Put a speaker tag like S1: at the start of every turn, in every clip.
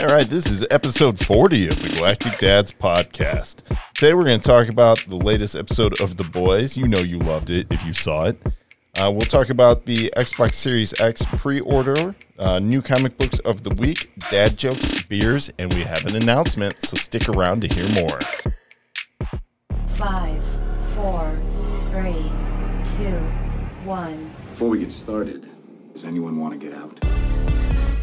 S1: All right, this is episode 40 of the Galactic Dads podcast. Today we're going to talk about the latest episode of The Boys. You know you loved it if you saw it. Uh, we'll talk about the Xbox Series X pre order, uh, new comic books of the week, dad jokes, beers, and we have an announcement, so stick around to hear more.
S2: Five, four, three, two, one.
S3: Before we get started, does anyone want to get out?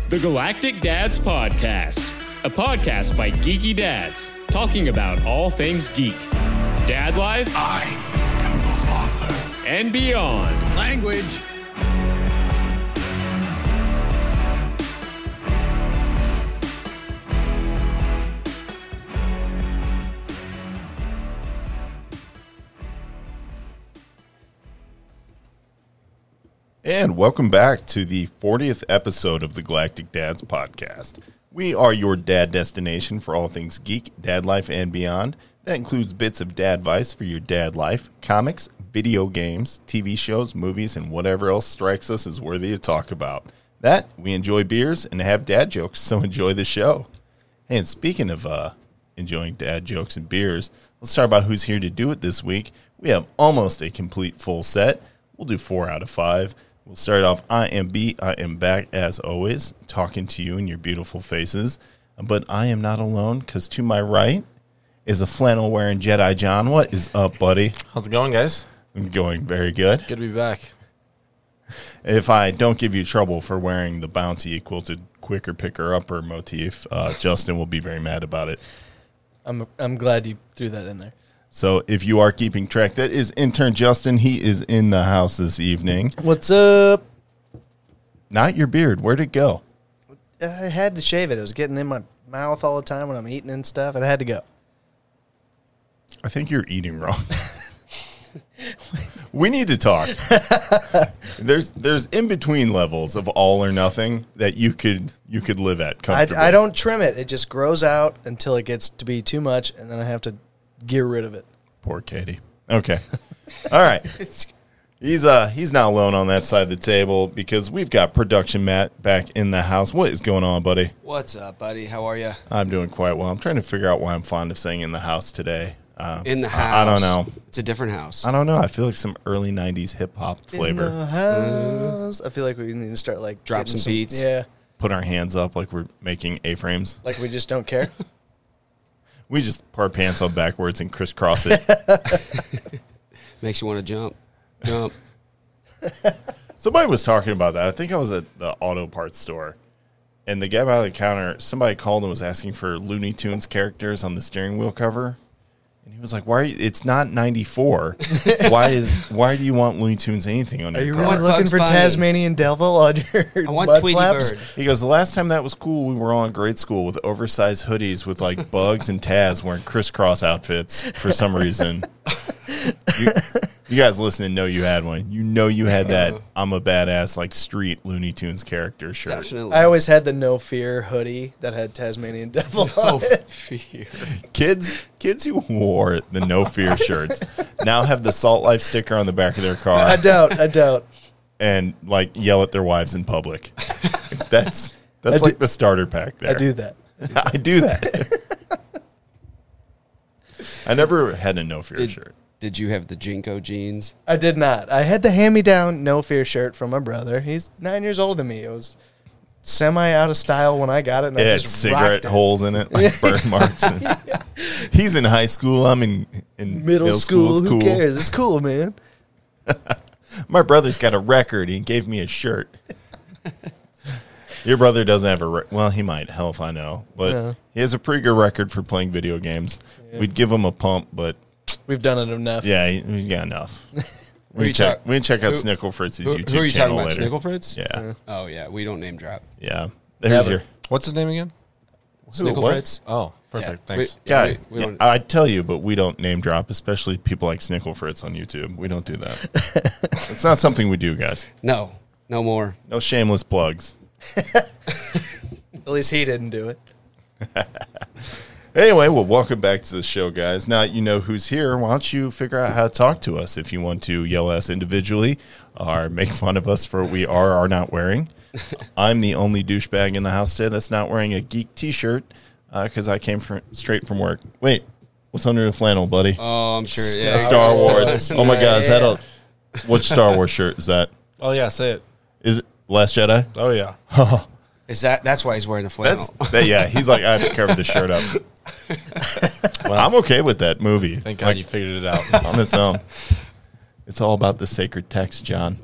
S4: The Galactic Dads Podcast, a podcast by geeky dads talking about all things geek, dad life, I am the father, and beyond.
S5: Language.
S1: And welcome back to the 40th episode of the Galactic Dads podcast. We are your dad destination for all things geek, dad life, and beyond. That includes bits of dad advice for your dad life, comics, video games, TV shows, movies, and whatever else strikes us as worthy to talk about. That, we enjoy beers and have dad jokes, so enjoy the show. And speaking of uh, enjoying dad jokes and beers, let's talk about who's here to do it this week. We have almost a complete full set. We'll do four out of five. We'll start off. I am B. I am back as always, talking to you and your beautiful faces. But I am not alone because to my right is a flannel wearing Jedi John. What is up, buddy?
S6: How's it going, guys?
S1: I'm going very good.
S6: Good to be back.
S1: If I don't give you trouble for wearing the bounty quilted quicker picker upper motif, uh, Justin will be very mad about it.
S5: I'm I'm glad you threw that in there.
S1: So if you are keeping track, that is intern Justin. He is in the house this evening.
S5: What's up?
S1: Not your beard. Where'd it go?
S5: I had to shave it. It was getting in my mouth all the time when I'm eating and stuff. and I had to go.
S1: I think you're eating wrong. we need to talk. there's there's in between levels of all or nothing that you could you could live at
S5: I,
S1: comfortably.
S5: I don't trim it. It just grows out until it gets to be too much, and then I have to get rid of it.
S1: Poor Katie. Okay. All right. He's uh he's not alone on that side of the table because we've got production Matt back in the house. What is going on, buddy?
S7: What's up, buddy? How are you?
S1: I'm doing quite well. I'm trying to figure out why I'm fond of saying in the house today. Uh,
S7: In the house.
S1: I, I don't know.
S7: It's a different house.
S1: I don't know. I feel like some early '90s hip hop flavor.
S5: In the house. I feel like we need to start like
S7: Drop
S5: getting
S7: some beats.
S5: Yeah,
S1: Put our hands up like we're making A-frames.
S5: like we just don't care.
S1: We just put our pants up backwards and crisscross it.
S7: Makes you want to jump. Jump.
S1: somebody was talking about that. I think I was at the auto parts store, and the guy behind the counter, somebody called and was asking for Looney Tunes characters on the steering wheel cover, and he was like, "Why? Are you, it's not '94. why is? Why do you want Looney Tunes anything on your
S5: Are you
S1: car?"
S5: really
S7: want
S5: looking
S7: Bugs
S5: for
S7: Bunny.
S5: Tasmanian devil on your
S7: I want
S5: mud
S7: Tweety
S5: flaps?
S7: Bird.
S1: He goes, the last time that was cool, we were all in grade school with oversized hoodies with like bugs and Taz wearing crisscross outfits for some reason. you, you guys listening know you had one. You know you had that I'm a badass like street Looney Tunes character shirt.
S7: Definitely.
S5: I always had the no fear hoodie that had Tasmanian devil
S7: Oh,
S5: on it.
S7: fear.
S1: Kids kids who wore the no fear shirts now have the salt life sticker on the back of their car
S5: I don't. I don't.
S1: and like yell at their wives in public. That's that's like the starter pack there.
S5: I do that.
S1: I do that. I never had a no fear
S7: Did,
S1: shirt.
S7: did you have the Jinko jeans?
S5: I did not. I had the hand-me-down no fear shirt from my brother. He's nine years older than me. It was semi out of style when I got it. And
S1: It
S5: I
S1: had
S5: just
S1: cigarette
S5: rocked it.
S1: holes in it, like burn marks. And he's in high school. I'm in, in
S5: Middle, school.
S1: It's
S5: Who cares? It's cool, man.
S1: My brother's got a record. He gave me a shirt. Your brother doesn't have a re- well. He might, hell if I know, but
S5: Yeah.
S1: he has a pretty good record for playing video games. We'd give him a pump, but
S5: We've done it enough.
S1: yeah, he, he's got enough.
S7: are
S1: we
S7: you
S1: check.
S7: talk-
S1: we can check out
S7: who-
S1: Snickle Fritz's
S7: Who,
S1: YouTube
S7: who are you talking
S1: channel
S7: about?
S1: later.
S7: Snickle Fritz?
S1: Yeah,
S7: Oh, yeah. We don't name drop.
S1: yeah. There's
S5: Never.
S1: your
S6: What's his name again?
S7: Snickle
S1: what?
S7: Fritz?
S6: Oh,
S7: Yeah,
S6: perfect. Thanks.
S7: we-
S1: God,
S7: we, we
S1: yeah,
S7: don't,
S1: I tell you, but we don't name drop, especially people like Snickle Fritz on YouTube. We don't do that. it's not something we do, guys.
S7: no. No more.
S1: No shameless plugs.
S5: At least he didn't do it.
S1: Anyway, well, welcome back to the show, guys. Now that you know who's here. Why don't you figure out how to talk to us if you want to yell at us individually or make fun of us for what we are or are not wearing? I'm the only douchebag in the house today that's not wearing a geek T-shirt because I came from, straight from work. Wait, what's under the flannel, buddy?
S7: Oh, I'm sure.
S1: A
S7: Yeah.
S1: Star Wars. oh my God, is that a which Star Wars shirt is that?
S6: Oh yeah, say it.
S1: Is it Last Jedi?
S6: Oh yeah.
S7: Is that that's why he's wearing the flannel?
S1: That's that, yeah. He's like, I have to cover the shirt up. I'm okay with that movie
S6: Thank God you figured it out.
S1: on its own. It's all about the sacred text, John,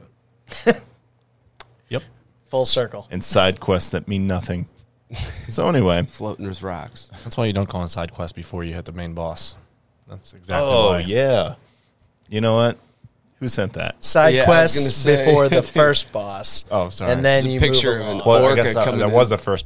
S6: yep.
S5: Full circle.
S1: and side quests that mean nothing. So anyway,
S7: Floating with rocks.
S6: That's why you don't go on side quest before you hit the main boss. That's exactly
S1: oh
S6: why.
S1: yeah, you know what? Who sent that?
S5: Side
S7: Yeah, I was gonna
S5: quests
S7: say.
S5: before the first boss.
S6: Oh, sorry.
S5: And then
S7: It's a
S5: you
S7: picture
S5: picture
S7: of
S5: move
S7: an
S5: along.
S6: Well, I
S7: orca
S6: guess that,
S7: coming
S6: that
S7: in.
S6: was the first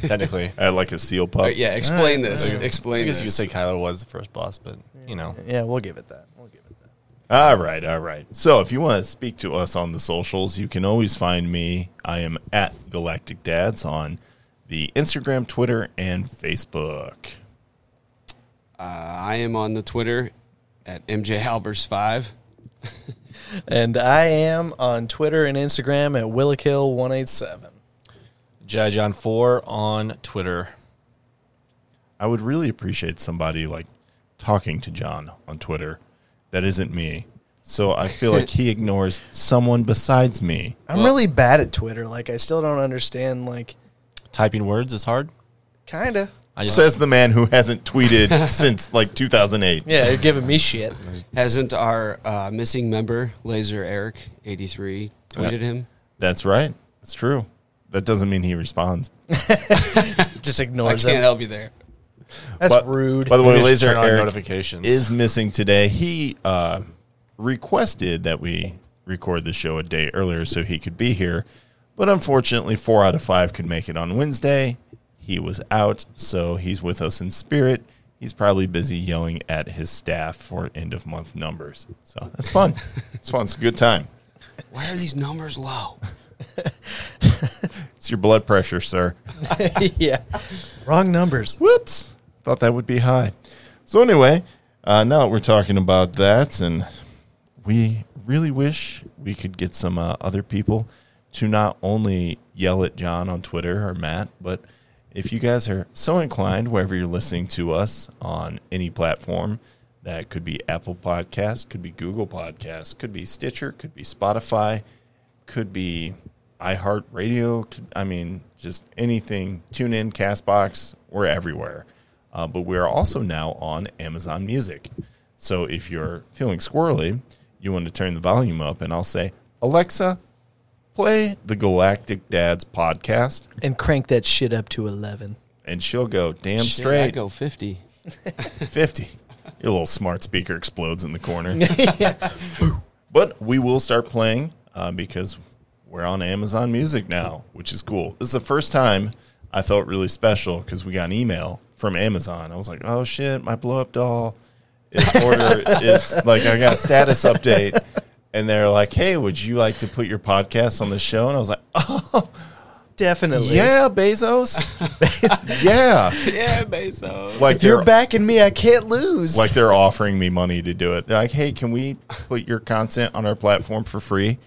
S6: technically.
S1: I had like a seal pup.
S7: But Uh, yeah, explain this. Explain
S6: I guess you could
S7: this.
S6: say Kylo was the first boss, but you know.
S5: Yeah, we'll give it that. We'll give it that.
S1: All right, all right. So if you want to speak to us on the socials, you can always find me. I am at Galactic Dads on the Instagram, Twitter, and Facebook.
S7: I am on the Twitter at MJ Halbers five.
S5: And I am on Twitter and Instagram at Willakill187.
S6: Jai John 4 on Twitter.
S1: I would really appreciate somebody like talking to John on Twitter that isn't me. So I feel like he ignores someone besides me.
S5: I'm really bad at Twitter. Like, I still don't understand, like,
S6: Typing words is hard.
S5: kind of.
S6: I just
S1: Says the man who hasn't tweeted since like 2008.
S5: Yeah, you're giving me shit.
S7: Hasn't our uh, missing member Laser Eric eighty three tweeted him?
S1: That's right. It's true. That doesn't mean he responds.
S5: Just
S7: I
S5: ignores
S7: can't
S5: them.
S7: help you there.
S5: That's
S1: But-
S5: rude.
S1: By the way,
S6: Maybe I should
S1: Laser
S6: turn on
S1: Eric
S6: notifications.
S1: is missing today. He uh, requested that we record the show a day earlier so he could be here, but unfortunately, four out of five could make it on Wednesday. He was out, so he's with us in spirit. He's probably busy yelling at his staff for end of month numbers. So that's fun. it's fun. It's a good time.
S7: Why are these numbers low?
S1: It's your blood pressure, sir.
S5: yeah. Wrong numbers.
S1: Whoops. Thought that would be high. So anyway, uh, now that we're talking about that, and we really wish we could get some uh, other people to not only yell at John on Twitter or Matt, but if you guys are so inclined, wherever you're listening to us on any platform, that could be Apple Podcasts, could be Google Podcasts, could be Stitcher, could be Spotify, could be iHeartRadio. could- I mean, just anything. Tune in, Castbox. We're everywhere. Uh, but we are also now on Amazon Music. So if you're feeling squirrely, you want to turn the volume up, and I'll say, Alexa, play the Galactic Dads podcast.
S5: And crank that shit up to 11.
S1: And she'll go, damn
S7: Shit, I
S1: straight,
S7: go fifty.
S1: 50. Your little smart speaker explodes in the corner. But we will start playing uh, because we're on Amazon Music now, which is cool. This is the first time I felt really special because we got an email from Amazon. I was like, oh shit, my blow up doll is order is like, I got a status update. And they're like, hey, would you like to put your podcast on the show? And I was like, oh,
S5: Definitely.
S1: yeah, Bezos. yeah.
S7: Yeah, Bezos.
S1: Like,
S5: If you're
S1: they're-
S5: backing me, I can't lose.
S1: like they're offering me money to do it. They're like, "Hey, can we put your content on our platform for free?"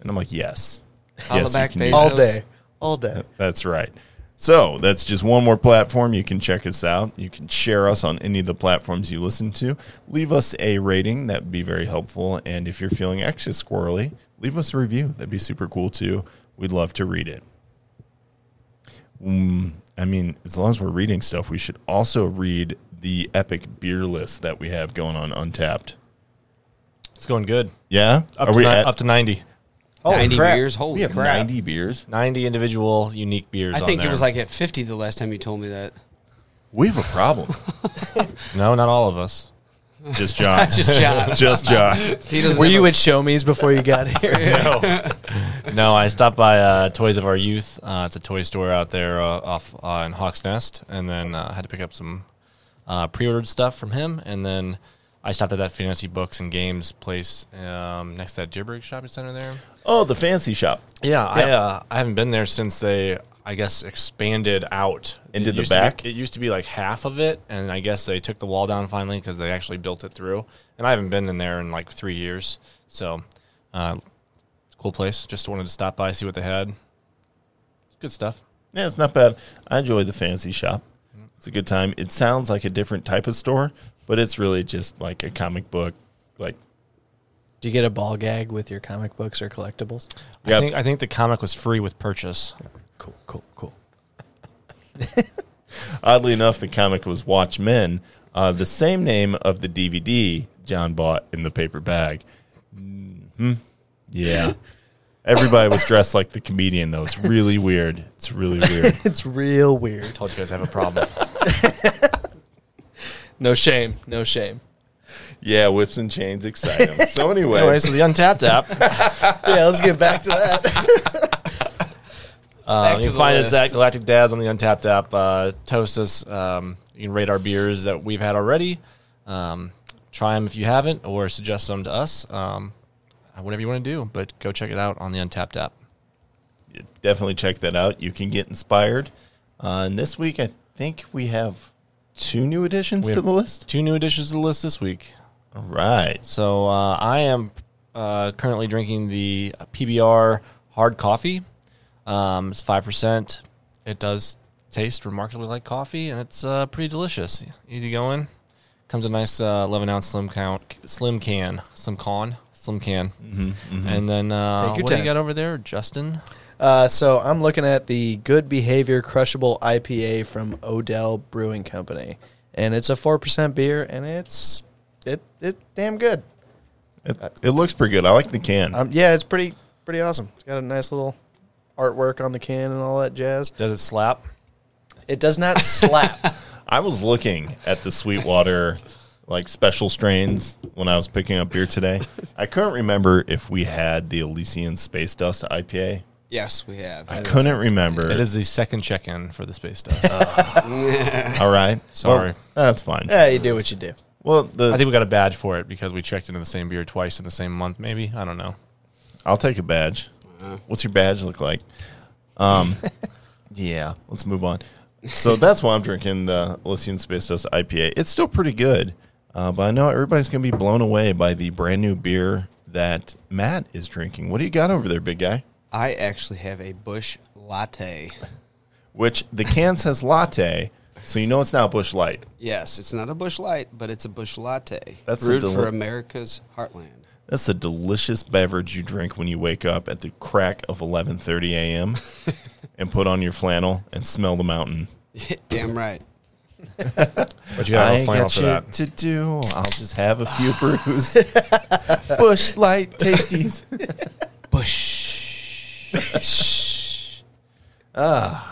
S1: And I'm like, "Yes,
S7: Holla back,
S1: do
S7: babe.
S1: that."
S5: all day. All day.
S1: That's right. So that's just one more platform. You can check us out. You can share us on any of the platforms you listen to. Leave us a rating. That would be very helpful. And if you're feeling extra squirrely, leave us a review. That'd be super cool too. We'd love to read it. Mm, I mean, as long as we're reading stuff, we should also read the epic beer list that we have going on Untapped.
S6: it's going good.
S1: Yeah,
S6: Up,
S1: are
S6: to
S1: we
S6: ni-
S1: at,
S6: up to 90.
S7: Ninety
S5: crap.
S7: beers. Holy
S1: we have
S7: crap!
S1: ninety beers?
S6: 90 individual unique beers.
S7: I
S6: on
S7: think it
S6: there.
S7: was like at fifty the last time you told me that.
S1: We have a problem.
S6: No, not all of us.
S1: just John.
S7: Just John.
S1: just John.
S7: He doesn't.
S5: Were
S7: have
S5: you
S7: a-
S5: at Showme's before you got here?
S6: No. no, I stopped by uh, Toys of Our Youth. Uh, it's a toy store out there uh, off uh, in Hawk's Nest, and then uh, I had to pick up some uh, pre-ordered stuff from him, and then I stopped at that fantasy books and games place um, next to that Deerberg Shopping Center there.
S1: Oh, the fancy shop.
S6: Yeah, I uh, I haven't been there since they I guess expanded out
S1: Into
S6: It
S1: the
S6: used to be-
S1: back?
S6: it used to be like half of it, and I guess they took the wall down finally because they actually built it through. And I haven't been in there in like three years, so uh, cool place. Just wanted to stop by see what they had. Good stuff.
S1: Yeah, it's not bad. I enjoy the fantasy shop. It's a good time. It sounds like a different type of store, but it's really just like a comic book. Like,
S5: Do you get a ball gag with your comic books or collectibles?
S1: Yep.
S6: I think I think the comic was free with purchase.
S5: Cool, cool, cool.
S1: oddly enough, the comic was Watchmen, uh, the same name of the DVD John bought in the paper bag. Mhm. Yeah. Everybody was dressed like the comedian, though. It's really weird. It's really weird.
S5: It's real weird.
S6: Told you guys I have a problem.
S5: No shame, no shame.
S1: Yeah, whips and chains excite him. So, anyway.
S6: anyway, so the Untapped app.
S5: yeah, let's get back to that.
S6: Uh,
S7: to
S6: you can
S7: the
S6: find us at
S7: list.
S6: Galactic Dads on the Untapped app. Uh, toast us. Um, you can rate our beers that we've had already. Um, try them if you haven't, or suggest some to us. Um, whatever you want to do, but go check it out on the Untapped app.
S1: definitely check that out. You can get inspired. Uh, and this week, I think we have two new additions
S6: We
S1: to
S6: have
S1: the list.
S6: Two new additions to the list this week.
S1: All right.
S6: So uh, I am uh, currently drinking the PBR hard coffee. Um, it's five percent. It does taste remarkably like coffee, and it's uh, pretty delicious. Easy going. Comes a nice uh, eleven ounce slim count, slim can, slim con, slim can. And then uh,
S5: Take your
S6: what do
S5: time.
S6: you got over there, Justin?
S5: Uh, so I'm looking at the Good Behavior Crushable IPA from Odell Brewing Company, and it's a four percent beer, and it's it it damn good.
S1: It, it looks pretty good. I like the can.
S5: Um, yeah, it's pretty pretty awesome. It's got a nice little artwork on the can and all that jazz.
S6: Does it slap?
S5: It does not slap.
S1: I was looking at the Sweetwater like special strains when I was picking up beer today. I couldn't remember if we had the Elysian Space Dust IPA.
S7: Yes, we have.
S1: I couldn't remember.
S6: It is the second check-in for the space dust.
S1: All right.
S6: Sorry.
S1: Well, that's fine.
S5: yeah, you do what you do.
S1: Well, the,
S6: I think we got a badge for it because we checked into the same beer twice in the same month. Maybe I don't know.
S1: I'll take a badge. What's your badge look like? Um, yeah, let's move on. So that's why I'm drinking the Elysian Space Dust IPA. It's still pretty good, uh, but I know everybody's going to be blown away by the brand new beer that Matt is drinking. What do you got over there, big guy?
S7: I actually have a Bush latte.
S1: Which the can says latte, so you know it's not Bush Light.
S7: Yes, it's not a Bush light, but it's a Bush latte.
S1: That's a
S7: brewed
S1: deli-
S7: for America's heartland.
S1: That's the delicious beverage you drink when you wake up at the crack of 11:30 a.m. and put on your flannel and smell the mountain.
S7: Damn right.
S6: But you got a final for that.
S1: to do. I'll just have a few brews. Bush Light Tasties.
S5: Ah.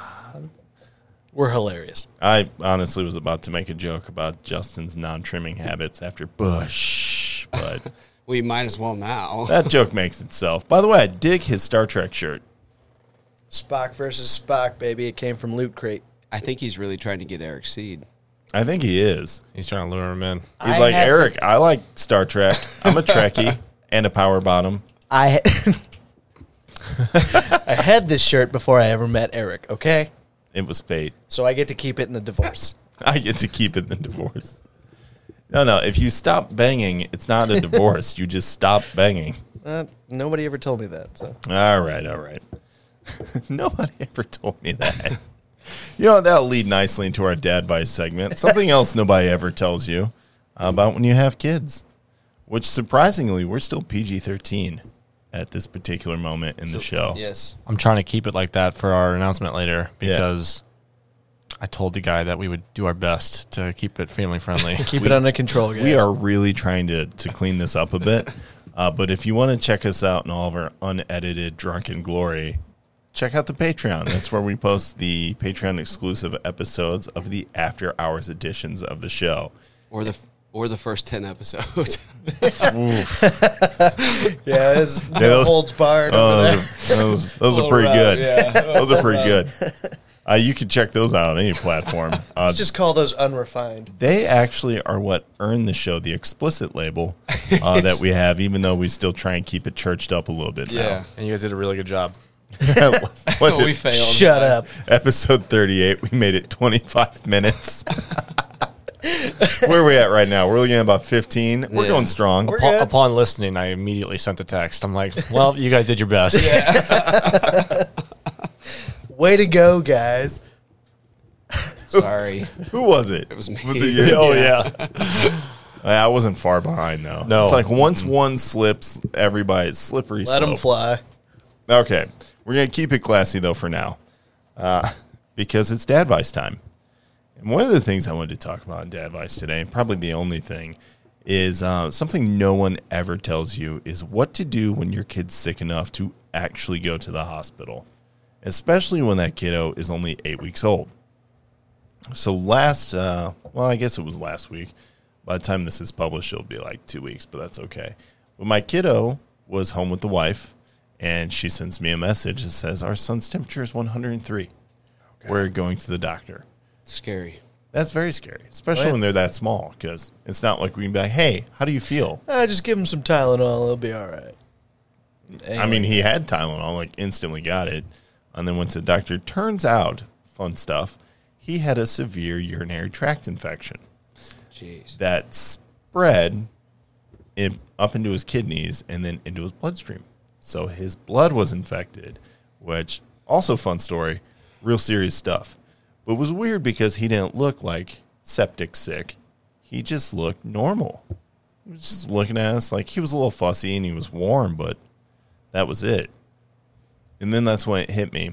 S5: We're hilarious.
S1: I honestly was about to make a joke about Justin's non-trimming habits after Bush, but
S7: We might as well now.
S1: that joke makes itself. By the way, I dig his Star Trek shirt.
S5: Spock versus Spock, baby. It came from Loot Crate.
S7: I think he's really trying to get Eric Seed.
S1: I think he is.
S6: He's trying to lure him in.
S1: He's
S5: I
S1: like
S5: had-
S1: Eric. I like Star Trek. I'm a Trekkie and a power bottom.
S5: I I had this shirt before I ever met Eric. Okay,
S1: It was fate.
S5: so I get to keep it in the divorce.
S1: I get to keep it in the divorce. No, no. If you stop banging, it's not a divorce. you just stop banging.
S5: Uh, nobody ever told me that. So
S1: All right, all right. Nobody ever told me that. you know, that'll lead nicely into our dad advice segment. Something else nobody ever tells you about when you have kids, which surprisingly, we're still PG 13 at this particular moment in the show.
S7: Yes.
S6: I'm trying to keep it like that for our announcement later because I told the guy that we would do our best to keep it family friendly.
S5: keep it under control, guys.
S1: We are really trying to, to clean this up a bit. Uh, but if you want to check us out in all of our unedited drunken glory, check out the Patreon. That's where we post the Patreon exclusive episodes of the after hours editions of the show.
S7: Or the or the first ten episodes.
S5: Yeah, it's
S1: those-
S5: holds barred.
S1: Oh,
S5: over there.
S1: those are, those, those are pretty good. those are pretty good. Uh, you can check those out on any platform. Uh,
S5: Let's just call those unrefined.
S1: they actually are what earned the show the explicit label uh, that we have, even though we still try and keep it churched up a little bit.
S7: yeah.
S6: and you guys did a really good job.
S1: Now. What's
S7: we
S1: it?
S7: failed.
S5: Shut up.
S1: Episode 38. We made it 25 minutes. Where are we at right now? We're looking at about 15. We're
S7: Yeah.
S1: going strong.
S6: Upon,
S5: good.
S6: upon listening, I immediately sent a text. I'm like, "Well, you guys did your best."
S5: Way to go, guys.
S7: Oh, Sorry.
S1: Who was it? It
S7: was me.
S1: Was it you?
S6: Oh yeah.
S1: I wasn't far behind though.
S6: No.
S1: It's like once one slips, everybody it's slippery.
S5: Let them
S1: slope.
S5: fly.
S1: Okay. We're going to keep it classy, though, for now, uh, because it's dad vice time. And one of the things I wanted to talk about in dad vice today, and probably the only thing, is uh, something no one ever tells you is what to do when your kid's sick enough to actually go to the hospital, especially when that kiddo is only eight weeks old. So last, uh, well, I guess it was last week. By the time this is published, it'll be like two weeks, but that's okay. But my kiddo was home with the wife, and she sends me a message that says our son's temperature is 103. We're going to the doctor.
S7: Scary.
S1: That's very scary, especially
S5: Oh, yeah.
S1: when they're that small, because it's not like we can be like, "Hey, how do you feel?"
S5: Ah, just give him some Tylenol. He'll be all right.
S1: I mean, he had Tylenol, like instantly got it, and then went to the doctor. Turns out, fun stuff, he had a severe urinary tract infection.
S7: Jeez.
S1: that spread in, up into his kidneys and then into his bloodstream. So his blood was infected, which also fun story, real serious stuff. But it was weird because he didn't look like septic sick. He just looked normal. He was just looking at us like he was a little fussy and he was warm, but that was it. And then that's when it hit me.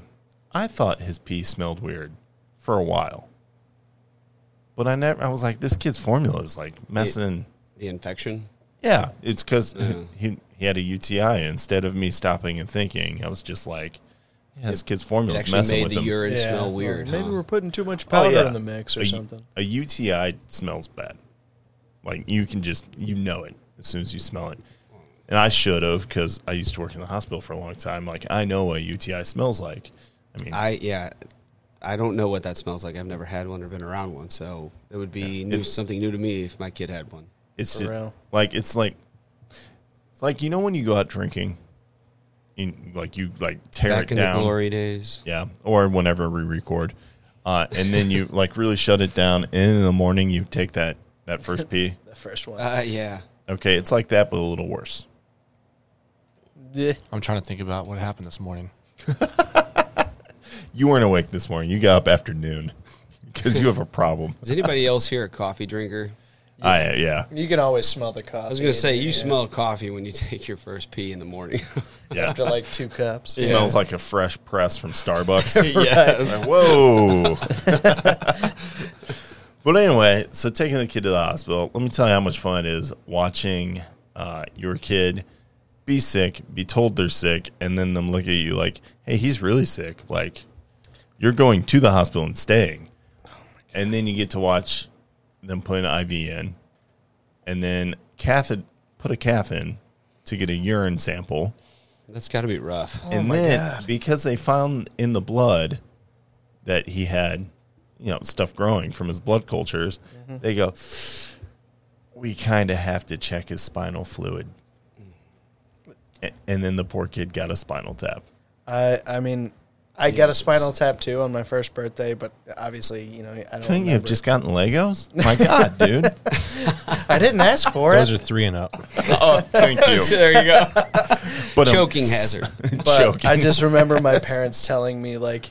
S1: I thought his pee smelled weird for a while. But I never I was like, this kid's formula is like messing
S7: The infection.
S1: yeah, it's because
S7: Mm.
S1: he he had a UTI. Instead of me stopping and thinking, I was just like, yeah, "This kid's
S7: It
S1: formula's
S7: actually
S1: messing
S7: made
S1: with
S7: the
S1: him."
S7: urine
S5: Yeah,
S7: smell
S5: well,
S7: weird.
S5: Maybe
S7: huh?
S5: we're putting too much
S1: Oh,
S5: powder
S1: yeah.
S5: in the mix or
S1: a,
S5: something.
S1: A UTI smells bad. Like you can just you know it as soon as you smell it. And I should have because I used to work in the hospital for a long time. Like I know what UTI smells like. I mean,
S7: I yeah. I don't know what that smells like. I've never had one or been around one, so it would be new,
S1: It's-
S7: something new to me if my kid had one.
S1: It's
S5: For
S1: just,
S5: real.
S1: like it's like it's like you know when you go out drinking, in like you like tear
S7: Back
S1: it
S7: in
S1: down.
S7: the glory days.
S1: Yeah, or whenever we record, uh, and then you like really shut it down. And in the morning, you take that that first pee.
S5: The first one.
S7: Uh, yeah.
S1: Okay, it's like that, but a little worse.
S5: Yeah.
S6: I'm trying to think about what happened this morning.
S1: You weren't awake this morning. You got up after noon because you have a problem.
S7: Is anybody else here a coffee drinker?
S1: I yeah
S5: You can always smell the coffee.
S7: I was gonna say you smell coffee when you take your first pee in the morning.
S1: yeah.
S5: after like two cups.
S1: It smells like a fresh press from Starbucks.
S7: yeah.
S1: Like, Whoa. but anyway, so taking the kid to the hospital, let me tell you how much fun it is watching uh, your kid be sick, be told they're sick, and then them look at you like, hey, he's really sick. Like, you're going to the hospital and staying. and then you get to watch them put an IV in, and then cath- put a cath in to get a urine sample
S7: That's got to be rough.
S5: Oh
S1: and then because they found in the blood that he had you know stuff growing from his blood cultures
S5: Mm-hmm.
S1: they go we kind of have to check his spinal fluid A- and then the poor kid got a spinal tap
S5: I I mean, I got a spinal tap too on my first birthday, but obviously, you know, I don't.
S1: couldn't you have
S5: remember.
S1: just gotten legos my god dude
S5: I didn't ask for
S6: Those are
S5: it.
S6: three and up.
S1: oh thank you
S7: there you go.
S1: but um,
S7: Choking hazard.
S5: But
S1: choking.
S5: I just remember my parents telling me like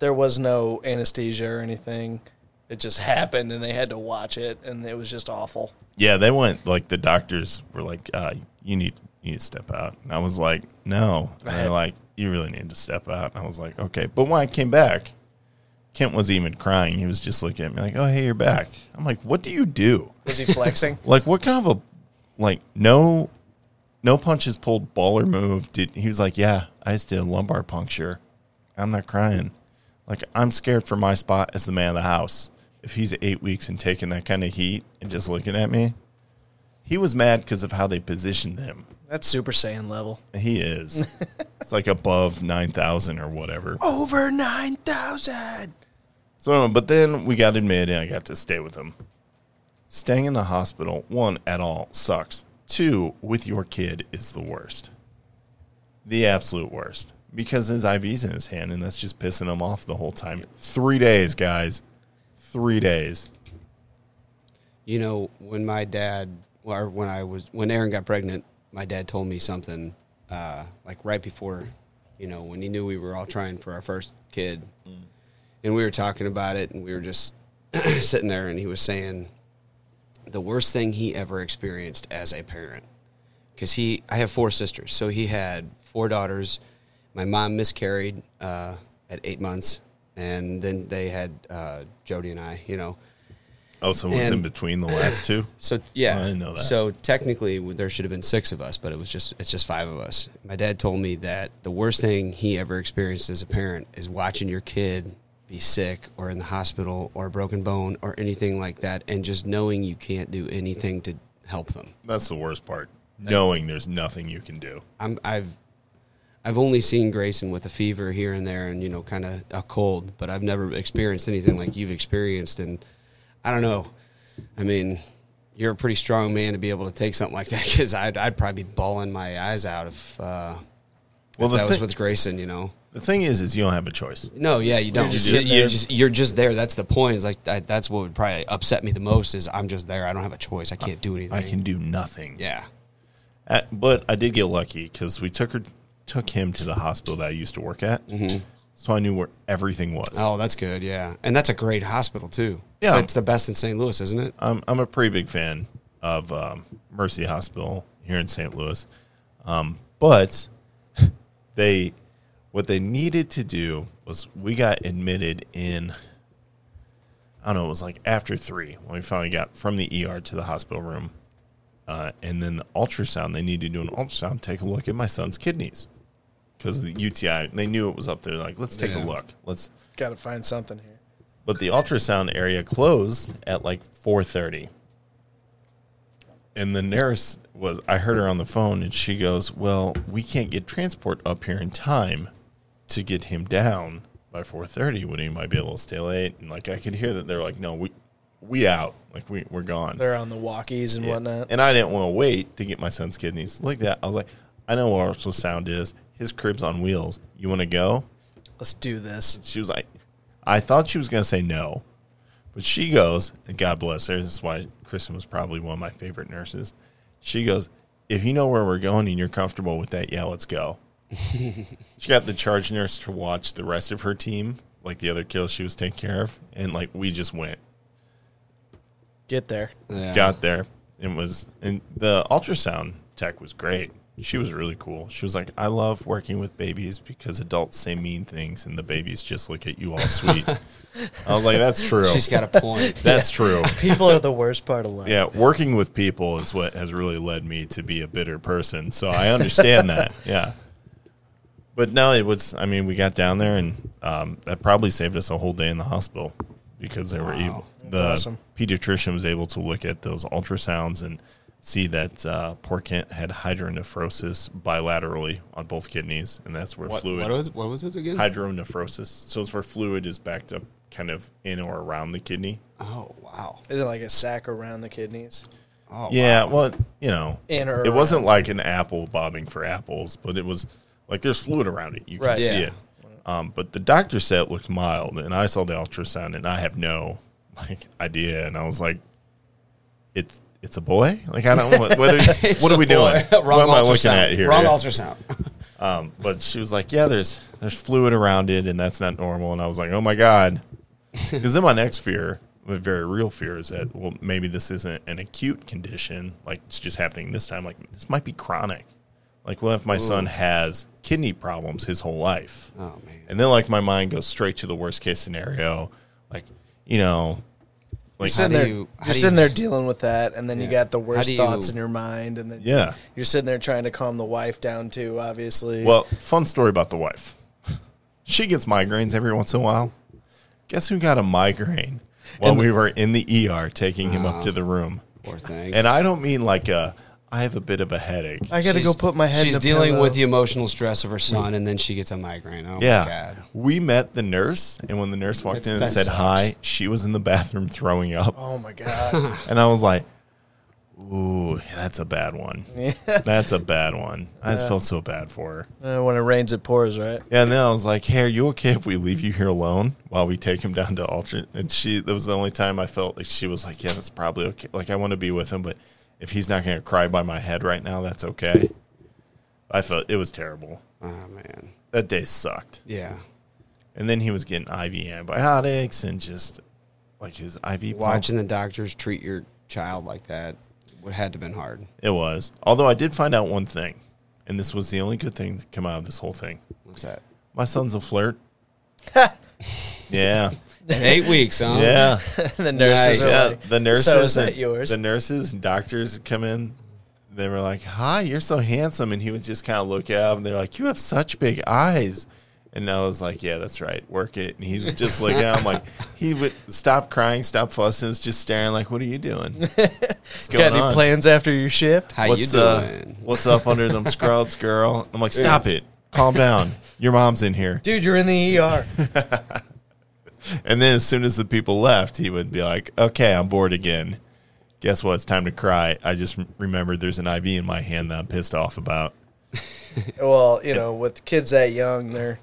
S5: there was no anesthesia or anything. It just happened, and they had to watch it, and it was just awful.
S1: yeah they went like the doctors were like uh, you need you need to step out and i was like no and they're like you really need to step out and i was like okay but when i came back kent wasn't even crying he was just looking at me like oh hey you're back i'm like what do you do
S5: Was he flexing?
S1: like what kind of a like no no punches pulled baller move did he was like yeah i just did a lumbar puncture i'm not crying like i'm scared for my spot as the man of the house if he's eight weeks and taking that kind of heat and just looking at me he was mad because of how they positioned him
S5: That's Super Saiyan level.
S1: he is it's like above 9000 or whatever
S5: Over nine thousand.
S1: So, anyway, but then we got admitted and I got to stay with him. Staying in the hospital, one, at all, sucks. Two, with your kid is the worst. The absolute worst. Because his IV's in his hand and that's just pissing him off the whole time. Three days, guys. Three days.
S7: You know, when my dad, or when I was, when Aaron got pregnant, my dad told me something, uh, like right before, you know, when he knew we were all trying for our first kid, and we were talking about it, and we were just sitting there, and he was saying the worst thing he ever experienced as a parent because he I have four sisters, so he had four daughters. My mom miscarried uh, at eight months, and then they had uh, Jody and I. You know,
S1: Oh, so it was
S7: And-
S1: in between the last two?
S7: so yeah,
S1: I didn't know that.
S7: So technically, w- there should have been six of us, but it was just it's just five of us. My dad told me that the worst thing he ever experienced as a parent is watching your kid be sick or in the hospital or a broken bone or anything like that, and just knowing you can't do anything to help them.
S1: That's the worst part. Knowing there's nothing you can do.
S7: I'm, I've I've only seen Grayson with a fever here and there, and you know, kind of a cold, but I've never experienced anything like you've experienced. And I don't know. I mean, you're a pretty strong man to be able to take something like that because I'd, I'd probably be bawling my eyes out if, uh,
S1: Well,
S7: if
S1: the
S7: that was
S1: thi-
S7: with Grayson, you know.
S1: The thing is, is you don't have a choice.
S7: No, yeah, you don't. You're
S1: just
S7: just,
S1: sitting
S7: you're
S1: there.
S7: just, you're just there. That's the point. Is like that, that's what would probably upset me the most is I'm just there. I don't have a choice. I can't do anything.
S1: I can do nothing.
S7: Yeah.
S1: Uh, but I did get lucky because we took her, took him to the hospital that I used to work at, so I knew where everything was.
S7: Oh, that's good. Yeah, and that's a great hospital too.
S1: Yeah.
S7: it's, it's the best in St. Louis, isn't it?
S1: I'm I'm a pretty big fan of um, Mercy Hospital here in St. Louis, um, but they what they needed to do was we got admitted in. I don't know. It was like after three when we finally got from the ER to the hospital room, uh, and then the ultrasound. They needed to do an ultrasound, take a look at my son's kidneys because of the UTI. They knew it was up there. Like, let's take
S7: Yeah.
S1: a look. Let's.
S5: Got to find something here.
S1: But the ultrasound area closed at like 4:30. And the nurse was I heard her on the phone and she goes, "Well, we can't get transport up here in time to get him down by 4:30 when he might be able to stay late." And like I could hear that they're like, "No, we we out. Like we we're gone."
S5: They're on the walkies and
S1: Yeah.
S5: whatnot.
S1: And I didn't want to wait to get my son's kidneys looked at. I was like, "I know what ultrasound is. His crib's on wheels. You want to go?"
S5: Let's do this.
S1: she was like, I thought she was going to say no, but she goes, and God bless her. This is why Kristen was probably one of my favorite nurses. She goes, If you know where we're going and you're comfortable with that, yeah, let's go. she got the charge nurse to watch the rest of her team, like the other kills she was taking care of. And like, we just went,
S5: Get there.
S7: Yeah.
S1: got there, and was, and the ultrasound tech was great. She was really cool. She was like, I love working with babies because adults say mean things and the babies just look at you all sweet. I was like, that's true.
S7: She's got a point.
S1: That's true.
S5: People are the worst part of life.
S1: Yeah, working with people is what has really led me to be a bitter person. So I understand that. Yeah. But no, it was, I mean, we got down there and um, that probably saved us a whole day in the hospital because they were able, the
S5: awesome.
S1: pediatrician was able to look at those ultrasounds and see that uh, poor Kent had hydronephrosis bilaterally on both kidneys. And that's where
S7: What,
S1: fluid
S7: what was what was it again?
S1: hydronephrosis. So it's where fluid is backed up kind of in or around the kidney.
S7: oh wow.
S5: Is it like a sack around the kidneys?
S7: Oh
S1: Yeah, well, you know,
S5: In or
S1: it wasn't like an apple bobbing for apples, but it was like there's fluid around it. You can
S5: Right.
S1: see
S7: Yeah.
S1: it. Um, but the doctor said it looked mild, and I saw the ultrasound, and I have no like idea, and I was like, "It's it's a boy." Like I don't what what are, we- what are we doing?
S7: Wrong
S1: what am I
S7: ultrasound.
S1: looking at here?
S7: Wrong
S1: Yeah.
S7: ultrasound.
S1: Um, but she was like, "Yeah, there's there's fluid around it, and that's not normal." And I was like, "Oh my god," because then my next fear, my very real fear, is that well, maybe this isn't an acute condition, like it's just happening this time. Like this might be chronic. Like, well, if my son has kidney problems his whole life,
S7: Oh man.
S1: and then like my mind goes straight to the worst case scenario, like you know, like
S7: How
S5: Sitting
S7: do
S5: there,
S7: you-
S5: you,
S7: how
S5: are
S7: do
S5: sitting
S7: you-
S5: there dealing with that, and then you
S7: Yeah.
S5: got the
S7: How
S5: worst
S7: do you-
S5: thoughts in your mind, and then
S1: yeah.
S5: you're sitting there trying to calm the wife down too. Obviously,
S1: Well, fun story about the wife. She gets migraines every once in a while. Guess who got a migraine while we were in the ER taking him up to
S7: Ah.
S1: the room?
S7: Poor thing.
S1: And I don't mean like a I have a bit of a headache.
S5: I got to go
S7: She's-
S5: put my head.
S7: She's
S5: in a
S7: dealing
S5: pillow.
S7: with the emotional stress of her son, and then she gets a migraine. Oh my
S1: Mm. yeah.
S7: god.
S1: We met the nurse and when the nurse walked
S7: That's-
S1: in and
S7: that
S1: said
S7: sucks.
S1: hi, she was in the bathroom throwing up.
S5: Oh my god!
S1: And I was like, Ooh, that's a bad one. That's a bad one. I just felt so bad for her.
S5: Uh, when it rains, it pours, right?
S1: Yeah, and then I was like, "Hey, are you okay if we leave you here alone while we take him down to Ultra?" And she that was the only time I felt like she was like, "Yeah, that's probably okay. Like I want to be with him, but if he's not going to cry by my head right now, that's okay." I felt it was terrible.
S7: Oh man.
S1: That day sucked.
S7: Yeah.
S1: And then he was getting IV antibiotics and just like his IV pump.
S7: Watching the doctors treat your child like that would had to been hard.
S1: It was. Although I did find out one thing, and this was the only good thing to come out of this whole thing.
S7: What's that?
S1: My son's a flirt. yeah.
S7: Eight weeks, huh?
S1: Yeah.
S5: the nurses
S7: Nice.
S5: are
S1: yeah.
S5: like,
S1: The nurses
S5: So is that
S1: and-
S5: yours?
S1: The nurses and doctors come in. They were like, Hi, you're so handsome. And he would just kind of look at them. They're like, You have such big eyes. And I was like, Yeah, that's right. Work it. And he's just looking at him like, He would stop crying, stop fussing, is just staring like, What are you doing? What's going
S5: Got any
S1: on?
S5: plans after your shift?
S7: How you
S1: what's,
S7: doing?
S1: uh, what's up under them scrubs, girl? I'm like, stop it. Calm down. Your mom's in here.
S5: Dude, you're in the ER.
S1: And then as soon as the people left, he would be like, okay, I'm bored again. Guess what? It's time to cry. I just m- remembered there's an IV in my hand that I'm pissed off about.
S5: well, you know, with kids that young, they're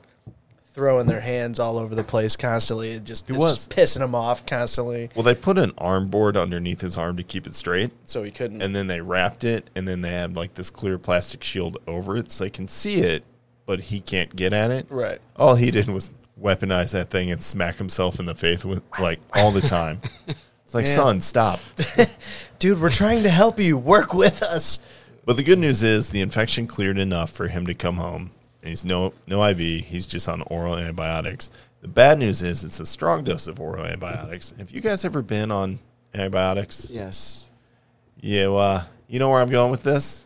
S5: throwing their hands all over the place constantly. It just, it's
S1: was.
S5: just pissing them off constantly.
S1: Well, they put an arm board underneath his arm to keep it straight.
S5: So he couldn't.
S1: And then they wrapped it. And then they had like this clear plastic shield over it so they can see it, but he can't get at it.
S5: right.
S1: All he did was weaponize that thing and smack himself in the face with like all the time. It's like,
S5: Man.
S1: son, stop.
S5: Dude, we're trying to help you. Work with us.
S1: But the good news is the infection cleared enough for him to come home. And he's no no IV. He's just on oral antibiotics. The bad news is it's a strong dose of oral antibiotics. Have you guys ever been on antibiotics?
S7: yes.
S1: Yeah. Well, uh, you know where I'm going with this.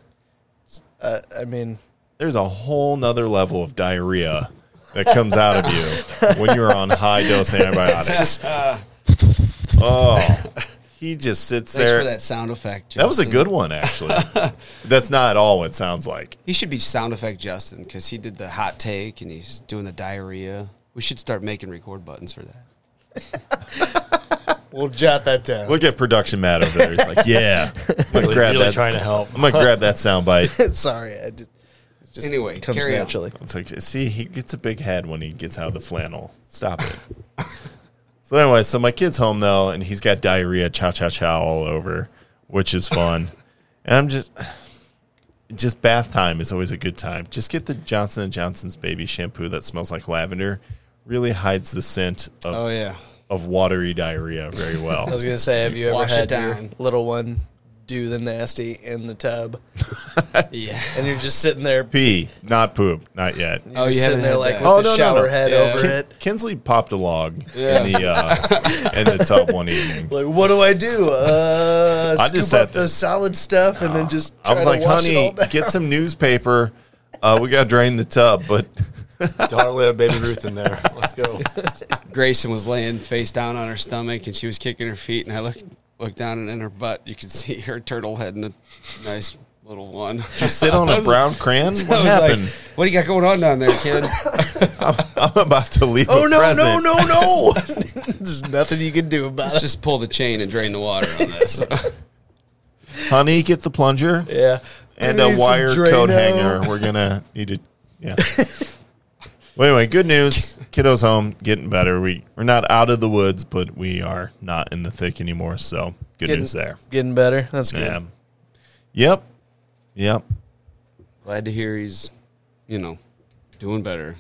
S5: Uh, I mean,
S1: There's a whole nother level of diarrhea that comes out of you when you're on high dose antibiotics. Oh, he just sits
S7: Thanks
S1: there.
S7: for that sound effect. Justin.
S1: that was a good one, actually. That's not at all what it sounds like.
S7: He should be sound effect Justin because he did the hot take and he's doing the diarrhea. We should start making record buttons for that.
S5: we'll jot that down.
S1: Look at production Matt over there. He's like, yeah. I'm gonna
S6: Really-
S1: grab
S6: really
S1: that.
S6: trying to help.
S1: I'm gonna grab that sound bite.
S5: Sorry, I just, it just
S7: Anyway,
S5: comes
S7: carry on.
S5: naturally.
S1: It's like, see, he gets a big head when he gets out of the flannel. Stop it. so anyway, so my kid's home though, and he's got diarrhea, cha cha cha all over, which is fun. and I'm just, just bath time is always a good time. Just get the Johnson and Johnson's baby shampoo that smells like lavender. Really hides the scent of,
S7: Oh yeah.
S1: of watery diarrhea very well.
S5: I was gonna say, have you ever
S7: Wash it
S5: had your
S7: down.
S5: little one do the nasty in the tub,
S7: Yeah.
S5: and you're just sitting there,
S1: Pee, not poop, not yet.
S7: Oh, you
S5: just sitting
S7: haven't
S5: there
S7: had
S5: like
S7: that.
S5: with
S1: Oh,
S5: the
S1: no, no,
S5: shower
S1: no.
S5: head
S7: Yeah.
S5: over
S1: Kin-
S5: it.
S1: Kinsley popped a log
S7: Yeah.
S1: in the uh, in the tub one evening.
S5: Like, what do I do? Uh,
S1: I
S5: scoop
S1: just sat
S5: up
S1: there.
S5: the solid stuff and then just. Try
S1: I was
S5: to
S1: like,
S5: wash it all
S1: "Honey,
S5: down."
S1: get some newspaper. Uh, we got to drain the tub." But
S6: Don't let a baby Ruth in there. Let's go.
S7: Grayson was laying face down on her stomach and she was kicking her feet and I looked looked down and in her butt you could see her turtle head and a nice little one. Just
S1: sit on a brown crayon. What happened?
S7: what do you got going on down there, kid?
S1: I'm about to leave.
S5: Oh
S1: a
S5: no,
S1: present.
S5: no, no, no! There's nothing you can do about
S7: Let's
S5: it.
S7: just pull the chain and drain the water on this.
S1: honey, get the plunger
S5: Yeah,
S1: and
S5: I
S1: a
S5: need some
S1: wire coat
S5: Drano.
S1: hanger. We're gonna need it. Yeah. well, anyway, good news. Kiddo's home, getting better. We we're not out of the woods, but we are not in the thick anymore. So good
S5: Getting-
S1: news there.
S5: Getting better. That's good.
S1: Yeah. Yep. Yep.
S7: Glad to hear he's, you know, doing better.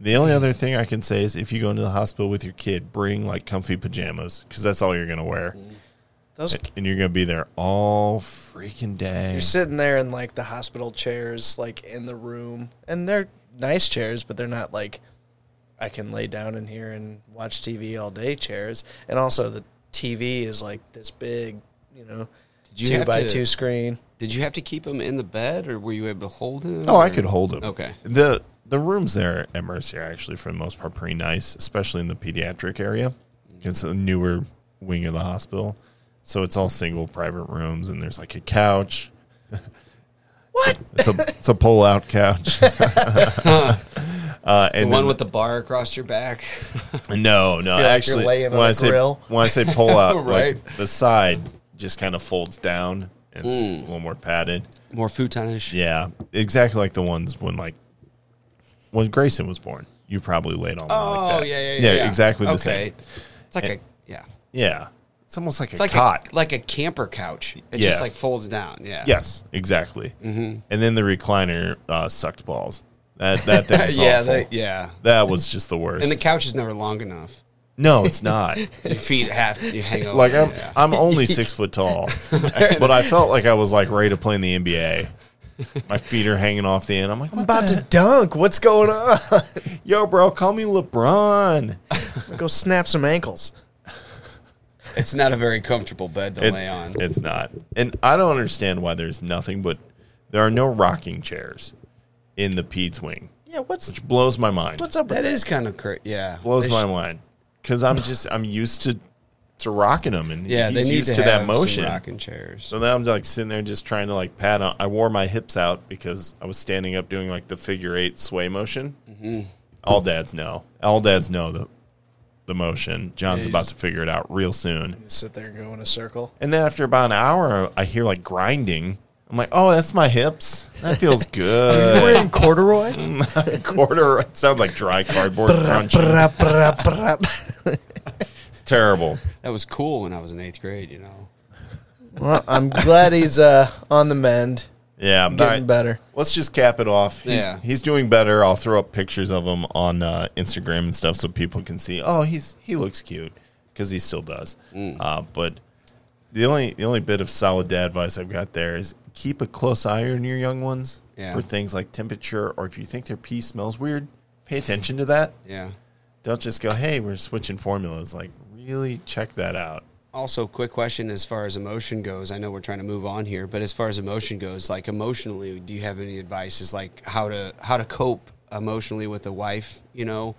S1: The only other thing I can say is if you go into the hospital with your kid, bring like comfy pajamas because that's all you're going to wear.
S5: Those
S1: And you're going to be there all freaking day.
S5: You're sitting there in like the hospital chairs, like in the room, and they're nice chairs, but they're not like I can lay down in here and watch TV all day chairs. And also the TV is like this big, you know,
S7: you
S5: two
S7: have
S5: by
S7: to-
S5: two screen.
S7: Did you have to keep him in the bed, or were you able to hold him?
S1: Oh, I
S7: or-
S1: could hold him.
S7: Okay.
S1: The the rooms there at Mercy are actually for the most part pretty nice, especially in the pediatric area. It's a newer wing of the hospital. So it's all single private rooms and there's like a couch. What? It's a it's a pull out couch. uh,
S7: The
S1: and
S7: one
S1: then-
S7: with the bar across your back.
S1: No, no.
S5: Feel like you're
S1: actually,
S5: laying on
S1: when
S5: a
S1: I say
S5: grill.
S1: when I say pull out,
S7: Right.
S1: like the side just kind of folds down. and It's a little more padded.
S7: More futonish.
S1: Yeah, exactly like the ones when like when Grayson was born. You probably laid on one
S7: Oh,
S1: like that.
S7: yeah, yeah, yeah, yeah.
S1: exactly the
S7: Okay.
S1: same.
S7: It's like a yeah.
S1: Yeah, it's almost like
S7: It's
S1: a
S7: like
S1: cot.
S7: a like a camper couch. It
S1: Yeah.
S7: just like folds down. Yeah. Mm-hmm.
S1: yes, exactly. And then the recliner uh, sucked balls. That that thing was
S7: yeah,
S1: awful.
S7: they, yeah.
S1: That was just the worst.
S7: And the couch is never long enough.
S1: no, it's not.
S7: Your feet have you hang over.
S1: Like I'm,
S7: yeah.
S1: I'm only six foot tall, but I felt like I was like ready to play in the NBA. My feet are hanging off the end. I'm like,
S5: I'm about to dunk. What's going on?
S1: yo, bro, call me LeBron.
S5: Go snap some ankles.
S7: It's not a very comfortable bed to
S1: It-
S7: lay on.
S1: It's not. And I don't understand why there's nothing but there are no rocking chairs in the Pete's wing,
S5: Yeah, what's
S1: which blows my mind.
S5: what's up with
S7: That
S5: that?
S7: is kind of crazy. Yeah.
S1: blows
S7: They
S1: my
S7: sh-
S1: mind because I'm just I'm used to to rocking them and
S7: Yeah,
S1: he's
S7: they need
S1: used to,
S7: to,
S1: that
S7: have
S1: motion.
S7: Some rocking chairs.
S1: So now I'm like sitting there just trying to like pat on. I wore my hips out because I was standing up doing like the figure eight sway motion.
S7: Mm-hmm.
S1: All dads know. All dads know the the motion. John's about to figure it out real soon.
S5: Sit there and go in a circle.
S1: And then after about an hour, I hear like grinding. I'm like, oh, that's my hips. That feels good.
S5: Wearing corduroy.
S1: Quarter it sounds like dry cardboard crunching.
S5: Brap, brap, brap.
S1: It's terrible.
S7: That was cool when I was in eighth grade. You know.
S5: well, I'm glad he's uh, on the mend,
S1: Yeah, I'm
S5: getting better.
S1: Let's just cap it off. He's,
S7: Yeah.
S1: he's doing better. I'll throw up pictures of him on uh, Instagram and stuff so people can see. Oh, he's he looks cute because he still does.
S7: Mm.
S1: Uh, but the only the only bit of solid dad advice I've got there is keep a close eye on your young ones
S7: Yeah.
S1: for things like temperature or if you think their pee smells weird, pay attention to that.
S7: Yeah.
S1: Don't just go, hey, we're switching formulas. Like really check that out.
S7: Also, quick question as far as emotion goes. I know we're trying to move on here, but as far as emotion goes, like emotionally, do you have any advice as like how to how to cope emotionally with a wife? You know,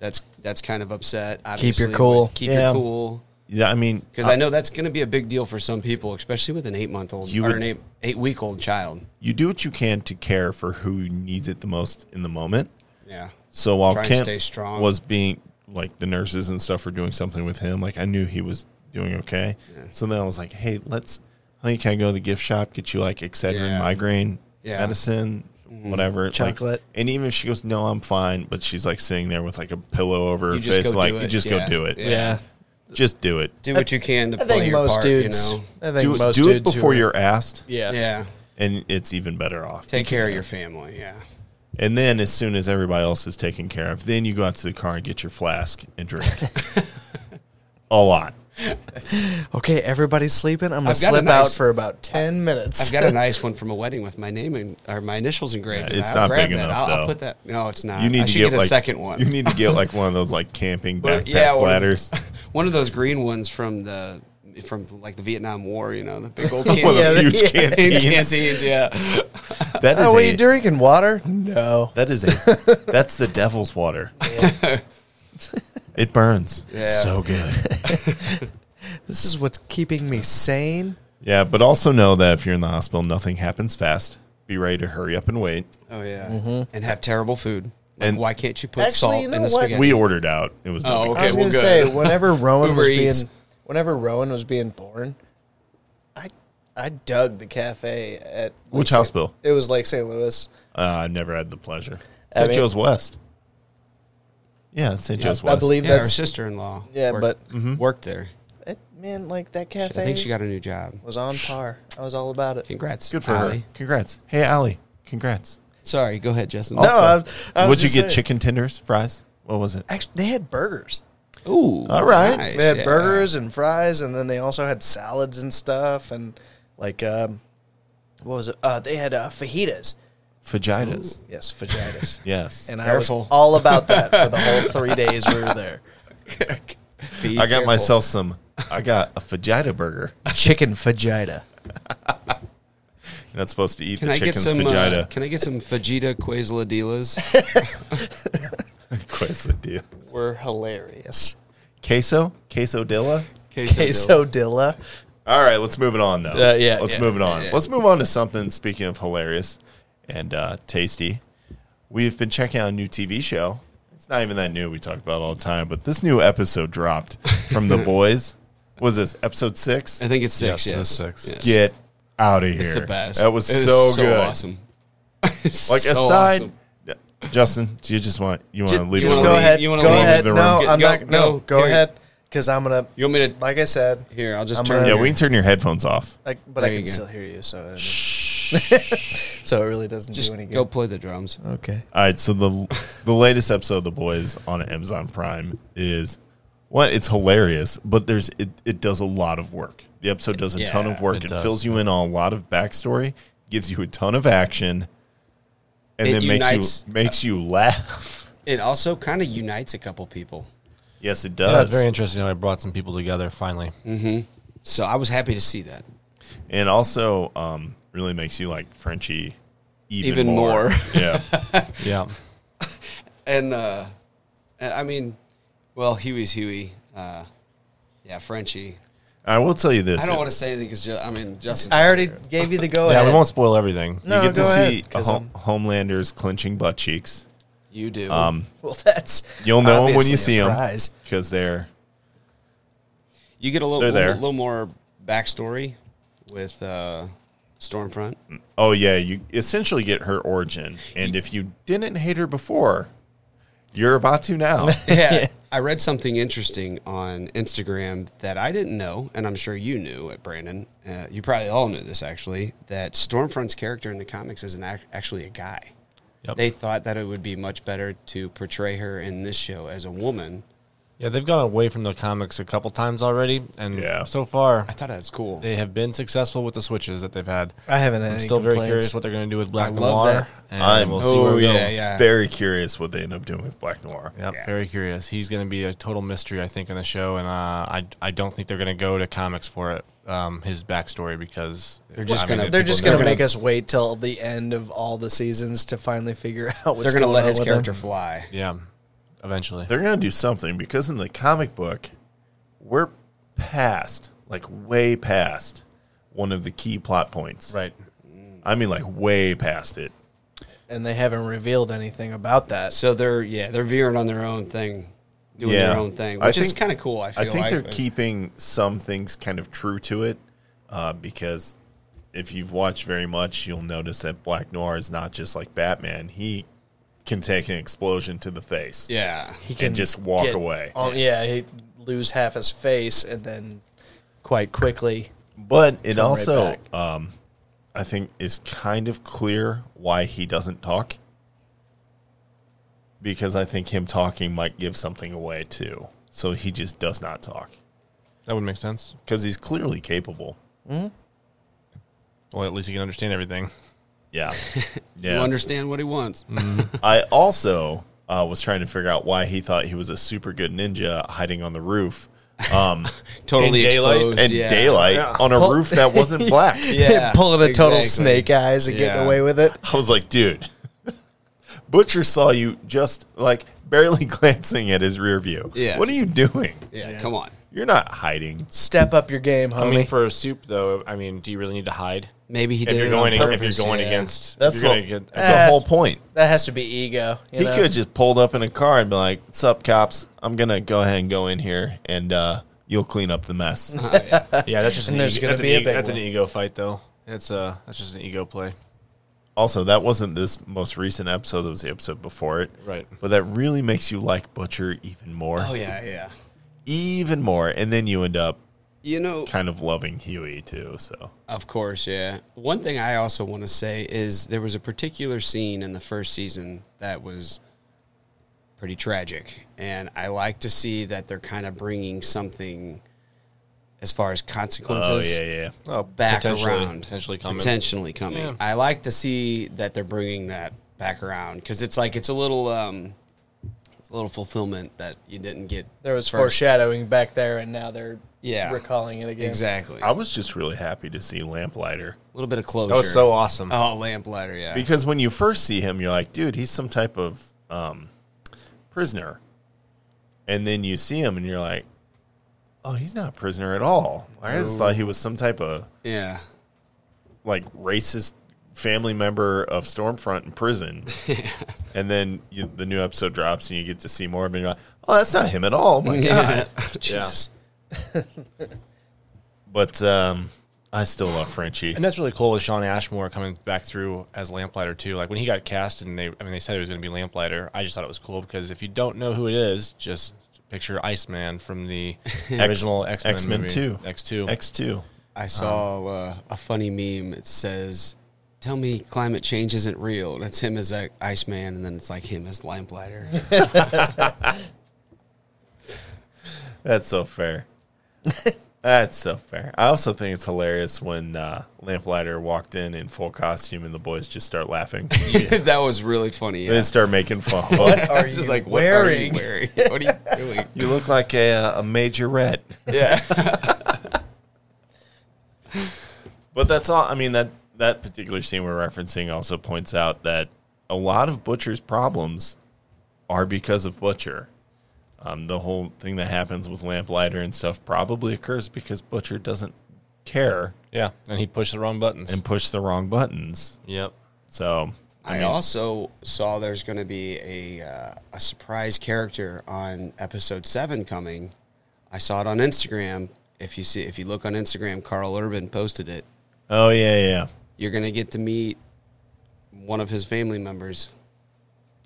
S7: that's that's kind of upset. Obviously, but
S5: cool. Uh,
S7: Keep
S1: Yeah.
S7: your cool.
S1: Yeah, I mean, uh,
S7: Because I know that's going to be a big deal for some people, especially with an eight month old
S1: You
S7: or
S1: would-
S7: an eight eight week old child.
S1: you do what you can to care for who needs it the most in the moment.
S7: Yeah.
S1: So while
S7: Try and
S1: Kemp
S7: stay strong.
S1: was being like the nurses and stuff were doing something with him, like I knew he was doing okay. So then I was like, hey, let's, honey, can I go to the gift shop get you like Excedrin
S7: Yeah.
S1: migraine
S7: Yeah. Mm-hmm.
S1: medicine, whatever, like-
S5: Chocolate.
S1: and even if she goes, no, I'm fine, but she's like sitting there with like a pillow over her
S7: You just
S1: face,
S7: go
S1: like
S7: do
S1: you
S7: it.
S1: just
S7: Yeah.
S1: go do it,
S7: Yeah. Yeah.
S1: just do it.
S7: Do what you can to
S5: I
S7: play
S5: think
S7: your
S5: most
S7: part.
S5: dudes.
S7: You know.
S5: I think
S1: do
S5: most
S1: do it
S5: dudes who
S1: before
S5: are-
S1: you're asked,
S5: Yeah.
S7: Yeah.
S1: and it's even better off.
S7: Take care of your family. Yeah.
S1: And then as soon as everybody else is taken care of, then you go out to the car and get your flask and drink a lot.
S5: Okay, everybody's sleeping. I'm gonna
S7: I've got a
S5: slip out
S7: nice-
S5: for about ten minutes.
S7: I've got a nice one from a wedding with my name and or my initials engraved.
S1: Yeah,
S7: in it.
S1: it's
S7: I'll
S1: not
S7: grab
S1: big
S7: that.
S1: enough,
S7: I'll, I'll
S1: though.
S7: put that. No, it's not.
S1: You need
S7: I
S1: to
S7: should
S1: get,
S7: a
S1: like,
S7: second one.
S1: You need to get like one of those like camping
S7: Well,
S1: backpack
S7: yeah, one of
S1: platters.
S7: the- One of those green ones from the from like the Vietnam War. You know, the big old can-
S1: One of those
S7: yeah,
S1: huge
S7: yeah,
S1: canteens.
S7: canteens, yeah.
S1: That is
S5: oh, what are
S1: a,
S5: you drinking? Water? No.
S1: that is a that's the devil's water. it burns
S7: Yeah.
S1: so good.
S5: This is what's keeping me sane.
S1: Yeah, but also know that if you're in the hospital, nothing happens fast. Be ready to hurry up and wait.
S7: Oh yeah, and have terrible food. Like,
S1: And-
S7: why can't you put
S5: Mm-hmm. Actually,
S7: salt
S5: you
S7: in
S5: know
S7: the
S5: what?
S7: spaghetti?
S1: We ordered out. It was no
S7: Oh,
S1: big
S7: okay.
S5: I was
S7: well,
S5: gonna
S7: good.
S5: say whenever Rowan
S7: Uber
S5: was
S7: Eats.
S5: being whenever Rowan was being born, I I dug the cafe at
S1: Which
S5: Lake
S1: house
S5: Sa-
S1: bill?
S5: It was Lake St. Louis.
S1: deal. Uh, I never had the pleasure.
S5: I
S1: St.
S5: mean-
S1: Joe's West. Yeah, St. Joe's West.
S5: I believe
S7: yeah, our
S5: that's
S7: sister-in-law.
S5: Yeah,
S7: worked,
S5: but-
S1: Mm-hmm.
S7: worked there.
S5: it, man like that
S7: I
S5: cafe.
S7: think she got a new job.
S5: was on par. I was all about it.
S7: Congrats.
S1: Good for
S7: Allie.
S1: her. Congrats. Hey, Allie. Congrats.
S7: Sorry, go ahead, Justin.
S5: No, I, was- I was
S1: Would you
S5: just
S1: get
S5: saying-
S1: chicken tenders, fries? What was it?
S5: Actually, they had burgers.
S7: Ooh,
S1: All right.
S7: nice,
S5: They had
S7: yeah.
S5: burgers and fries, and then they also had salads and stuff, and like um, what was it? Uh, they had uh, fajitas.
S1: Fajitas.
S5: Yes, fajitas.
S1: Yes.
S5: And I
S7: Careful.
S5: was all about that for the whole three days we were there.
S7: Be
S1: I got
S7: careful.
S1: myself some. I got a fajita burger.
S5: Chicken fajita.
S1: You're not supposed to eat
S7: Can
S1: the
S7: I get
S1: chicken's
S7: some? Uh,
S1: fajita.
S7: can I get some fajita quesadillas?
S1: Quesadilla.
S5: Were hilarious.
S1: Queso? Quesodilla?
S5: Quesodilla.
S1: All right, let's move it on, though.
S5: Uh, yeah,
S1: Let's
S5: yeah.
S1: move it on. Let's move on to something, speaking of hilarious and uh, tasty. We've been checking out a new TV show. It's not even that new. We talk about it all the time, but this new episode dropped from The Boys. What is this? Episode six?
S7: I think it's six.
S6: Yes,
S7: Yes,
S6: it's six.
S7: Yes.
S1: Get out of here.
S7: It's the best.
S1: That was
S7: It is
S1: so, good.
S7: Awesome. It's
S1: Like
S7: so
S1: aside,
S7: awesome.
S1: Justin, do you just want you want to leave?
S5: Just
S1: the
S7: wanna
S5: go
S1: room?
S7: leave-
S5: ahead.
S7: you
S5: Go
S7: wanna leave
S5: ahead.
S1: the room?
S5: No,
S7: Get-
S5: I'm
S7: go-
S5: not. No,
S7: go-
S5: go
S7: here.
S5: ahead. Because I'm going to,
S7: You want me to?
S5: like I said,
S7: Here, I'll just
S5: I'm
S7: turn.
S5: gonna-
S1: Yeah,
S7: it.
S1: we can turn your headphones off.
S5: like, but
S7: There
S5: I
S7: you
S5: can
S7: go.
S5: still hear you. So, I mean. so it really doesn't do any
S7: Just
S5: good.
S7: go play the drums.
S5: okay.
S1: All right, so the the latest episode of The Boys on Amazon Prime is what it's hilarious, but there's it, it does a lot of work. The episode does a ton of
S7: Yeah,
S1: work.
S6: it
S1: It,
S6: does.
S1: fills you in on a lot of backstory, gives you a ton of action, and
S7: It
S1: then
S7: unites-
S1: makes you makes you laugh.
S7: It also kind of unites a couple people.
S1: yes, it
S6: Yeah,
S1: does.
S6: it's very interesting how I brought some people together finally.
S7: So I was happy to see that.
S1: and also um, really makes you like Frenchie even,
S7: Even
S1: more.
S7: more.
S1: yeah,
S6: Yeah.
S7: And uh and I mean, well, Huey's Huey. Uh yeah, Frenchie.
S1: I will tell you this.
S7: I don't
S1: it-
S7: want to say anything because I mean Justin.
S5: I already gave you the go
S6: Yeah,
S5: ahead.
S6: we won't spoil everything.
S5: No,
S1: you get to
S5: go ahead,
S1: see
S5: 'cause
S1: Hom- Homelander's clenching butt cheeks.
S7: you do.
S1: Um,
S5: Well, that's
S1: You'll know 'em when you
S5: obviously
S1: see
S5: a
S1: 'em.
S5: prize.
S1: because they're
S7: you get a little,
S1: they're
S7: little,
S1: there.
S7: little more backstory with uh Stormfront.
S1: oh yeah, you essentially get her origin, and if you didn't hate her before, you're about to now.
S7: yeah. I read something interesting on Instagram that I didn't know, and I'm sure you knew it, Brandon. Uh, you probably all knew this actually. That Stormfront's character in the comics is an ac- actually a guy.
S6: Yep.
S7: They thought that it would be much better to portray her in this show as a woman.
S6: Yeah, they've gone away from the comics a couple times already, and
S1: Yeah.
S6: so far
S7: I thought that's cool.
S6: they have been successful with the switches that they've had.
S5: I haven't.
S6: I'm
S5: had any
S6: still very
S5: complaints.
S6: curious what they're going to do with Black
S7: I love
S6: Noir,
S7: that. Oh,
S6: and
S1: I'm-
S6: we'll see where we go.
S7: yeah.
S1: Very curious what they end up doing with Black Noir.
S6: Yep, very curious. He's going to be a total mystery, I think, in the show, and uh, I I don't think they're going to go to comics for it. Um, his backstory because
S7: They're just gonna-
S5: They're
S6: people
S5: just
S6: know.
S5: going to
S7: gonna-
S5: make us wait till the end of all the seasons to finally figure out what's
S7: They're going to let
S5: on
S7: his
S5: with
S7: character
S5: him.
S7: fly.
S6: yeah, eventually.
S1: They're gonna do something because in the comic book, we're past, like way past, one of the key plot points.
S6: right.
S1: I mean, like way past it.
S5: and they haven't revealed anything about that.
S7: So they're yeah, they're veering on their own thing, doing
S1: Yeah.
S7: their own thing,
S1: I
S7: which is
S1: think-
S7: kind of cool. I feel
S1: I think
S7: like.
S1: they're keeping some things kind of true to it, uh, because if you've watched very much, you'll notice that Black Noir is not just like Batman. He can take an explosion to the face
S7: Yeah.
S5: He
S1: and just walk
S5: get
S1: away.
S5: on- yeah, he lose half his face and then quite quickly.
S1: But it
S5: right
S1: also,
S5: back.
S1: um, I think, is kind of clear why he doesn't talk, because I think him talking might give something away too. So he just does not talk
S6: That would make sense.
S1: because he's clearly capable.
S6: Well, at least you can understand everything.
S1: Yeah, yeah.
S7: You understand what he wants.
S6: Mm.
S1: I also uh, was trying to figure out why he thought he was a super good ninja hiding on the roof. Um,
S7: Totally
S6: In daylight-
S7: exposed.
S1: and
S7: yeah.
S1: daylight on a
S5: Well-
S1: roof that wasn't black.
S7: Yeah,
S5: pulling a total
S7: exactly.
S5: snake eyes and
S7: Yeah.
S5: getting away with it.
S1: I was like, dude, Butcher saw you just like barely glancing at his rear view.
S7: Yeah.
S1: What are you doing?
S7: Yeah, come on.
S1: You're not hiding.
S5: Step up your game, homie.
S6: I mean, for a soup though, I mean, do you really need to hide
S7: Maybe he
S6: if
S7: did
S6: you're
S7: it on
S6: going ag- if
S7: purpose,
S6: you're going
S7: yeah.
S6: against? if
S1: That's,
S6: you're
S1: the,
S6: gonna get-
S1: that's the
S5: Eh.
S1: whole point.
S5: that has to be ego. you
S1: He
S5: know?
S1: could have just pulled up in a car and been like, "What's up, cops? I'm gonna go ahead and go in here and uh, you'll clean up the mess."
S6: yeah, that's just
S5: And
S6: an
S5: there's
S6: ego,
S5: gonna
S6: that's
S5: be a
S6: an ego,
S5: big
S6: that's an
S5: one.
S6: ego fight though. It's uh that's just an ego play.
S1: also, that wasn't this most recent episode. That was the episode before it.
S6: Right.
S1: But that really makes you like Butcher even more.
S7: Oh yeah, yeah.
S1: Even more. And then you end up
S7: You know,
S1: kind of loving Huey too. So
S7: of course, yeah. One thing I also want to say is there was a particular scene in the first season that was pretty tragic, and I like to see that they're kind of bringing something as far as
S1: Oh
S7: consequences.
S1: yeah, yeah.
S6: Oh,
S7: back around,
S6: potentially coming.
S7: Potentially coming.
S6: Yeah.
S7: I like to see that they're bringing that back around because it's like it's a little, um, it's a little fulfillment that you didn't get.
S5: there was
S7: first.
S5: foreshadowing back there, and now they're
S7: Yeah.
S5: recalling it again.
S7: Exactly.
S1: I
S7: A
S1: was just really happy to see Lamplighter
S7: little bit of closure.
S6: That was so awesome.
S7: Oh, lamplighter. Yeah.
S1: because when you first see him, you're like, dude, he's some type of um, prisoner, and then you see him and you're like, oh, he's not a prisoner at all. I just thought he was some type of
S7: yeah.
S1: like racist family member of Stormfront in prison, and then you, the new episode drops and you get to see more of him. And you're like, oh, that's not him at all. My God.
S5: Jesus.
S1: But um, I still love Frenchie.
S6: And that's really cool with Sean Ashmore coming back through as Lamplighter too. Like when he got cast and they, I mean, they said he was going to be Lamplighter. I just thought it was cool because if you don't know who it is, just picture Iceman from the original X Men
S1: X-Men
S6: movie.
S1: 2.
S6: X Two.
S1: X two.
S7: I saw uh, a funny meme. It says, Tell me climate change isn't real. That's him as a Iceman, and then it's like him as Lamplighter.
S1: That's so fair. That's so fair. I also think it's hilarious when uh, Lamplighter walked in in full costume and the boys just start laughing.
S7: that was really funny.
S1: They
S7: Yeah.
S1: start making fun. What?
S7: Are you like what are you wearing? What are you doing?
S1: You look like a, uh, a majorette.
S7: yeah.
S1: But that's all. I mean that that particular scene we're referencing also points out that a lot of Butcher's problems are because of Butcher. Um, the whole thing that happens with Lamplighter and stuff probably occurs because Butcher doesn't care
S6: Yeah, and he'd push the wrong buttons.
S1: and push the wrong buttons.
S6: yep.
S1: So
S7: I also saw there's going to be a uh, a surprise character on episode seven coming. I saw it on Instagram. If you see, if you look on Instagram, Carl Urban posted it.
S1: oh yeah yeah.
S7: You're going to get to meet one of his family members.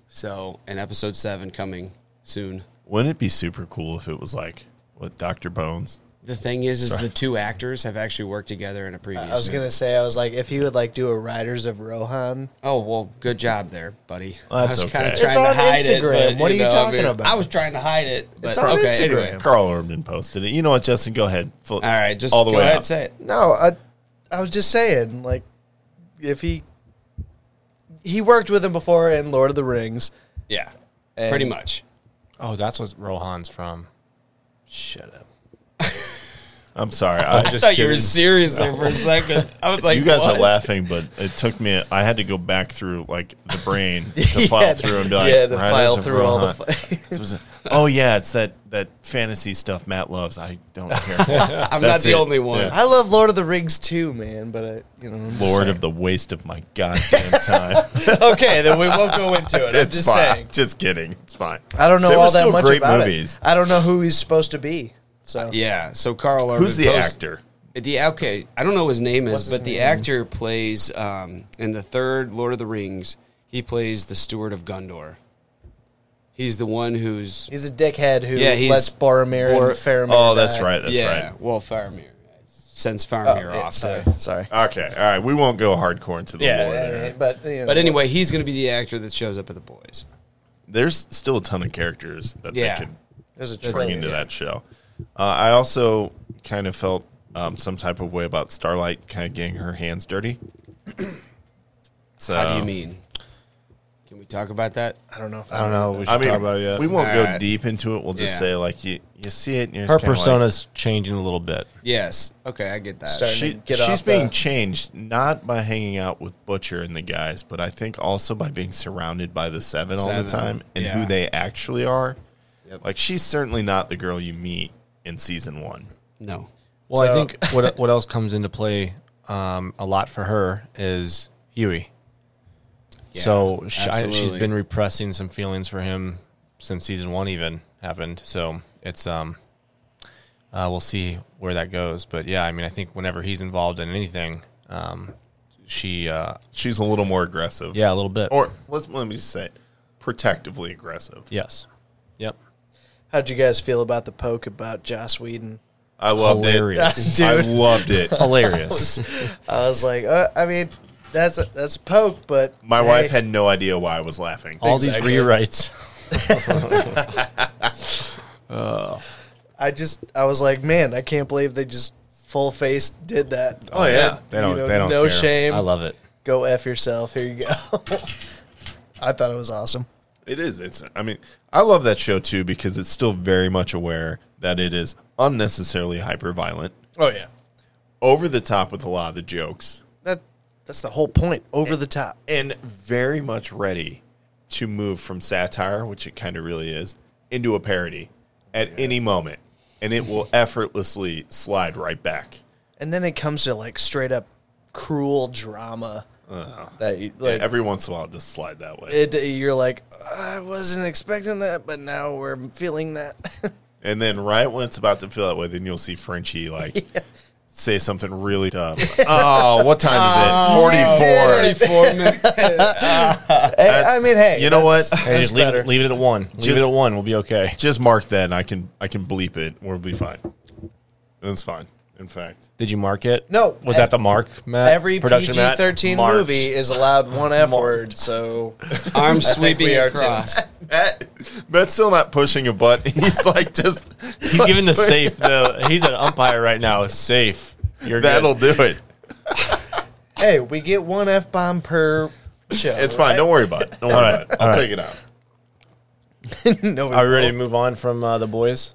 S7: So, in episode seven coming soon.
S1: Wouldn't it be super cool if it was like what Doctor Bones?
S7: The thing is, is the two actors have actually worked together in a previous.
S5: I was
S7: movie.
S5: gonna say, I was like, if he would like do a Riders of Rohan,
S7: Oh well, good job there, buddy.
S1: Well, that's
S7: I was kind
S1: okay.
S7: of trying
S5: It's
S7: to
S5: on
S7: hide
S5: Instagram.
S7: it. But,
S5: What are you
S7: know,
S5: talking
S7: I mean,
S5: about?
S7: I was trying to hide it. But,
S5: on
S7: okay,
S5: Instagram.
S7: Anyway.
S1: Carl Urban posted it. You know what, Justin? Go ahead. All
S7: All right, just
S1: all the
S7: go
S1: way
S7: ahead
S1: up.
S7: and say it.
S5: No, I, I was just saying, like, if he he worked with him before in Lord of the Rings.
S7: Yeah,
S5: And-
S7: pretty much.
S6: Oh, that's what Rohan's from.
S5: Shut up.
S1: I'm sorry. I
S7: I
S1: just
S7: thought you were serious there for a second. I was like,
S1: you guys
S7: what?
S1: are laughing, but it took me. I had to go back through like the brain to file
S5: Yeah,
S1: through and be like,
S5: yeah, to
S1: "Riders
S5: file
S1: of
S5: through all the
S1: Rohan."
S5: fi-
S1: This was a- oh yeah, it's that that fantasy stuff Matt loves. I don't care. For That's
S7: I'm not
S1: it.
S7: the only one.
S1: Yeah.
S5: I love Lord of the Rings too, man. But I, you know, I'm just
S1: Lord
S5: saying.
S1: of the waste of my goddamn time.
S5: okay, then we won't go into it. I'm
S1: it's
S5: just
S1: fine.
S5: saying.
S1: Just kidding. It's fine.
S5: I don't know
S1: There were
S5: all that
S1: still
S5: much
S1: great
S5: about
S1: movies.
S5: it. I don't know who he's supposed to be. So
S7: Yeah. So Carl Urban.
S1: Who's the
S7: post-
S1: actor?
S7: The okay, I don't know what his name is,
S5: What's his
S7: but the
S5: name?
S7: actor plays um, in the third Lord of the Rings. He plays the steward of Gondor. He's the one who's
S5: he's a dickhead who
S7: Yeah, he's-
S5: lets Boromir
S7: Bor-
S5: and Faramir.
S1: Oh, that's
S5: die.
S1: right. That's
S7: yeah.
S1: right.
S7: Well, Faramir sends
S5: Oh,
S7: Faramir
S5: yeah,
S7: off.
S5: sorry,
S7: to-
S5: sorry.
S1: Okay. All right. We won't go hardcore into the
S5: Yeah,
S1: lore
S5: yeah,
S1: there.
S5: yeah, but you know,
S7: But anyway, he's going to be the actor that shows up at the boys.
S1: There's still a ton of characters that
S7: Yeah.
S1: they could
S5: there's a
S1: bring
S5: trillion.
S1: into that show. Uh, I also kind of felt um, some type of way about Starlight kind of getting her hands dirty. So
S7: How do you mean? Can we talk about that?
S5: I don't know if
S6: I don't know. We should
S1: I mean,
S6: talk about it yet.
S1: we won't go
S7: Alright.
S1: deep into it. We'll just
S7: Yeah.
S1: say like you, you see it. And you're
S6: Her
S1: just kinda like,
S6: persona's changing a little bit.
S7: Yes. Okay, I get that.
S5: Start-
S1: she,
S5: Starting to get
S1: she's
S5: off
S1: being
S5: the-
S1: changed not by hanging out with Butcher and the guys, but I think also by being surrounded by the Seven, all the
S7: Seven,
S1: time and
S7: yeah.
S1: who they actually are.
S7: Yep.
S1: Like she's certainly not the girl you meet in season one.
S7: No.
S6: Well, I
S5: So-
S6: think what what else comes into play um, a lot for her is Huey. so
S7: Yeah,
S6: she, I, she's
S7: absolutely.
S6: been repressing some feelings for him since season one even happened. So it's um, uh, we'll see where that goes. But yeah, I mean, I think whenever he's involved in anything, um, she uh,
S1: She's a little more aggressive.
S6: yeah, a little bit.
S1: or let's let me just say, it, protectively aggressive.
S6: yes, yep.
S5: How'd you guys feel about the poke about Joss Whedon?
S1: I loved
S6: Hilarious.
S1: it. I
S5: Dude.
S1: loved it.
S6: Hilarious.
S5: I was like, uh, I mean, that's a, that's a poke, but
S1: My
S5: hey,
S1: wife had no idea why I was laughing.
S6: All these rewrites.
S5: I just, I was like, man, I can't believe they just full face did that.
S1: Oh yeah,
S6: They don't.
S5: You know,
S6: they don't.
S5: no
S6: care.
S5: shame.
S6: I love it.
S5: Go f yourself. Here you go. I thought it was awesome.
S1: it is. It's. I mean, I love that show too because it's still very much aware that it is unnecessarily hyper violent,
S5: Oh yeah,
S1: over the top with a lot of the jokes,
S5: that that's the whole point. Over the top.
S1: and very much ready to move from satire, which it kind of really is, into a parody at any moment, and it will effortlessly slide right back.
S5: And then it comes to like straight up cruel drama that you like.
S1: Every once in a while, just slide that way.
S5: it, you're like, I wasn't expecting that, but now we're feeling that.
S1: And then right when it's about to fill that way, then you'll see Frenchie like say something really dumb. oh, what time
S5: Oh,
S1: is it? 44.
S7: Forty-four minutes.
S5: Hey, I mean, hey,
S1: You know what?
S5: that's-
S6: Hey,
S5: that's
S6: just leave,
S5: better.
S6: it, leave it at one. Leave
S1: Just-
S6: it at one. We'll be okay.
S1: Just mark that and I can I can bleep it. We'll be fine. That's fine. in fact.
S6: Did you mark it?
S5: No.
S6: Was
S5: Ev-
S6: that the mark, Matt?
S5: Every PG
S6: Production Matt?
S5: thirteen
S6: Marked.
S5: movie is allowed one F word, so
S7: Arm
S5: I think
S7: sweeping
S5: we are
S7: across.
S5: too.
S1: Matt, Matt's still not pushing a button. He's like just.
S6: He's giving the safe. The he's an umpire right now. Safe. You're
S1: That'll
S6: good.
S1: do it.
S5: Hey, we get one F bomb per show.
S1: It's fine. Don't worry about it. Don't worry
S6: All right,
S1: about it. I'll
S6: all right.
S1: take it out.
S5: no, we
S6: Are we ready to
S5: won't.
S6: move on from uh, the boys?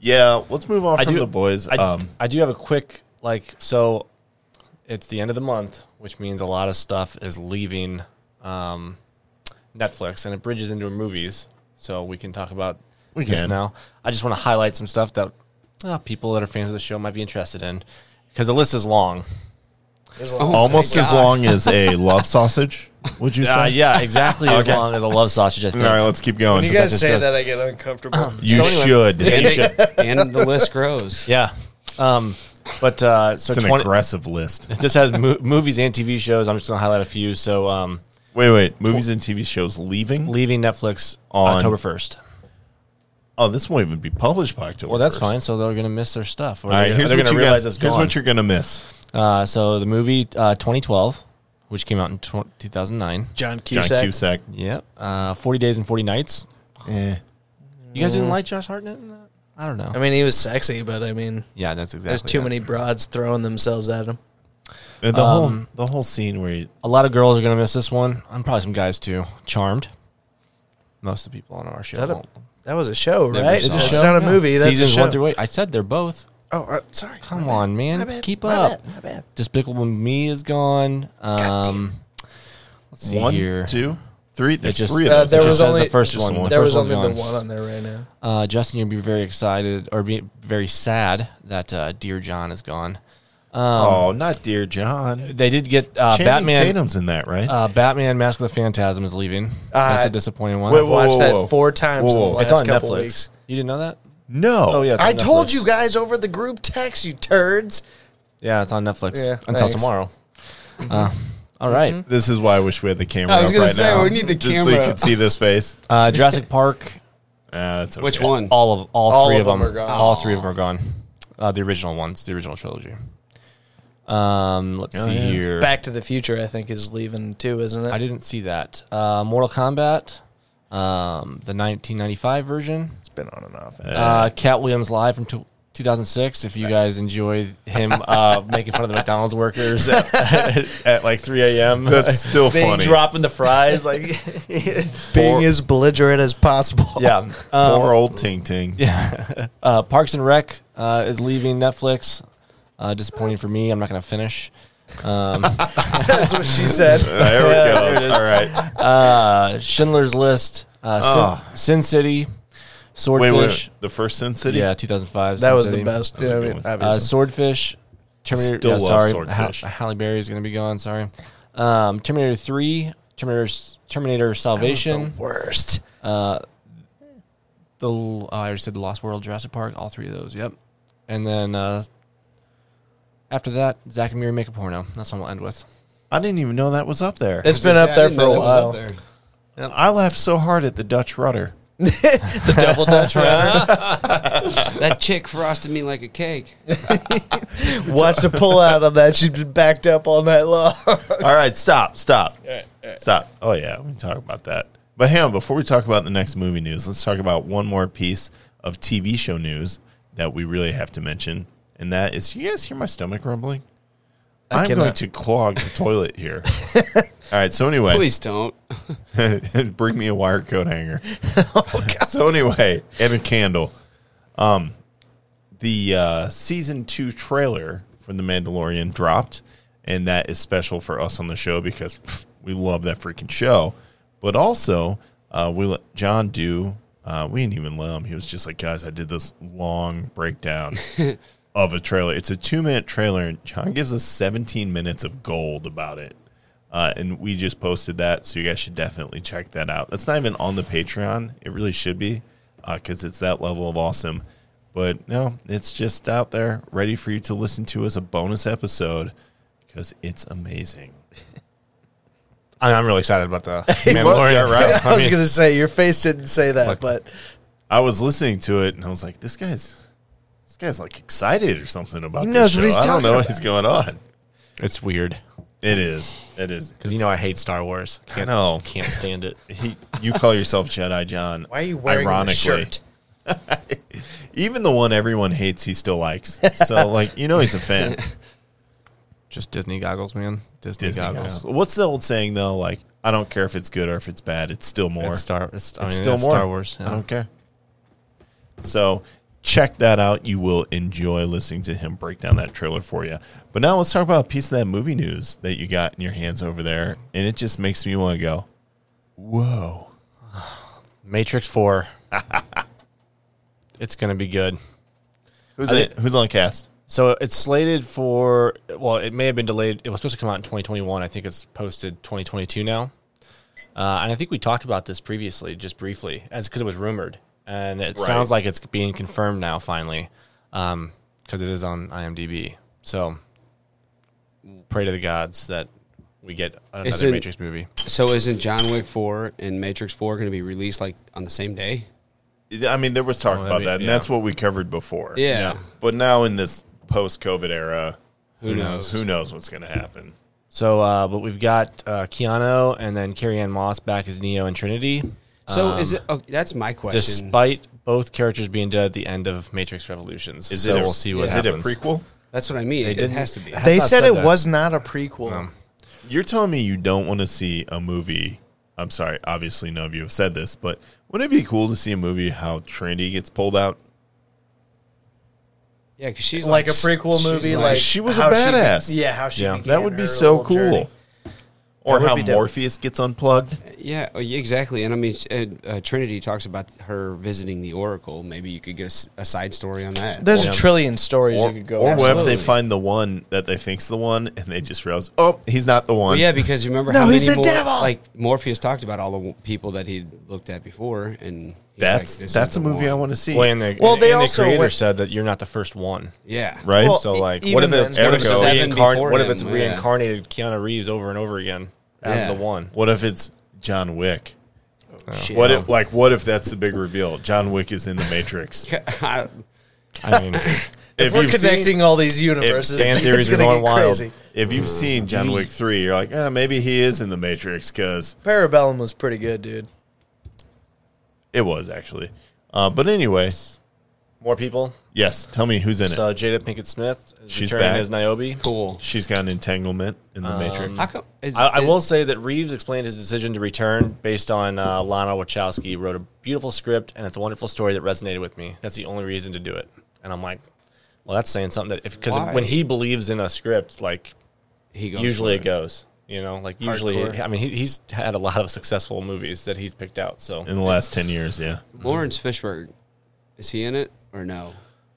S1: Yeah, let's move on
S6: I
S1: from
S6: do-
S1: the boys.
S6: I,
S1: um,
S6: I do have a quick like so it's the end of the month, which means a lot of stuff is leaving um, Netflix and it bridges into movies. So we can talk about
S1: We
S6: this
S1: can.
S6: now. I just want to highlight some stuff that uh, people that are fans of the show might be interested in because the list is long.
S5: There's a
S6: Oh
S5: lot.
S1: almost as long as a love sausage. Would you
S6: Uh,
S1: say?
S6: yeah, exactly as
S1: Okay.
S6: long as a love sausage. I
S1: All
S6: think.
S1: right, let's keep going.
S5: When you
S6: that
S5: guys
S6: just
S5: say
S6: goes-
S5: that, I get uncomfortable.
S1: You
S6: So anyway-
S1: should.
S6: Yeah, you should.
S7: and the list grows.
S6: Yeah. Um, but uh, so
S1: It's an
S6: 20
S1: aggressive list.
S6: this has mo- movies and TV shows. I'm just gonna highlight a few. So um,
S1: Wait, wait. Movies and TV shows leaving.
S6: leaving Netflix
S1: On-
S6: October first.
S1: Oh, this won't even be published by October.
S6: Well, that's
S1: 1st.
S6: fine. So they're going to miss their stuff. Or
S1: All right,
S6: they're,
S1: here's
S6: they're
S1: what
S6: going to
S1: you
S6: realize
S1: guys.
S6: it's
S1: Here's
S6: gone.
S1: what you're gonna miss.
S6: uh, so the movie uh, 2012, which came out in tw 2009.
S5: John
S1: John
S5: Cusack.
S1: Cusack.
S6: Yep. Uh, 40 Days and 40 Nights.
S1: Eh. Mm.
S6: You guys didn't like Josh Hartnett? in that? I don't know.
S5: I mean, he was sexy, but I mean,
S6: yeah, that's exactly.
S5: there's too
S6: it.
S5: many broads throwing themselves at him.
S1: And The
S6: Um,
S1: whole the whole scene where he,
S6: A lot of girls are going to miss this one. And probably some guys too. Charmed. Most of the people on our show.
S5: that a-
S6: won't.
S5: That was a show,
S7: Never
S5: right?
S7: saw
S5: it's
S7: it.
S5: not a
S6: Yeah.
S5: movie. That's
S6: Seasons
S5: a show.
S6: one through eight. I said they're both.
S5: oh, uh, sorry.
S6: Come on, man.
S5: bad,
S6: Keep
S5: my
S6: up.
S5: bad, my bad.
S6: Despicable Me is gone. Um, let's see
S1: one,
S6: here.
S1: two, three. There's
S6: just-
S1: three of
S5: Uh,
S1: those.
S5: there
S6: It
S5: was
S6: just says
S5: only
S6: the first
S1: just
S6: one.
S1: one.
S6: The
S5: There
S6: first
S5: was
S6: one's
S5: only the
S6: gone.
S5: one on there right now.
S6: Uh, Justin, you'll be very excited or be very sad that uh, Dear John is gone.
S1: oh, not dear John.
S6: They did get um, uh,
S1: Channing
S6: Batman.
S1: Tatum's in that, right?
S6: Uh, Batman: Mask of the Phantasm is leaving.
S5: Uh,
S6: That's a disappointing one.
S1: wait, wait,
S5: Watched
S1: whoa,
S5: that
S1: whoa.
S5: four times
S1: Whoa,
S5: in the
S1: whoa.
S5: last
S6: it's on
S5: couple
S6: Netflix.
S5: weeks.
S6: You didn't know that?
S1: no.
S6: Oh, yeah, it's on
S5: I told
S6: Netflix.
S5: you guys over the group text, you turds.
S6: Yeah, it's on Netflix
S5: Yeah,
S6: until
S5: thanks. Mm-hmm.
S6: tomorrow. Uh, all right.
S1: This is why I wish we had the camera.
S7: I was
S1: up
S7: gonna
S1: right
S7: say,
S1: now,
S7: we need the
S1: just so
S7: camera.
S1: you could see this face.
S6: Uh, Jurassic Park.
S1: Uh, that's okay.
S7: Which one?
S6: All of all,
S5: All
S6: three
S5: of
S6: of them.
S5: them are gone.
S6: All three of them are gone. Uh, the original ones, the original trilogy. Um, let's
S1: Oh,
S6: see
S1: yeah.
S6: here.
S5: Back to the Future, I think, is leaving too, isn't it?
S6: I didn't see that. Uh, Mortal Kombat, um, the 1995 version.
S5: it's been on and off.
S6: Uh, Cat Williams live from tw 2006. If you guys enjoy him uh, making fun of the McDonald's workers at, at, like 3 a.m.
S1: That's still
S6: Being
S1: funny.
S6: dropping the fries, like
S5: Being as belligerent as possible.
S6: yeah. Um,
S1: Poor old Ting Ting.
S6: uh, Parks and Rec uh, is leaving Netflix. Uh, disappointing for me. I'm not gonna finish. Um,
S5: That's what she said.
S1: There we
S6: Yeah,
S1: go.
S6: there it is.
S1: All right.
S6: Uh, Schindler's List. Uh,
S5: Ah.
S6: Sin, Sin City.
S1: Wait,
S6: Swordfish.
S1: wait, wait. The first Sin City.
S6: Yeah, 2005.
S5: That
S6: Sin
S5: was the
S6: City.
S5: best. Yeah, I mean,
S6: Uh,
S5: obviously.
S6: Swordfish, Terminator.
S1: Still
S6: yeah,
S1: love
S6: sorry,
S1: Swordfish.
S6: Ha- Halle Berry is going to be gone. Sorry, um, Terminator Three, Terminator, Terminator Salvation,
S5: worst.
S6: the oh, I already said the Lost World, Jurassic Park, all three of those. Yep, and then uh, after that, Zach and Miri make a porno. That's what we'll end with.
S1: I didn't even know that was up there.
S5: It's been up there for a while.
S1: I laughed so hard at the Dutch rudder.
S5: The double dutch runner.
S7: That chick frosted me like a cake.
S5: Watch the pull out on that. She's been backed up all night long.
S1: All right, stop, stop, stop. Oh yeah, we can talk about that. But hang on, before we talk about the next movie news, let's talk about one more piece of TV show news that we really have to mention, and that is, you guys hear my stomach rumbling? I am
S5: cannot-
S1: going to clog the toilet here. All right, so anyway,
S7: Please don't.
S1: bring me a wire coat hanger. So anyway, and a candle. Um, the uh, season two trailer for The Mandalorian dropped, and that is special for us on the show because pff, we love that freaking show. But also, uh, we let John do. Uh, we didn't even let him. He was just like, guys, I did this long breakdown of a trailer. It's a two minute trailer, and John gives us 17 minutes of gold about it. Uh, and we just posted that, so you guys should definitely check that out. That's not even on the Patreon. It really should be, because it's that level of awesome. But no, it's just out there, ready for you to listen to as a bonus episode, because it's amazing.
S6: I'm, I'm really excited about the
S1: Mandalorian, yeah, right.
S5: I was going to say, your face didn't say that, but
S1: I was listening to it, and I was like, "This guy's, this guy's like excited or something about
S5: He
S1: this
S5: knows what
S1: show.
S5: he's
S1: I don't
S5: talking
S1: know
S5: about.
S1: what's going on.
S6: It's weird
S1: It is. It is
S6: because you know I hate Star Wars.
S1: I
S6: Can't,
S1: know.
S6: can't stand it.
S1: He, you call yourself Jedi John.
S5: Why are you wearing
S1: ironically.
S5: the shirt?
S1: Even the one everyone hates, he still likes. So, like, you know, he's a fan.
S6: Just Disney goggles, man. Disney,
S1: Disney
S6: goggles.
S1: goes. What's the old saying though? Like, I don't care if it's good or if it's bad. It's still more.
S6: It's Star. It's, I
S1: It's
S6: mean,
S1: still
S6: it's
S1: more.
S6: Star Wars. yeah.
S1: I don't care. So check that out. You will enjoy listening to him break down that trailer for you. But now let's talk about a piece of that movie news that you got in your hands over there, and it just makes me want to go, "Whoa!"
S6: Matrix Four. it's gonna be good.
S1: Who's
S6: I
S1: it? Who's on cast?
S6: So it's slated for. Well, it may have been delayed. It was supposed to come out in 2021. I think it's posted 2022 now. Uh, and I think we talked about this previously, just briefly, as because it was rumored, and it sounds like it's being confirmed now finally, because it is on IMDb. So pray to the gods that we get another
S7: in-
S6: Matrix movie.
S7: So isn't John Wick four and Matrix four going to be released like on the same day?
S1: I mean, there was talk
S6: Oh, that'd
S1: about
S6: be-
S1: that, and
S6: yeah.
S1: that's what we covered before.
S7: Yeah.
S1: But now in this post-COVID era,
S7: Who knows?
S1: Who knows what's going to happen?
S6: So, uh, but we've got uh, Keanu and then Carrie Ann Moss back as Neo and Trinity.
S7: So
S6: Um,
S7: is it? Oh, that's my question.
S6: despite both characters being dead at the end of Matrix Revolutions?
S1: Is
S6: so
S1: it? A,
S6: we'll see what
S1: is
S6: happens.
S1: it a prequel?
S7: that's what I mean. It
S6: didn't-
S7: has to be.
S6: I
S5: They
S6: thought
S5: said, it
S6: that.
S5: was not a prequel.
S1: You're telling me you don't want to see a movie. I'm sorry, obviously none of you have said this, but wouldn't it be cool to see a movie how Trinity gets pulled out?
S7: Yeah, because she's
S5: Like
S7: like,
S5: a prequel
S7: she's
S5: movie,
S1: like-
S5: like
S1: She was a
S5: how she-
S1: badass.
S5: yeah, how she
S6: Yeah.
S5: began
S1: That would be
S5: her
S1: so
S5: little
S1: cool.
S5: journey.
S1: Or
S5: That would
S1: how
S5: be dope.
S1: Morpheus gets unplugged.
S7: Yeah, oh, yeah, exactly. And I mean, uh, uh, Trinity talks about her visiting the Oracle. Maybe you could get a s- a, side story on that.
S5: There's a trillion stories
S1: Or,
S5: you could go.
S1: or
S5: with.
S1: whatever they
S7: Absolutely.
S1: find the one that they think's the one and they just realize, oh, he's not the one.
S7: Well, yeah, because you remember
S5: No,
S7: how many
S5: he's the
S7: more,
S5: devil!
S7: like Morpheus talked about all the w- people that he'd looked at before, and he's
S1: that's
S7: like, this
S1: that's
S7: is
S1: a
S7: the
S1: movie I
S7: one.
S1: want to see.
S6: Well, and the,
S5: Well,
S6: and-
S5: they
S6: and the
S5: also
S6: creator
S5: went-
S6: said that you're not the first one.
S7: Yeah,
S1: right?
S5: Well,
S6: so, like,
S5: e-
S6: what if
S5: even
S6: it's, what if
S5: then, there were
S6: it's,
S7: seven
S6: reincarn-
S7: before
S6: what if
S7: him,
S6: it's
S7: yeah.
S6: reincarnated Keanu Reeves over and over again as
S7: Yeah.
S6: the one?
S1: what if it's John Wick?
S5: Oh,
S7: Shit.
S1: What if like what if that's the big reveal? John Wick is in the Matrix.
S7: I-
S6: I mean,
S1: if
S5: We're
S1: you've seen-
S5: connecting all these universes.
S6: fan
S5: it's
S6: theories are
S5: gonna
S6: going
S5: get
S6: wild.
S5: crazy.
S1: If you've seen John Wick 3, you're like, eh, maybe he is in the Matrix because
S5: Parabellum was pretty good, dude.
S1: it was actually. Uh, but anyway,
S6: more people.
S1: yes, tell me who's in it.
S6: So Jada Pinkett Smith is
S1: She's
S6: returning
S1: back.
S6: as Niobe.
S7: cool.
S1: She's got an entanglement in the Matrix.
S7: How come? Is,
S6: I, I
S7: it-
S6: will say that Reeves explained his decision to return based on uh, Lana Wachowski wrote a beautiful script and it's a wonderful story that resonated with me. That's the only reason to do it. And I'm like, well, that's saying something that if because
S7: Why?
S6: when he believes in a script, like
S7: He goes
S6: usually
S7: for
S6: it goes. You know, like usually,
S7: Hardcore.
S6: I mean, he, he's had a lot of successful movies that he's picked out. So
S1: In the last 10 years, yeah.
S7: Lawrence Fishburne, is he in it or no?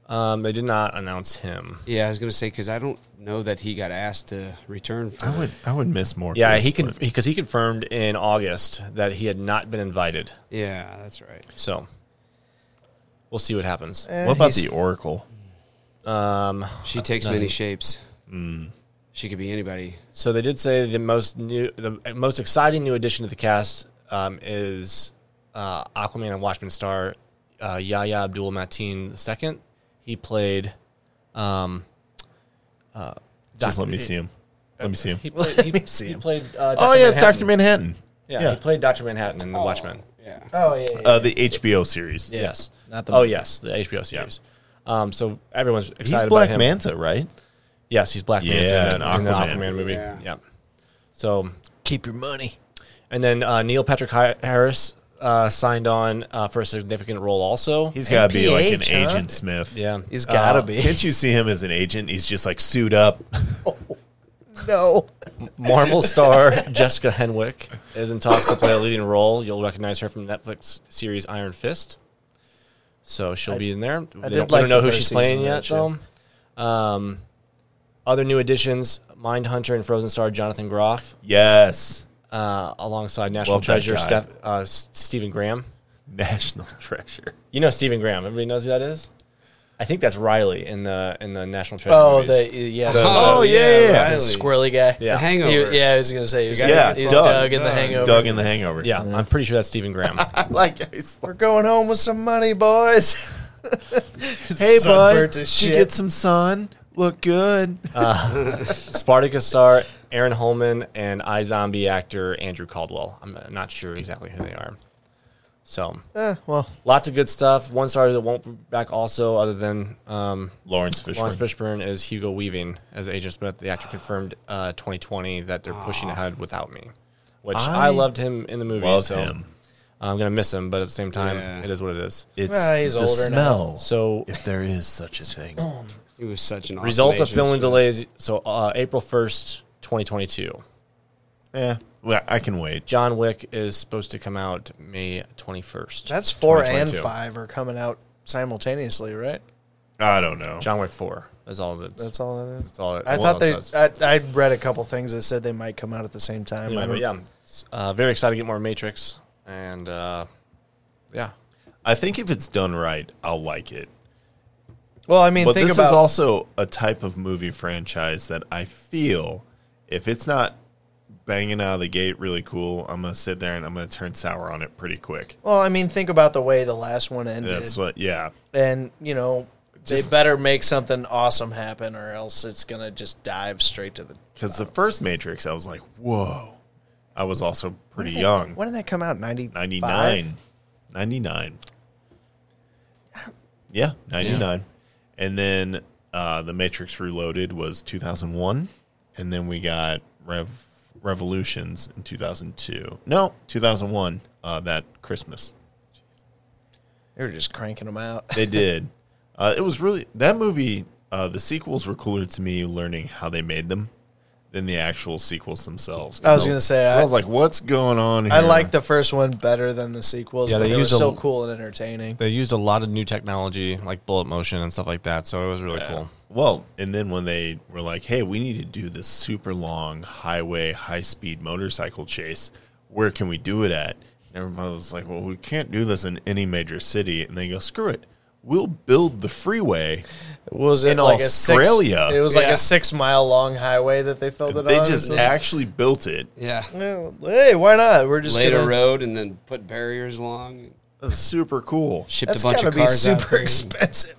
S6: um, they did not announce him.
S7: Yeah, I was gonna say because I don't know that he got asked to return. For
S1: I would I would miss more.
S6: Yeah, he can because he confirmed in August that he had not been invited.
S7: Yeah, that's right.
S6: So we'll see what happens.
S5: Eh,
S1: What about
S5: he's-
S1: the Oracle?
S6: Um,
S7: She takes many shapes.
S1: Hmm.
S7: She could be anybody.
S6: So they did say the most new, the most exciting new addition to the cast um, is uh, Aquaman and Watchmen star uh, Yahya Abdul Mateen II. He played. Um,
S1: Just let me see him. Let me see him.
S6: he played. He,
S5: me see
S6: he
S5: him.
S6: played. Uh,
S1: Oh,
S6: Dr.
S1: yeah, it's
S6: Manhattan.
S1: Dr. Manhattan.
S6: Yeah,
S1: yeah.
S6: he played Doctor Manhattan in The Watchmen.
S7: Yeah.
S5: Oh yeah, yeah, yeah.
S1: Uh, the HBO series.
S6: Yes.
S5: Not the
S6: oh
S5: movie.
S6: yes, the HBO series. Um, so everyone's excited
S1: He's
S6: about
S1: Black
S6: him.
S1: Manta, right?
S6: Yes, he's Black
S1: Yeah,
S6: Manta in,
S1: and
S6: in the
S1: Aquaman.
S6: Aquaman movie.
S7: Yeah.
S6: Yeah. So
S5: keep your money.
S6: and then uh, Neil Patrick Hi- Harris uh, signed on uh, for a significant role also.
S1: He's got to be like an
S5: NPH, huh?
S1: Agent Smith.
S6: yeah,
S5: He's gotta
S6: Uh,
S5: be.
S1: Can't you see him as an agent? He's just like suit up.
S5: No,
S6: Marvel star Jessica Henwick is in talks to play a leading role. You'll recognize her from Netflix series Iron Fist. So she'll be in there. I
S5: did
S6: don't, we
S5: like
S6: don't know
S5: the
S6: who
S5: first
S6: she's
S5: season
S6: playing
S5: of that
S6: yet, though.
S5: show.
S6: Um, other new additions: Mindhunter and Frozen star Jonathan Groff,
S1: Yes.
S6: uh, alongside National
S1: Love that
S6: Treasure
S1: guy.
S6: Steph, uh, S- Stephen Graham.
S1: National treasure.
S6: You know Stephen Graham. Everybody knows who that is. I think that's Riley in the in the National Treasure.
S5: Oh,
S6: movies.
S5: the yeah,
S1: Oh,
S5: the,
S1: yeah, yeah.
S5: the
S7: Riley.
S5: squirrely guy.
S6: Yeah.
S7: The Hangover.
S5: He- yeah, I was gonna say. He was
S7: guy
S1: Yeah,
S5: yeah, he's
S1: Doug.
S5: Doug, in the
S7: Doug.
S5: Hangover.
S1: Doug in the Hangover.
S5: Mm-hmm.
S6: yeah. I'm pretty sure that's Stephen Graham.
S1: like it's
S5: We're going home with some money, boys.
S8: Hey,
S5: Sunburnt
S8: bud,
S5: as
S8: did
S5: shit. Uh,
S8: you get some sun? Look good.
S6: Spartacus star Aaron Holman and iZombie actor Andrew Caldwell. I'm not sure exactly who they are. So
S8: Eh, well,
S6: lots of good stuff. One star that won't be back also, other than um,
S1: Lawrence Fishburne.
S6: Lawrence Fishburne, is Hugo Weaving as Agent Smith. The actor confirmed uh, 2020 that they're pushing ahead without me, which I,
S8: I
S6: loved him in the movie.
S1: Love
S6: so
S1: him.
S6: I'm gonna miss him, but at the same time,
S7: Yeah.
S6: it is what it is.
S1: It's
S5: Well, he's
S8: the
S5: older now.
S8: smell.
S6: So
S8: if there is such a thing.
S7: He was such an awesome
S6: result of
S7: Asian
S6: filming
S7: star.
S6: delays. So uh, April 1st, 2022.
S1: Yeah, well, I can wait.
S6: John Wick is supposed to come out May 21st.
S5: That's four and
S6: 2022.
S5: five are coming out simultaneously, right?
S1: I don't know.
S6: John Wick 4. That's all. That's,
S5: That's all that is.
S6: that's all. It,
S5: I
S6: one
S5: thought
S6: of
S5: they.
S6: them says.
S5: I, I read a couple things that said they might come out at the same time.
S6: Anyway,
S5: I
S6: but
S5: don't-
S6: yeah, uh, very excited to get more Matrix, and uh, yeah,
S1: I think if it's done right, I'll like it.
S5: Well, I mean,
S1: But
S5: think
S1: this
S5: about
S1: is also a type of movie franchise that I feel if it's not banging out of the gate really cool, I'm gonna sit there and I'm gonna turn sour on it pretty quick.
S5: Well, I mean, think about the way the last one ended,
S1: That's what, yeah.
S5: and you know,
S1: Just-
S5: they better make something awesome happen, or else it's gonna just dive straight to the.
S1: Because the first Matrix, I was like, whoa. I was also pretty young,
S5: When did that come out? Ninety
S1: 99, 99. Yeah, 99. And then uh, the Matrix Reloaded was 2001, and then we got Rev. Revolutions in 2002. No, 2001, uh, that Christmas.
S5: They were just cranking them out.
S1: They did. Uh, it was really that movie. Uh, the sequels were cooler to me, learning how they made them, than the actual sequels themselves.
S5: I was gonna say,
S1: 'Cause I,
S5: I-
S1: was like, "What's going on?" here?
S5: I like the first one better than the sequels,
S6: Yeah,
S5: but
S6: they
S5: they were
S6: used a-
S5: still cool and entertaining.
S6: they used a lot of new technology like bullet motion and stuff like that, so it was really cool.
S1: Well, and then when they were like, "Hey, we need to do this super long highway, high speed motorcycle chase. Where can we do it at?" And everybody was like, "Well, we can't do this in any major city." And they go, "Screw it, we'll build the freeway."
S5: Was it
S1: In
S5: like a
S1: Australia.
S5: six? It was like
S7: Yeah.
S5: a six mile long highway that they filled it
S1: They
S5: on.
S1: just
S5: So-
S1: actually built it.
S7: Yeah.
S5: Well, hey, why not? We're just
S7: Laid
S5: gonna
S7: a road and then put barriers along.
S1: That's super cool.
S7: Shipped
S5: That's
S7: a bunch
S5: gotta
S7: of
S5: be
S7: cars out
S5: super
S7: there.
S5: expensive.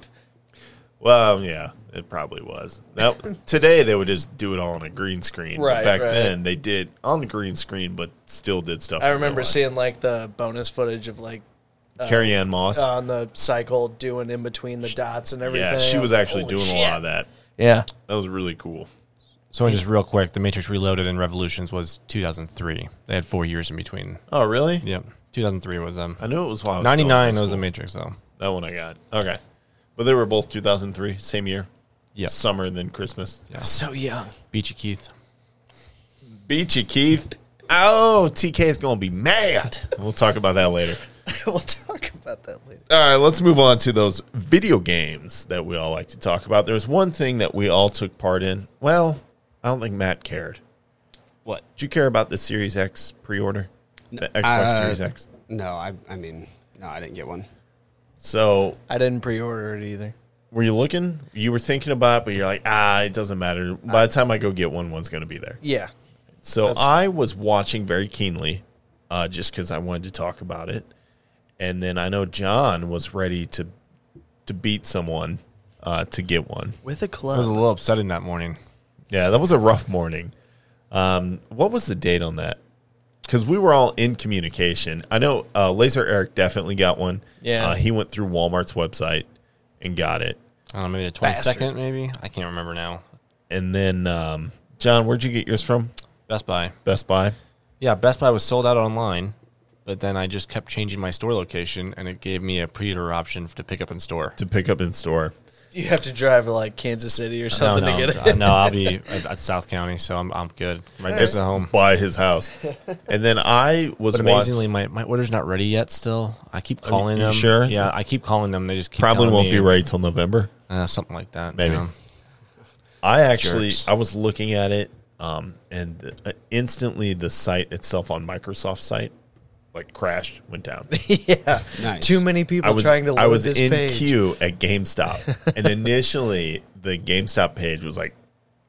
S1: Well, yeah, it probably was. Now, today they would just do it all on a green screen. but
S5: Right,
S1: back
S5: right.
S1: then they did on the green screen, but still did stuff.
S5: I
S1: in
S5: remember
S1: real life.
S5: seeing uh, like the bonus footage of like
S1: Carrie Ann Moss.
S5: on the cycle doing in between the dots and everything.
S1: yeah, she was actually doing a lot of that.
S5: Yeah.
S1: That was really cool.
S6: So just real quick, The Matrix Reloaded and Revolutions was 2003. They had four years in between.
S1: Oh, really?
S6: Yep, 2003 was them.
S1: I knew it was while I was still in
S6: 99
S1: high
S6: was The
S1: school.
S6: Matrix though.
S1: that one I got. Okay, but they were both 2003, same year.
S6: Yeah.
S1: summer then Christmas.
S5: So young.
S6: Beachy Keith.
S1: Beat you, Keith. Oh, TK's gonna be mad. We'll talk about that later.
S5: we'll talk about that later.
S1: All right, let's move on to those video games that we all like to talk about. There's one thing that we all took part in. Well, I don't think Matt cared.
S7: What?
S1: Did you care about the Series X pre-order? The Xbox
S7: Uh,
S1: Series X.
S7: No, I, I mean, no, I didn't get one.
S1: So,
S5: I didn't pre-order it either.
S1: were you looking? You were thinking about, it, but you're like, ah, it doesn't matter. By the time I go get one, one's going to be there.
S5: Yeah.
S1: So I was watching very keenly, uh, just because I wanted to talk about it. And then I know John was ready to to beat someone uh, to get one.
S5: With
S6: I was
S5: a
S6: a
S5: club.
S6: little upsetting that morning.
S1: Yeah, that was a rough morning. Um, what was the date on that? Because we were all in communication. I know uh, Laser Eric definitely got one.
S5: Yeah.
S1: uh, he went through Walmart's website and got it.
S6: I don't know, maybe the 22nd, maybe I can't remember now.
S1: And then um, John, where'd you get yours from?
S6: Best Buy.
S1: Best Buy.
S6: Yeah, Best Buy was sold out online, but then I just kept changing my store location, and it gave me a pre-order option to pick up in store.
S1: to pick up in store.
S5: You have to drive to like Kansas City or
S6: No,
S5: something
S6: no,
S5: to get it.
S6: uh, no, I'll be at, at South County, so I'm I'm good. Right next to home.
S1: by his house. And then I was
S6: But amazingly, my, my order's not ready yet. Still, I keep calling
S1: you
S6: them.
S1: sure?
S6: Yeah, I keep calling them. They just keep
S1: wa- probably
S6: telling
S1: won't
S6: me,
S1: be ready till November.
S6: Uh, something like that. you
S1: Maybe.
S6: know.
S1: I actually
S6: Jerks.
S1: I was looking at it, um, and uh, instantly the site itself on Microsoft site like crashed, went down.
S5: yeah.
S7: Nice.
S5: Too many people
S1: I was
S5: trying to load
S1: I was
S5: this
S1: in
S5: page.
S1: queue at GameStop, and initially the GameStop page was like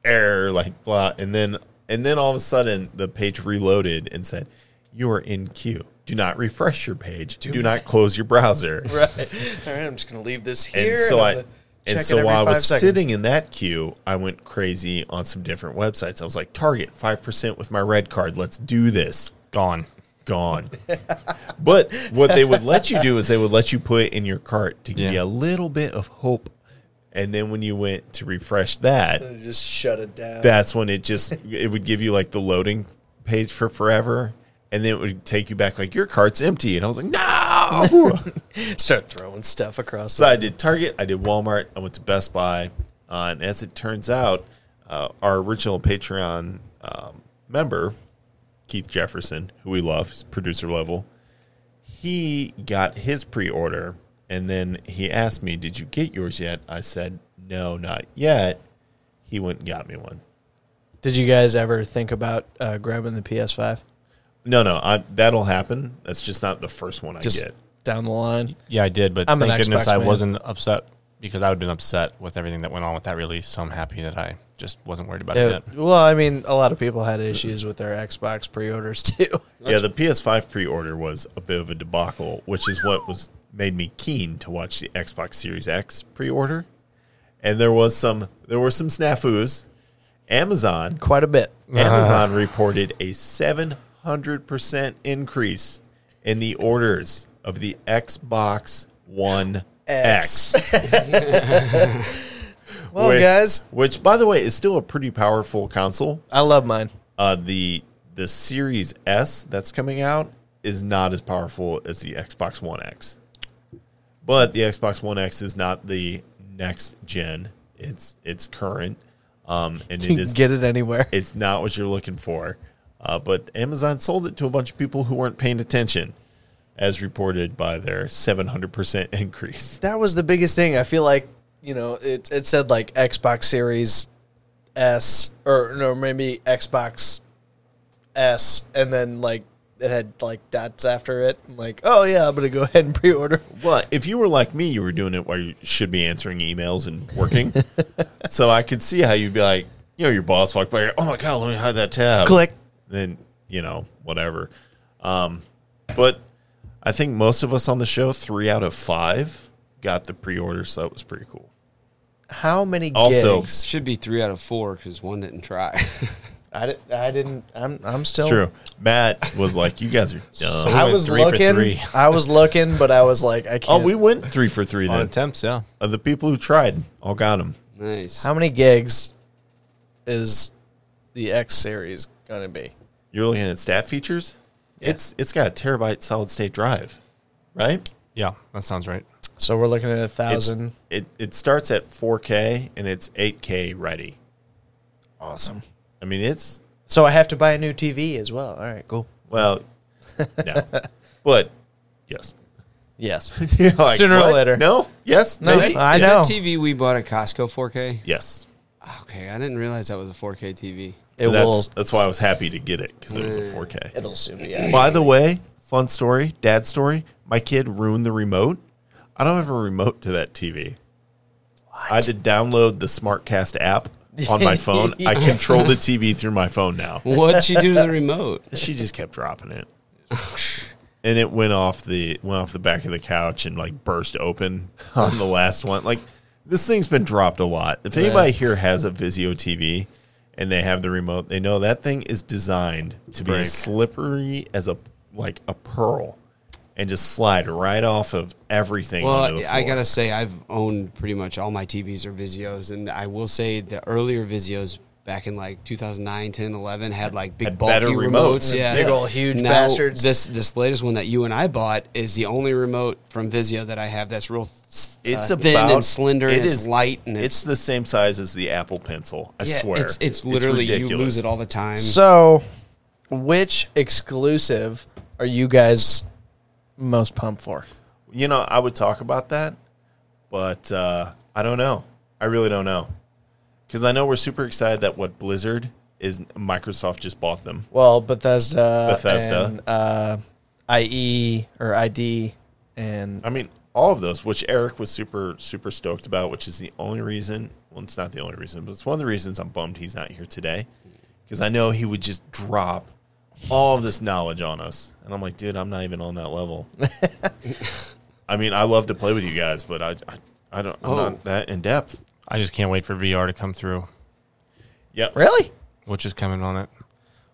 S1: error, like blah, and then and then all of a sudden the page reloaded and said you are in queue. Do not refresh your page. Do, not close your browser.
S5: Right. All right, I'm just gonna leave this
S1: And
S5: here.
S1: so
S5: I'm
S1: I
S5: gonna check
S1: and
S5: it
S1: so
S5: every
S1: while I
S5: five
S1: was
S5: seconds.
S1: sitting in that queue, I went crazy on some different websites. I was like, Target, five percent with my red card. Let's do this.
S6: Gone.
S1: Gone. but what they would let you do is they would let you put it in your cart to give
S6: Yeah.
S1: you a little bit of hope. And then when you went to refresh that,
S5: And just shut it down.
S1: that's when it just it would give you like the loading page for forever and then it would take you back like your cart's empty and i was like no
S5: Start throwing stuff across.
S1: so i did target i did walmart i went to best buy uh, and as it turns out uh, our original patreon um, member keith jefferson who we love he's producer level he got his pre-order and then he asked me did you get yours yet i said no not yet he went and got me one
S5: Did you guys ever think about uh, grabbing the PS5?
S1: No, no, I, that'll happen. That's just not the first one I
S5: Just
S1: get.
S5: down the line.
S6: Yeah, I did, but
S5: I'm an
S6: thank goodness
S5: Xbox
S6: I
S5: man.
S6: wasn't upset because I would have been upset with everything that went on with that release. So I'm happy that I just wasn't worried about it
S5: Yeah.
S6: yet.
S5: Well, I mean, a lot of people had issues with their Xbox pre-orders too.
S1: Yeah, the PS5 pre-order was a bit of a debacle, which is what was made me keen to watch the Xbox Series X pre-order. And there was some there were some snafus. Amazon
S5: Quite a bit.
S6: Uh-huh.
S1: Amazon reported a 700% increase in the orders of the Xbox One X.
S5: Well,
S1: Which-
S5: guys,
S1: which by the way is still a pretty powerful console.
S5: I love mine.
S1: uh, the the Series S that's coming out is not as powerful as the Xbox One X. But the Xbox One X is not the next gen. It's it's current, um, and
S5: You
S1: it
S5: can
S1: is
S5: get it anywhere.
S1: it's not what you're looking for. Uh, but Amazon sold it to a bunch of people who weren't paying attention, as reported by their 700% increase.
S5: that was the biggest thing. I feel like you know it. It said like Xbox Series S or no, maybe Xbox S, and then like it had like dots after it. And like, oh yeah, I'm gonna go ahead and pre-order.
S1: Well, if you were like me, you were doing it while you should be answering emails and working. so I could see how you'd be like, you know, your boss walked by, oh my God, let me hide that tab.
S5: Click.
S1: Then, you know, whatever. Um, but I think most of us on the show, three out of five, got the pre order. So that was pretty cool.
S5: How many
S1: Also-
S5: gigs?
S7: Should be three out of four because one didn't try.
S5: I, di- I didn't. I'm I'm still
S1: It's true. Matt was like, you guys are dumb.
S6: So- We
S5: I
S6: went
S5: was
S6: three for
S5: looking.
S6: three.
S5: I was looking, but I was like, I
S1: oh,
S5: can't.
S1: we went three for three
S6: On
S1: then.
S6: attempts, yeah.
S1: Uh, the people who tried all got them.
S7: nice.
S5: How many gigs is the X Series gonna be?
S1: You're looking at stat features? It's It's got a terabyte solid state drive, right?
S6: Yeah, that sounds right.
S5: So we're looking at a
S1: It's-
S5: thousand.
S1: It it starts at 4K and it's 8K ready.
S5: Awesome.
S1: I mean, it's
S5: So I have to buy a new TV as well. All right, cool.
S1: well, no, but yes.
S5: Yes.
S1: You're like,
S5: Sooner or
S1: what?
S5: later.
S1: No. Yes.
S5: No,
S1: maybe?
S5: I
S7: Is
S5: know.
S7: that TV we bought at Costco 4K?
S1: yes.
S7: Okay, I didn't realize that was a 4K TV.
S5: It
S1: that's,
S5: will.
S1: That's why I was happy to get it because it was a 4K.
S5: It'll soon be out.
S1: By the way, fun story, dad story. My kid ruined the remote. I don't have a remote to that TV. I had to download the SmartCast app on my phone. I control the TV through my phone now.
S7: What'd she do to the remote?
S1: she just kept dropping it and it went off the went off the back of the couch and like burst open on the last one like this thing's been dropped a lot if anybody here has a vizio tv and they have the remote they know that thing is designed to be as slippery as a like a pearl and just slide right off of everything onto
S7: Well,
S1: the
S7: I
S1: floor.
S7: gotta say, I've owned pretty much all my TVs are Vizios, and I will say the earlier Vizios back in like 2009, 10, 11 had like big
S1: Had
S7: bulky
S1: better
S7: remotes.
S1: remotes.
S7: Yeah,
S5: Big ol' huge
S7: now,
S5: bastards.
S7: This this latest one that you and I bought is the only remote from Vizio that I have that's real. s-
S1: it's
S7: uh,
S1: about
S7: thin and slender, and
S1: it
S7: it's
S1: is-
S7: light, and
S1: it's,
S7: it's,
S1: the same size as the Apple Pencil. I
S7: yeah,
S1: swear,
S7: It's, it's literally you
S1: ridiculous.
S7: lose it all the time.
S5: So, which exclusive are you guys most pumped for?
S1: you know, I would talk about that, but uh, I don't know. I really don't know because I know we're super excited that what Blizzard is Microsoft just bought them.
S5: Well, Bethesda,
S1: Bethesda.
S5: and, uh, IE or ID, and
S1: I mean, all of those, which Eric was super super stoked about, which is the only reason. Well, it's not the only reason, but it's one of the reasons I'm bummed he's not here today because I know he would just drop all of this knowledge on us. And I'm like, dude, I'm not even on that level. I mean, I love to play with you guys, but I, I, I don't, I'm
S7: Oh.
S1: not that in depth.
S6: I just can't wait for VR to come through,
S1: Yep.
S5: Really?
S6: which is coming on it.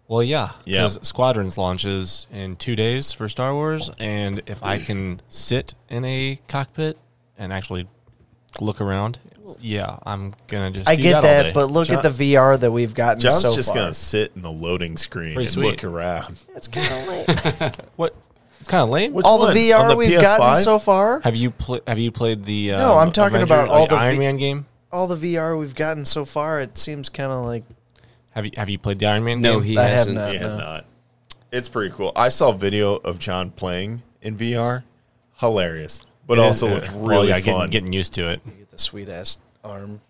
S6: Well, yeah,
S1: Yeah.
S6: Squadrons launches in two days for Star Wars, and if I can sit in a cockpit and actually look around, yeah, I'm gonna just.
S5: I
S6: do
S5: get
S6: that, all
S5: that,
S6: day.
S5: but look at the VR that we've gotten
S1: John's
S5: so
S1: just
S5: far.
S1: gonna sit in the loading screen
S6: Pretty
S1: and
S6: sweet.
S1: look around.
S5: It's kind of lame.
S6: what? It's kind of lame.
S1: Which
S5: All the
S1: one? On
S5: VR
S1: the
S5: we've
S1: PS5?
S5: gotten so far.
S6: Have you pl- have you played the? Uh,
S5: No, I'm talking about all the
S6: Iron
S5: vi-
S6: Man game.
S5: All the VR we've gotten so far, it seems kind of like
S6: Have you have you played the Iron Man?
S7: No,
S6: game?
S7: he
S5: I have
S7: hasn't.
S6: Uh-huh.
S5: not.
S1: Yeah, it's
S5: no.
S1: not. It's pretty cool. I saw video of John playing in VR. Hilarious, but also
S6: Uh,
S1: looked
S6: well,
S1: really
S6: yeah,
S1: fun.
S6: Getting, getting used to it.
S5: the sweet ass arm.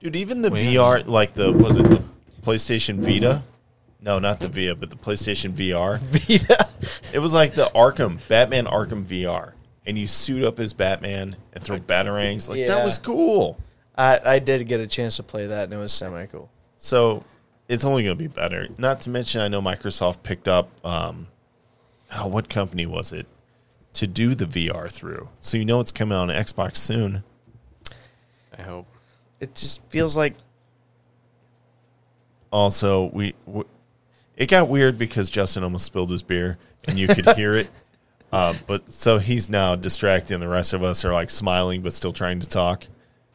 S1: Dude, even the
S6: Well,
S1: VR, like the was it the PlayStation Vita? No, not the Vita, but the PlayStation VR.
S5: Vita.
S1: It was like the Arkham Batman Arkham VR, and you suit up as Batman and throw batarangs. Like that
S5: Yeah.
S1: was cool.
S5: I, I did get a chance to play that, and it was semi cool.
S1: So it's only going to be better. Not to mention, I know Microsoft picked up, um, oh, what company was it to do the VR through? So you know it's coming out on Xbox soon.
S6: I hope.
S5: It just feels like
S1: Also, we, w it got weird because Justin almost spilled his beer, and you could hear it. Uh, but so he's now distracted, and the rest of us are like smiling but still trying to talk.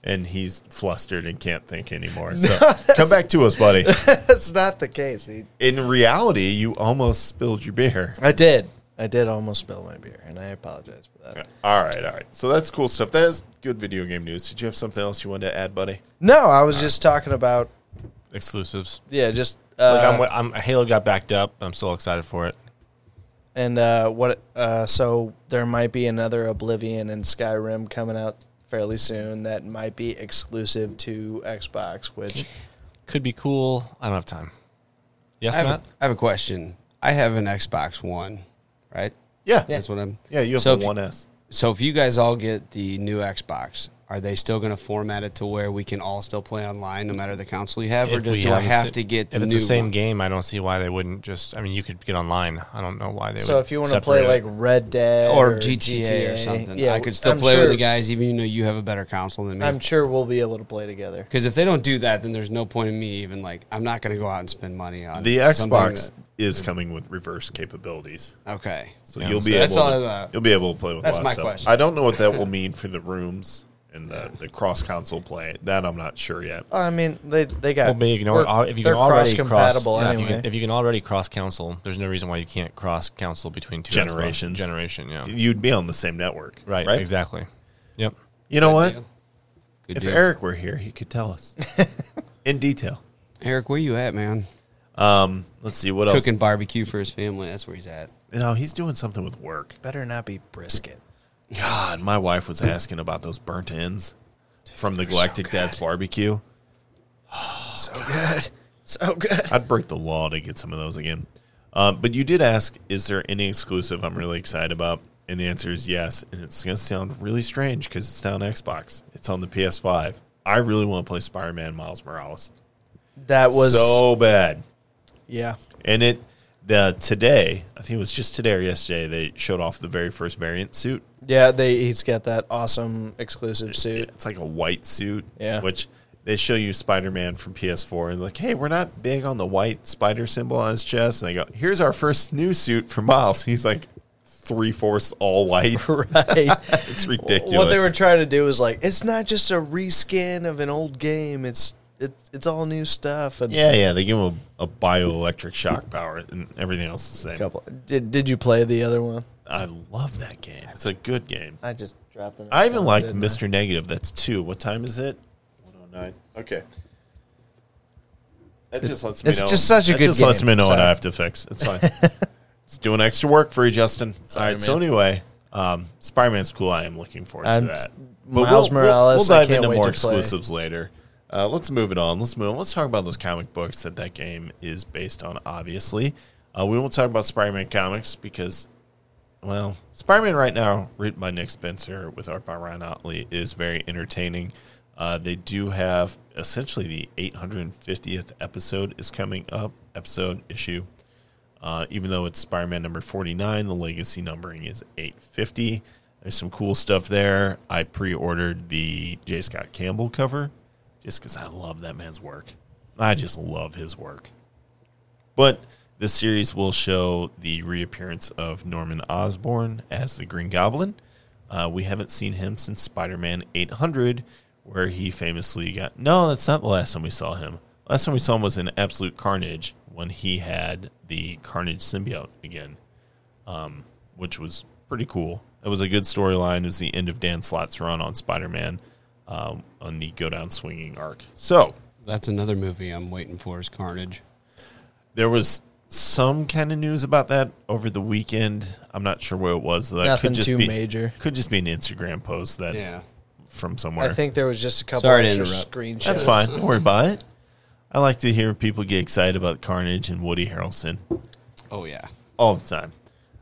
S1: And he's flustered and can't think anymore. So come back to us, buddy.
S5: that's not the case. He-
S1: In reality, you almost spilled your beer.
S5: I did. I did almost spill my beer, and I apologize for that.
S1: All right, all right. So that's cool stuff. That is good video game news. Did you have something else you wanted to add, buddy?
S5: No, I was just talking about
S6: Exclusives.
S5: yeah, just uh,
S6: Like I'm, wa- I'm Halo got backed up. But I'm still excited for it.
S5: and uh, what uh, so there might be another Oblivion and Skyrim coming out fairly soon that might be exclusive to Xbox, which
S6: Could be cool. I don't have time. Yes,
S7: I have,
S6: Matt.
S7: a, I have a question. I have an Xbox One, right?
S1: Yeah.
S7: That's what I'm.
S1: Yeah, you have
S7: So
S1: the
S7: if-
S1: one S.
S7: So if you guys all get the new Xbox, are they still going to format it to where we can all still play online no matter the console you have, or
S6: If
S7: do,
S6: we
S7: do I
S6: haven't
S7: have
S6: se-
S7: to get the
S6: if it's
S7: new
S6: the same
S7: one?
S6: game? I don't see why they wouldn't just. I mean, you could get online. I don't know why they.
S5: so
S6: would
S5: if you want to play
S6: separate
S5: like
S6: it.
S5: Red Dead
S7: or, GTA, or something? I could still
S5: I'm
S7: play with
S5: sure-
S7: the guys, even though you have a better console than
S5: I'm
S7: me.
S5: sure we'll be able to play together.
S7: Because if they don't do that, then there's no point in me even like I'm not going to go out and spend money on
S1: The
S7: something
S1: Xbox is coming with reverse capabilities.
S7: that- okay.
S1: So
S6: Yeah.
S1: you'll
S6: So
S1: be
S7: that's
S1: able
S7: all
S1: to,
S7: I, uh,
S1: you'll be able to play with
S7: that's
S1: a lot
S7: my
S1: of stuff.
S7: question.
S1: I don't know what that will mean for the rooms and the, the cross console play. That I'm not sure yet.
S5: Uh, I mean, they they got
S6: Well, but you can al-
S5: we're-
S6: al- if you
S5: they're
S6: can already
S5: cross-compatible
S6: cross, yeah, if, you
S5: anyway.
S6: can, if you can already cross console, there's no reason why you can't cross console between two Xbox
S1: Generations.
S6: Generation, yeah,
S1: You'd be on the same network.
S6: right, exactly. Yep.
S1: You know what?
S7: deal. Good
S1: If
S7: deal.
S1: Eric were here, he could tell us in detail.
S7: Eric, where you at, man?
S1: Um, let's see what
S7: Cooking barbecue for his family. That's where he's at.
S1: else. No, he's doing something with work.
S5: better not be brisket.
S1: God, my wife was asking about those burnt ends from the Galactic Dad's barbecue.
S6: Oh,
S5: So good, so good.
S1: I'd break the law to get some of those again. Um, but you did ask, is there any exclusive I'm really excited about? And the answer is yes. And it's going to sound really strange because it's not on Xbox, it's on the PS5. I really want to play Spider Man Miles Morales
S5: That was
S1: so bad.
S5: yeah.
S1: And it, the today, I think it was just today or yesterday, they showed off the very first variant suit.
S5: Yeah, they he's got that awesome exclusive suit.
S1: it's like a white suit.
S5: Yeah.
S1: Which they show you Spider Man from PS4 and like, hey, we're not big on the white spider symbol on his chest. And they go, here's our first new suit for Miles. He's like three fourths all white.
S5: Right.
S1: It's ridiculous.
S5: what they were trying to do was like, it's not just a reskin of an old game. It's it's it's all new stuff. And
S1: yeah, yeah. They give him a, a bioelectric shock power and everything else the same.
S5: couple. Did did you play the other one?
S1: I love that game. It's a good game.
S5: I just dropped it.
S1: I even like Mr. Negative. That's two. What time is it? 109. Okay. That just lets me
S5: It's
S1: know.
S5: just such a
S1: that
S5: good
S1: just lets
S5: game.
S1: me know what
S5: Sorry.
S1: I have to fix. It's fine. it's doing extra work for you, Justin. All right. So
S5: man.
S1: anyway, um, Spider Man's cool. I am looking forward
S5: I'm-
S1: to that.
S5: Miles Morales, I
S1: We'll, dive
S5: can't
S1: into
S5: wait
S1: more
S5: to play.
S1: exclusives later. Uh, let's move it on. Let's move on. Let's talk about those comic books that that game is based on. Obviously, uh, we won't talk about Spider Man comics because well, Spider Man right now, written by Nick Spencer with art by Ryan Otley, is very entertaining. Uh, they do have essentially the 850th episode is coming up, episode issue. Uh, even though it's Spider Man number 49, the legacy numbering is 850. There's some cool stuff there. I pre ordered the J. Scott Campbell cover just because I love that man's work. I just love his work. But this series will show the reappearance of Norman Osborn as the Green Goblin. Uh, we haven't seen him since Spider Man 800, where he famously got. No, that's not the last time we saw him. Last time we saw him was in Absolute Carnage when he had the Carnage symbiote again, um, which was pretty cool. It was a good storyline. It was the end of Dan Slott's run on Spider Man um, on the Go Down Swinging arc. So,
S7: That's another movie I'm waiting for is Carnage.
S1: there was some kind of news about that over the weekend. I'm not sure where it was. That
S5: Nothing
S1: could just
S5: too
S1: be,
S5: major.
S1: Could just be an Instagram post that
S7: Yeah.
S1: from somewhere.
S5: I think there was just a couple
S7: Sorry to
S5: extra
S7: interrupt.
S5: screenshots.
S1: that's fine. Don't worry about it. I like to hear people get excited about Carnage and Woody Harrelson
S7: Oh yeah.
S1: all the time.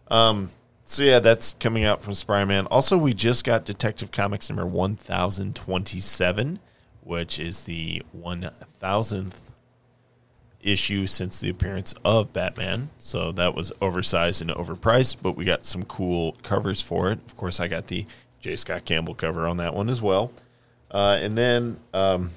S1: Um, so yeah, that's coming out from Spider-Man. Also, we just got Detective Comics number one thousand twenty-seven, which is the one thousandth issue since the appearance of Batman. So that was oversized and overpriced, but we got some cool covers for it. Of course, I got the J. Scott Campbell cover on that one as well. Uh, and then um,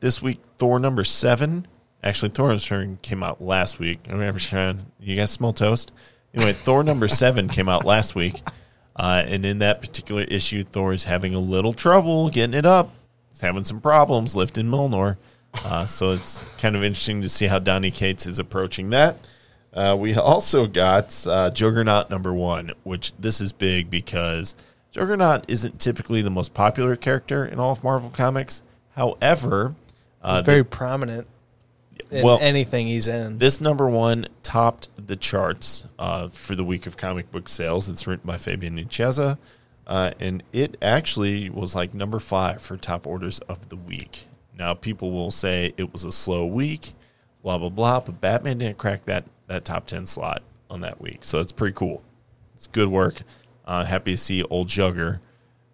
S1: this week, Thor number seven. Actually, Thor's turn came out last week. I remember Sharon, you guys smell toast? Anyway, Thor number seven came out last week. Uh, and in that particular issue, Thor is having a little trouble getting it up. He's having some problems lifting Milnor. Uh, so it's kind of interesting to see how Donny Cates is approaching that. Uh, we also got uh, Juggernaut number one, which this is big because Juggernaut isn't typically the most popular character in all of Marvel Comics. However, uh,
S5: Very prominent in
S1: Well-
S5: anything he's in.
S1: this number one topped the charts uh, for the week of comic book sales. It's written by Fabian Ncheza, uh, and it actually was like number five for top orders of the week. Now, people will say it was a slow week, blah blah blah, but Batman didn't crack that that top ten slot on that week, so it's pretty cool. It's good work. Uh, happy to see old Jugger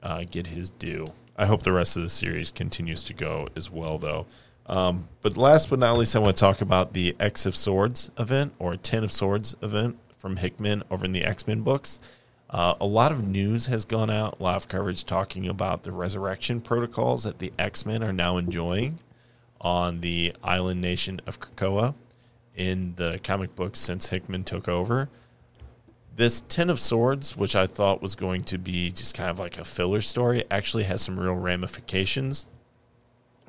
S1: uh, get his due. I hope the rest of the series continues to go as well, though. Um, but last but not least, I want to talk about the X of Swords event or Ten of Swords event from Hickman over in the X Men books. Uh, a lot of news has gone out, a lot of coverage talking about the resurrection protocols that the X Men are now enjoying on the island nation of Krakoa in the comic books since Hickman took over this ten of swords which i thought was going to be just kind of like a filler story actually has some real ramifications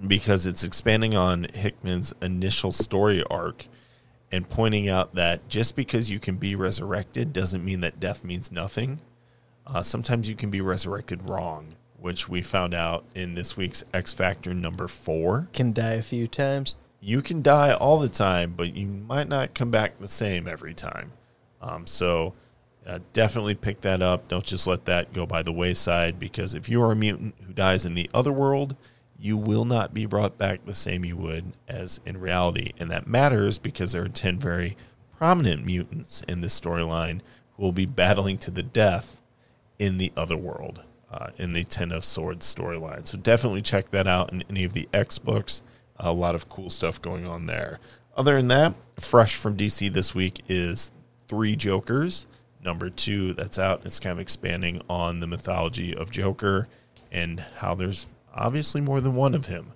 S1: because it's expanding on hickman's initial story arc and pointing out that just because you can be resurrected doesn't mean that death means nothing uh, sometimes you can be resurrected wrong which we found out in this week's x factor number four
S5: Can die a few times.
S1: you can die all the time, but you might not come back the same every time. Um, so uh, definitely pick that up. Don't just let that go by the wayside because if you are a mutant who dies in the other world, you will not be brought back the same you would as in reality. And that matters because there are 10 very prominent mutants in this storyline who will be battling to the death in the other world uh, in the Ten of Swords storyline. So definitely check that out in any of the X books. A lot of cool stuff going on there. Other than that, fresh from DC this week is Three Jokers, number two, that's out. It's kind of expanding on the mythology of Joker and how there's obviously more than one of him.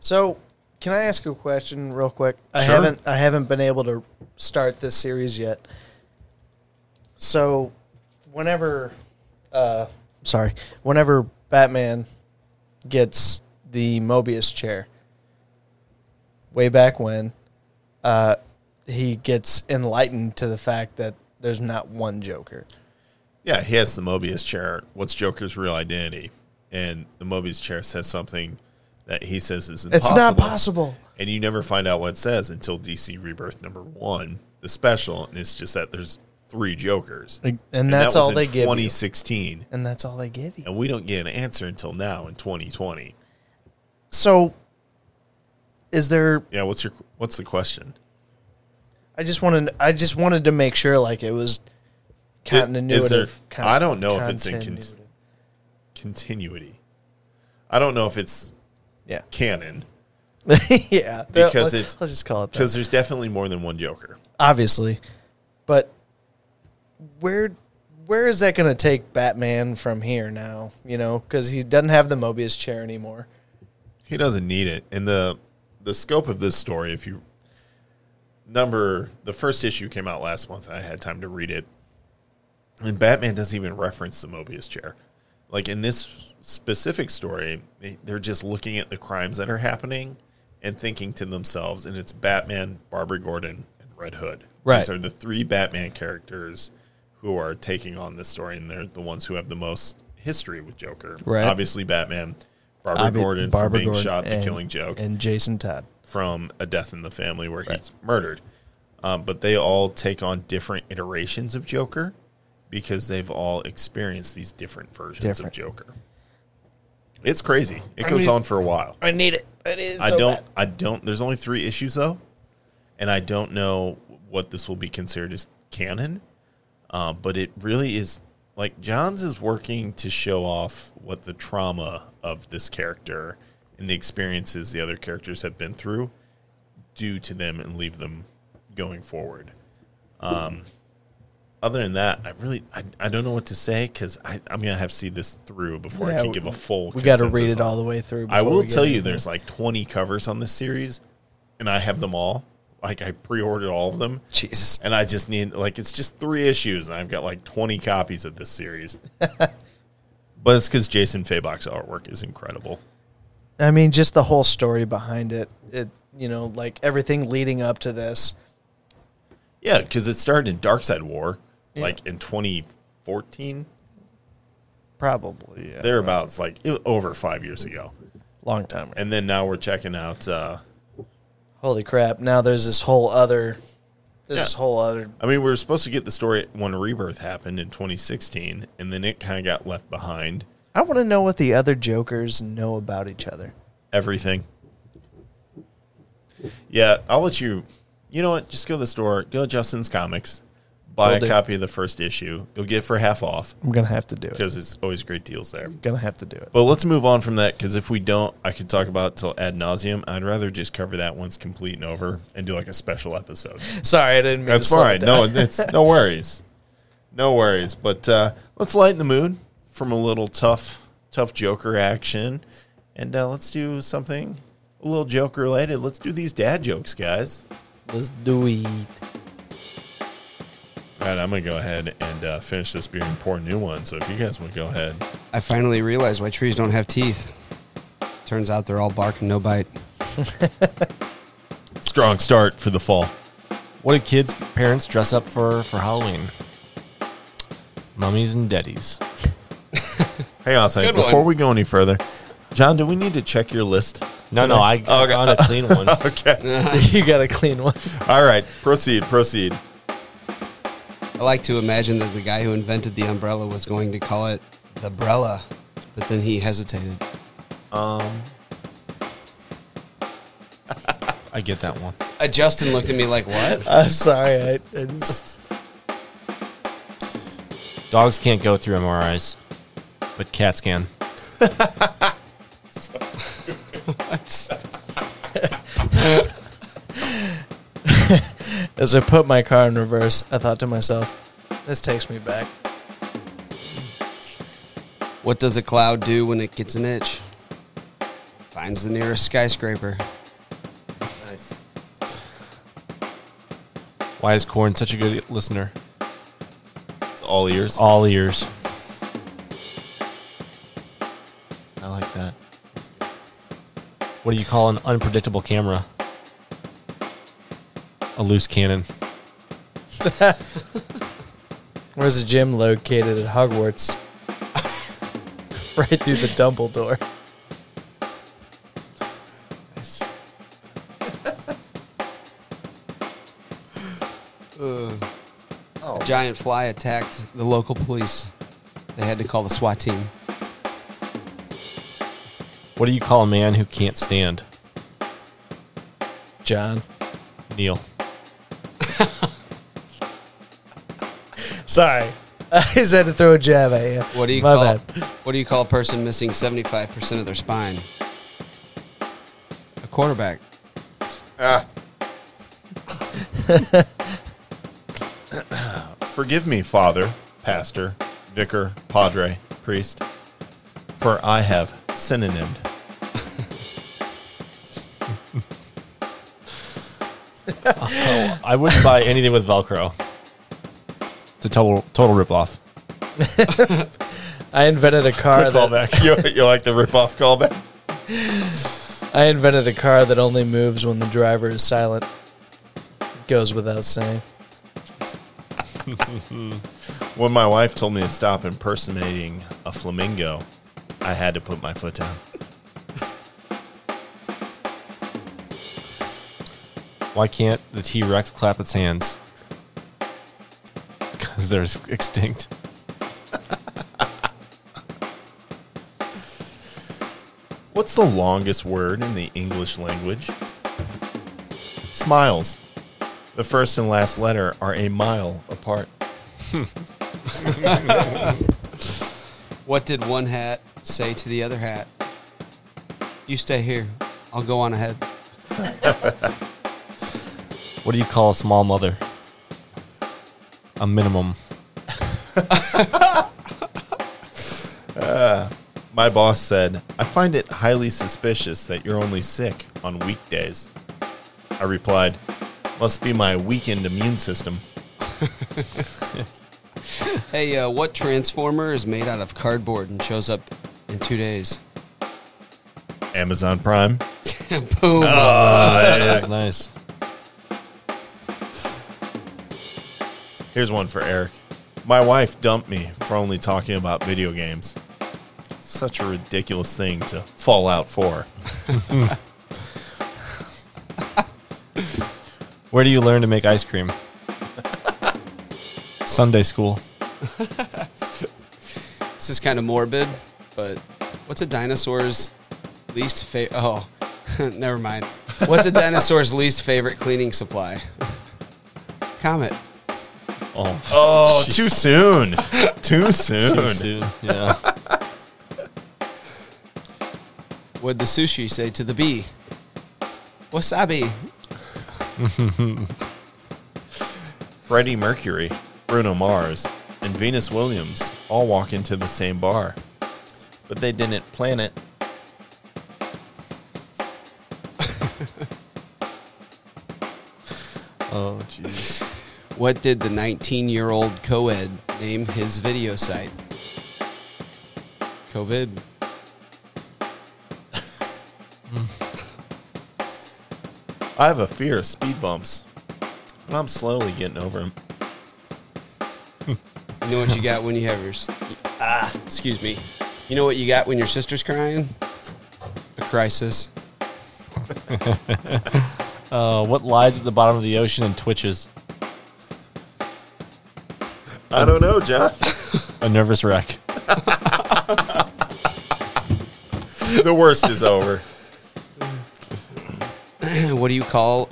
S5: So, can I ask you a question real quick? I
S1: Sure.
S5: haven't I haven't been able to start this series yet. So, whenever uh sorry, whenever Batman gets the Mobius chair way back when uh he gets enlightened to the fact that there's not one Joker.
S1: Yeah, he has the Mobius chair. What's Joker's real identity? And the Mobius chair says something that he says is impossible.
S5: It's not possible.
S1: and you never find out what it says until DC Rebirth number one, the special, and it's just that there's three Jokers,
S5: And that's all they give you.
S1: 2016,
S5: And that's all they give you.
S1: and we don't get an answer until now in 2020.
S5: So is there
S1: Yeah, what's your what's the question?
S5: I just wanted I just wanted to make sure like it was continuity.
S1: Is there- I don't know if it's in con- continuity. I don't know if it's
S5: Yeah.
S1: canon
S5: yeah.
S1: Because
S5: Let-
S1: it's-
S5: let's just call it
S1: because
S5: that.
S1: there's definitely more than one Joker.
S5: Obviously. But where where is that going to take Batman from here now? You know, because he doesn't have the Mobius chair anymore.
S1: He doesn't need it. And the the scope of this story, if you number the first issue came out last month, and I had time to read it. And Batman doesn't even reference the Mobius chair. Like in this specific story, they- they're just looking at the crimes that are happening and thinking to themselves, and it's Batman, Barbara Gordon, and Red Hood.
S5: Right.
S1: These are the three Batman characters who are taking on this story, and they're the ones who have the most history with Joker.
S5: Right.
S1: Obviously, Batman, Barbara
S5: Obvi-
S1: Gordon for
S5: Barbara
S1: being
S5: Gordon
S1: shot, the
S5: and-
S1: killing joke
S5: And Jason Todd.
S1: from a death in the family where he's murdered. Um, but they all take on different iterations of Joker because they've all experienced these different versions of
S5: Different.
S1: Joker. It's crazy. It goes on for a while.
S5: I need it. It is.
S1: I don't. I don't. There's only three issues though, and I don't know what this will be considered as canon. Uh, but it really is like Johns is working to show off what the trauma of this character and the experiences the other characters have been through do to them and leave them going forward. Um, other than that, I really I, I don't know what to say because I'm gonna have to see this through before I
S5: Yeah,
S1: can give a full.
S5: We got to read
S1: consensus
S5: it
S1: on
S5: all the way through.
S1: I
S5: before
S1: will
S5: we get
S1: tell you,
S5: anything.
S1: there's like 20 covers on this series, and I have them all. Like I pre-ordered all of them,
S5: Jesus.
S1: and I just need like it's just three issues, and I've got like 20 copies of this series. but it's because Jason Fabok's artwork is incredible.
S5: I mean, just the whole story behind it. It you know, like everything leading up to this.
S1: Yeah, because it started in Dark Side War, like in 2014,
S5: Probably yeah.
S1: thereabouts, like it- over five years ago.
S5: long time.
S1: And then now we're checking out. uh
S5: Holy crap! Now there's this whole other, this
S1: Yeah.
S5: whole other.
S1: I mean, we were supposed to get the story when Rebirth happened in 2016, and then it kind of got left behind.
S5: I want to know what the other Jokers know about each other.
S1: everything. Yeah, I'll let you. You know what? Just go to the store. Go to Justin's Comics. Buy
S5: Will
S1: a
S5: do.
S1: copy of the first issue. You'll get it for half off
S5: I'm gonna have to do it.
S1: because it's always great deals there.
S5: Gonna have to do it.
S1: But let's move on from that because if we don't, I could talk about it till ad nauseum. I'd rather just cover that once complete and over and do like a special episode.
S5: Sorry, I didn't mean.
S1: That's
S5: to slow
S1: fine.
S5: it down.
S1: No, it's no worries. No worries. But uh, let's lighten the mood from a little tough, tough Joker action, and uh, let's do something a little Joker related. Let's do these dad jokes, guys.
S5: Let's do it.
S1: All right, I'm gonna go ahead and uh, finish this beer and pour a new one. So if you guys want to go ahead,
S7: I finally realized why trees don't have teeth. Turns out they're all bark and no bite.
S1: strong start for the fall.
S6: What did kids' parents dress up for for Halloween? Mummies and daddies.
S1: Hang on a second.
S7: Good one.
S1: Before we go any further, John, do we need to check your list?
S6: No, no, I
S7: Oh,
S6: I
S1: Okay.
S6: found a clean one.
S1: Okay.
S5: you got a clean one.
S1: All right. Proceed. Proceed.
S7: I like to imagine that the guy who invented the umbrella was going to call it the Brella, but then he hesitated.
S6: I get that one.
S7: Uh, Justin looked at me like, "What?"
S5: I'm sorry. I, I just
S6: Dogs can't go through MRIs, but cats can.
S5: as I put my car in reverse, I thought to myself, "This takes me back."
S7: What does a cloud do when it gets an itch? Finds the nearest skyscraper.
S1: Nice.
S6: Why is Corn such a good listener?
S1: It's all ears.
S6: All ears.
S1: I like that.
S6: What do you call an unpredictable camera? A loose cannon.
S5: Where's the gym located at Hogwarts? right through the Dumbledore.
S7: A giant fly attacked the local police. They had to call the SWAT team.
S6: What do you call a man who can't stand?
S5: John.
S6: Neil.
S5: Sorry. I just had to throw a jab at you.
S7: What do you
S5: My
S7: call?
S5: bad.
S7: What do you call a person missing seventy-five percent of their spine? A quarterback.
S1: Forgive me, Father, Pastor, Vicar, Padre, Priest, for I have synonymed.
S6: I wouldn't buy anything with Velcro. It's a total total ripoff.
S5: I invented a car
S6: Quick
S5: that
S6: callback.
S1: You, you like the ripoff callback?
S5: I invented a car that only moves when the driver is silent. Goes without saying.
S1: When my wife told me to stop impersonating a flamingo, I had to put my foot down.
S6: Why can't the T Rex clap its hands? Because they're s- extinct.
S1: What's the longest word in the English language? Smiles. The first and last letter are a mile apart.
S7: What did one hat say to the other hat? You stay here. I'll go on ahead.
S6: What do you call a small mother? A minimum.
S1: My boss said, I find it highly suspicious that you're only sick on weekdays. I replied, Must be my weakened immune system.
S7: Hey, uh, what transformer is made out of cardboard and shows up in two days?
S1: Amazon Prime.
S7: Boom.
S6: That's nice.
S1: Here's one for Eric. My wife dumped me for only talking about video games. Such a ridiculous thing to fall out for.
S6: Where do you learn to make ice cream? Sunday school.
S7: This is kind of morbid, but what's a dinosaur's least favorite? Oh, never mind. What's a dinosaur's least favorite cleaning supply? Comet.
S6: Oh,
S1: Oh, too soon. Too
S6: too
S1: soon.
S6: soon. Yeah.
S7: What'd the sushi say to the bee? Wasabi.
S1: Freddie Mercury, Bruno Mars, and Venus Williams all walk into the same bar. But they didn't plan it.
S6: Oh, jeez.
S7: What did the 19 year old co ed name his video site? COVID.
S1: I have a fear of speed bumps, but I'm slowly getting over them.
S7: You know what you got when you have your. s- Ah, excuse me. You know what you got when your sister's crying? A crisis.
S6: Uh, what lies at the bottom of the ocean and twitches?
S1: I don't know, John.
S6: A nervous wreck.
S1: the worst is over.
S7: What do you call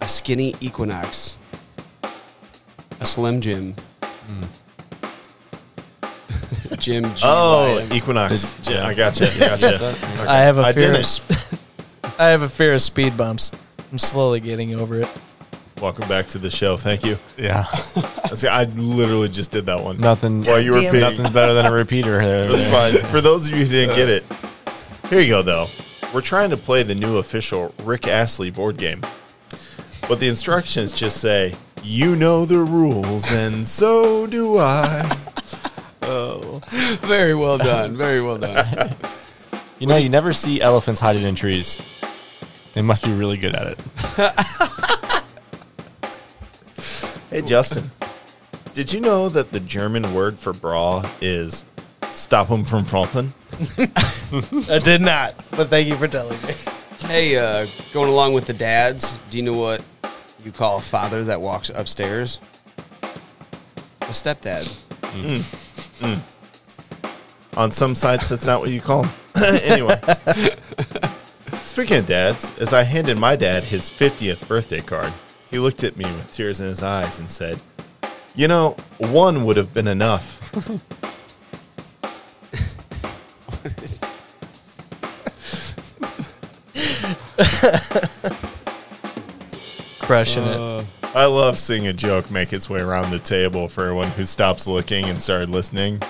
S7: a skinny equinox? A slim Jim. Jim G.
S1: Oh,
S7: Ryan.
S1: Equinox. Yeah, I gotcha. I gotcha.
S5: I have a
S1: I
S5: fear
S1: didn't.
S5: of sp- I have a fear of speed bumps. I'm slowly getting over it.
S1: Welcome back to the show. Thank you.
S6: Yeah.
S1: See, I literally just did that one.
S6: Nothing.
S1: While you were
S5: Damn it.
S1: peeing.
S6: Nothing's better than a repeater. There,
S1: That's fine. For those of you who didn't get it, here you go, though. We're trying to play the new official Rick Astley board game. But the instructions just say, you know the rules, and so do I.
S7: Very well done. Very well done.
S6: You know, you never see elephants hiding in trees. They must be really good at it.
S1: Hey, Justin. Did you know that the German word for bra is stop him from frumping?
S5: I did not, but thank you for telling me.
S7: hey, uh, going along with the dads, do you know what you call a father that walks upstairs? A stepdad.
S1: On some sites, that's not what you call them. anyway. Speaking of dads, as I handed my dad his 50th birthday card, he looked at me with tears in his eyes and said, You know, one would have been enough.
S7: Uh.
S5: Crushing it.
S1: I love seeing a joke make its way around the table for everyone who stops looking and started listening.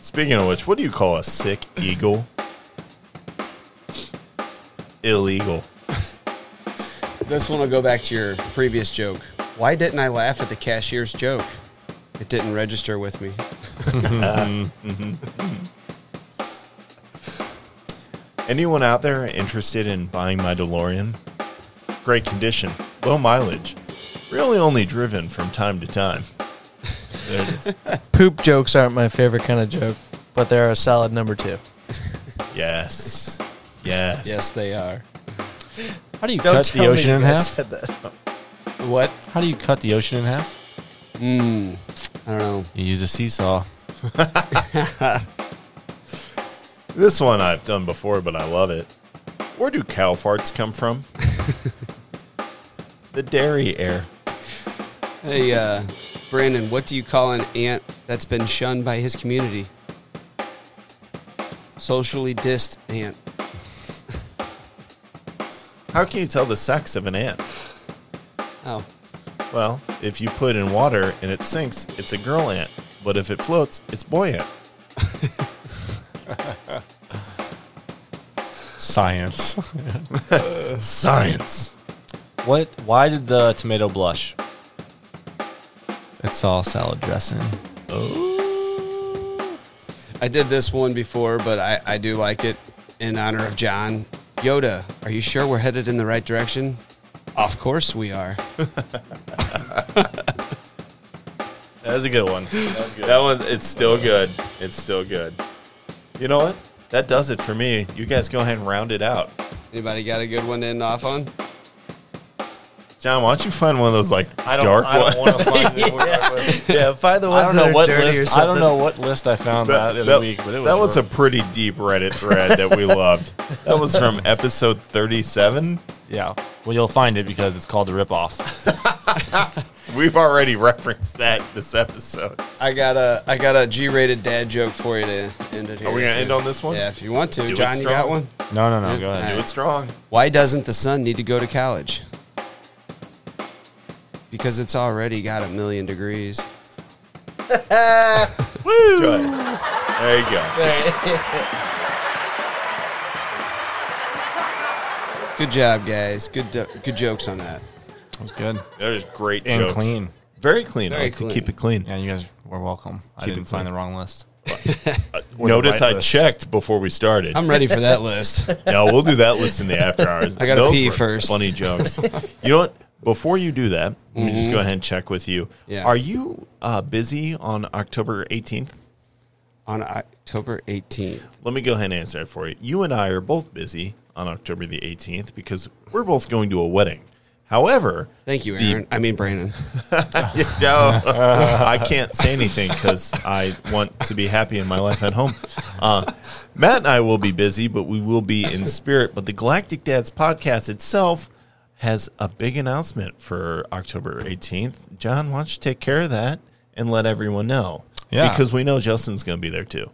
S1: Speaking of which, what do you call a sick eagle? Illegal.
S7: This one will go back to your previous joke. Why didn't I laugh at the cashier's joke? It didn't register with me.
S1: Anyone out there interested in buying my DeLorean? Great condition, low mileage, really only driven from time to time. There it is.
S5: Poop jokes aren't my favorite kind of joke, but they're a solid number two.
S1: Yes. Yes.
S7: Yes, they are.
S6: How do you cut the ocean in half?
S7: What?
S6: How do you cut the ocean in half?
S7: Mm, I don't know.
S6: You use a seesaw.
S1: This one I've done before, but I love it. Where do cow farts come from? the dairy air.
S7: Hey, uh, Brandon, what do you call an ant that's been shunned by his community? Socially dissed ant.
S1: How can you tell the sex of an ant?
S7: Oh,
S1: Well, if you put it in water and it sinks, it's a girl ant. But if it floats, it's boy ant.
S6: Science.
S1: Science.
S6: what? Why did the tomato blush? It's all salad dressing.
S7: I did this one before, but I, I do like it in honor of John. Yoda, are you sure we're headed in the right direction? Of course we are.
S6: That was a good one.
S1: That one, it's still good. It's still good. You know what? That does it for me. You guys go ahead and round it out.
S7: Anybody got a good one to end off on?
S1: John, why don't you find one of those like
S6: I don't.
S1: dark
S6: I don't
S1: ones?
S6: want to find the dark one.
S5: Yeah, find the
S6: I
S5: ones
S6: don't
S5: that
S6: know
S5: are
S6: what
S5: dirty or
S6: list.
S5: something.
S6: I don't know what list I found that, the other week, but it was
S1: that was a
S6: rough.
S1: pretty deep Reddit thread that we loved. That was from episode 37.
S6: yeah. Well, you'll find it because it's called the ripoff.
S1: We've already referenced that this episode.
S7: I got a I got a G-rated dad joke for you to end it here.
S1: Are we going to end on this one?
S7: Yeah, if you want to,
S1: Do it
S7: John, you got
S1: strong.
S7: one.
S6: No, no, no. Go ahead.
S1: Do it strong.
S7: Why doesn't the sun need to go to college? Because it's already got a million degrees.
S1: Good. There you go.
S7: Good job, guys. Good do- good jokes on that.
S6: It was good
S1: That is great
S6: and
S1: jokes.
S6: clean.
S1: Very clean. I
S7: Very
S1: like
S7: clean.
S1: to keep it clean.
S6: Yeah, you guys were welcome. I
S1: Keep it
S6: didn't find
S1: clean.
S6: the wrong list.
S1: Uh, Notice
S6: right
S1: I
S6: list.
S1: checked before we started.
S7: I'm ready for that list.
S1: no, we'll do that list in the after hours.
S7: I gotta
S1: Those
S7: pee
S1: were
S7: first.
S1: Funny jokes. you know what? Before you do that, let me just go ahead and check with you.
S7: Yeah.
S1: Are you uh, busy on October 18th?
S7: On October 18th.
S1: Let me go ahead and answer it for you. You and I are both busy on October the 18th because we're both going to a wedding. However,
S7: Thank you,
S1: The-
S7: Aaron. I mean, Brandon.
S1: you know, I can't say anything because I want to be happy in my life at home. Uh, Matt and I will be busy, but we will be in spirit. But the Galactic Dads podcast itself has a big announcement for October 18th. John, why don't you take care of that and let everyone know?
S6: Yeah.
S1: Because we know Justin's going to be there too.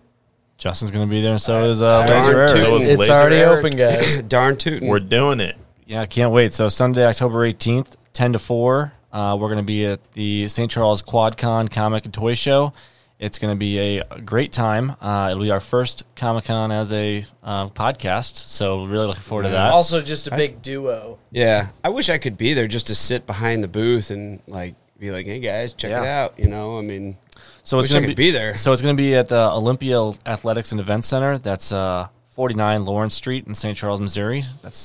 S6: Justin's gonna be there, and so is uh, Laser
S7: darn
S6: Eric.
S1: So is
S5: It's
S1: Laser
S5: already
S1: Eric.
S5: open, guys.
S7: Darn tootin'.
S1: We're doing it.
S6: Yeah, can't wait. So Sunday, October 18th, 10 to 4, uh, we're going to be at the St. Charles QuadCon Comic and Toy Show. It's going to be a great time. Uh, it'll be our first Comic Con as a uh, podcast, so really looking forward to that.
S5: Also, just a big duo.
S7: yeah. I wish I could be there just to sit behind the booth and like be like, hey guys, check it
S6: Yeah.
S7: out. You know, I mean,
S6: So it's
S7: Wish I
S6: going to
S7: could be there.
S6: So it's going to be at the Olympia Athletics and Event Center. That's uh, 49 Lawrence Street in St. Charles, Missouri. That's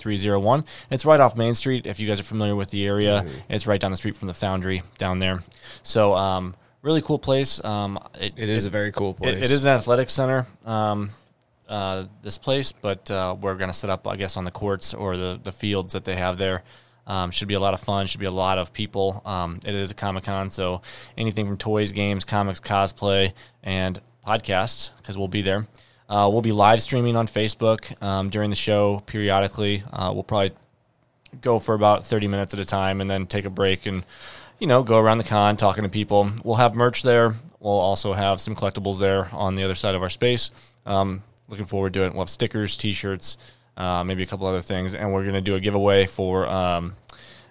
S6: 63301. It's right off Main Street. If you guys are familiar with the area,
S7: Mm-hmm.
S6: it's right down the street from the Foundry down there. So um, really cool place. Um,
S7: it is a very cool place.
S6: It, it is an athletic center. Um, uh, this place, but uh, we're going to set up, I guess, on the courts or the the fields that they have there. Um, should be a lot of fun. Should be a lot of people. Um, it is a comic con, so anything from toys, games, comics, cosplay, and podcasts because we'll be there. Uh, we'll be live streaming on Facebook um, during the show periodically. Uh, we'll probably go for about 30 minutes at a time and then take a break and you know go around the con talking to people we'll have merch there we'll also have some collectibles there on the other side of our space um, looking forward to it we'll have stickers t-shirts uh, maybe a couple other things and we're going to do a giveaway for um,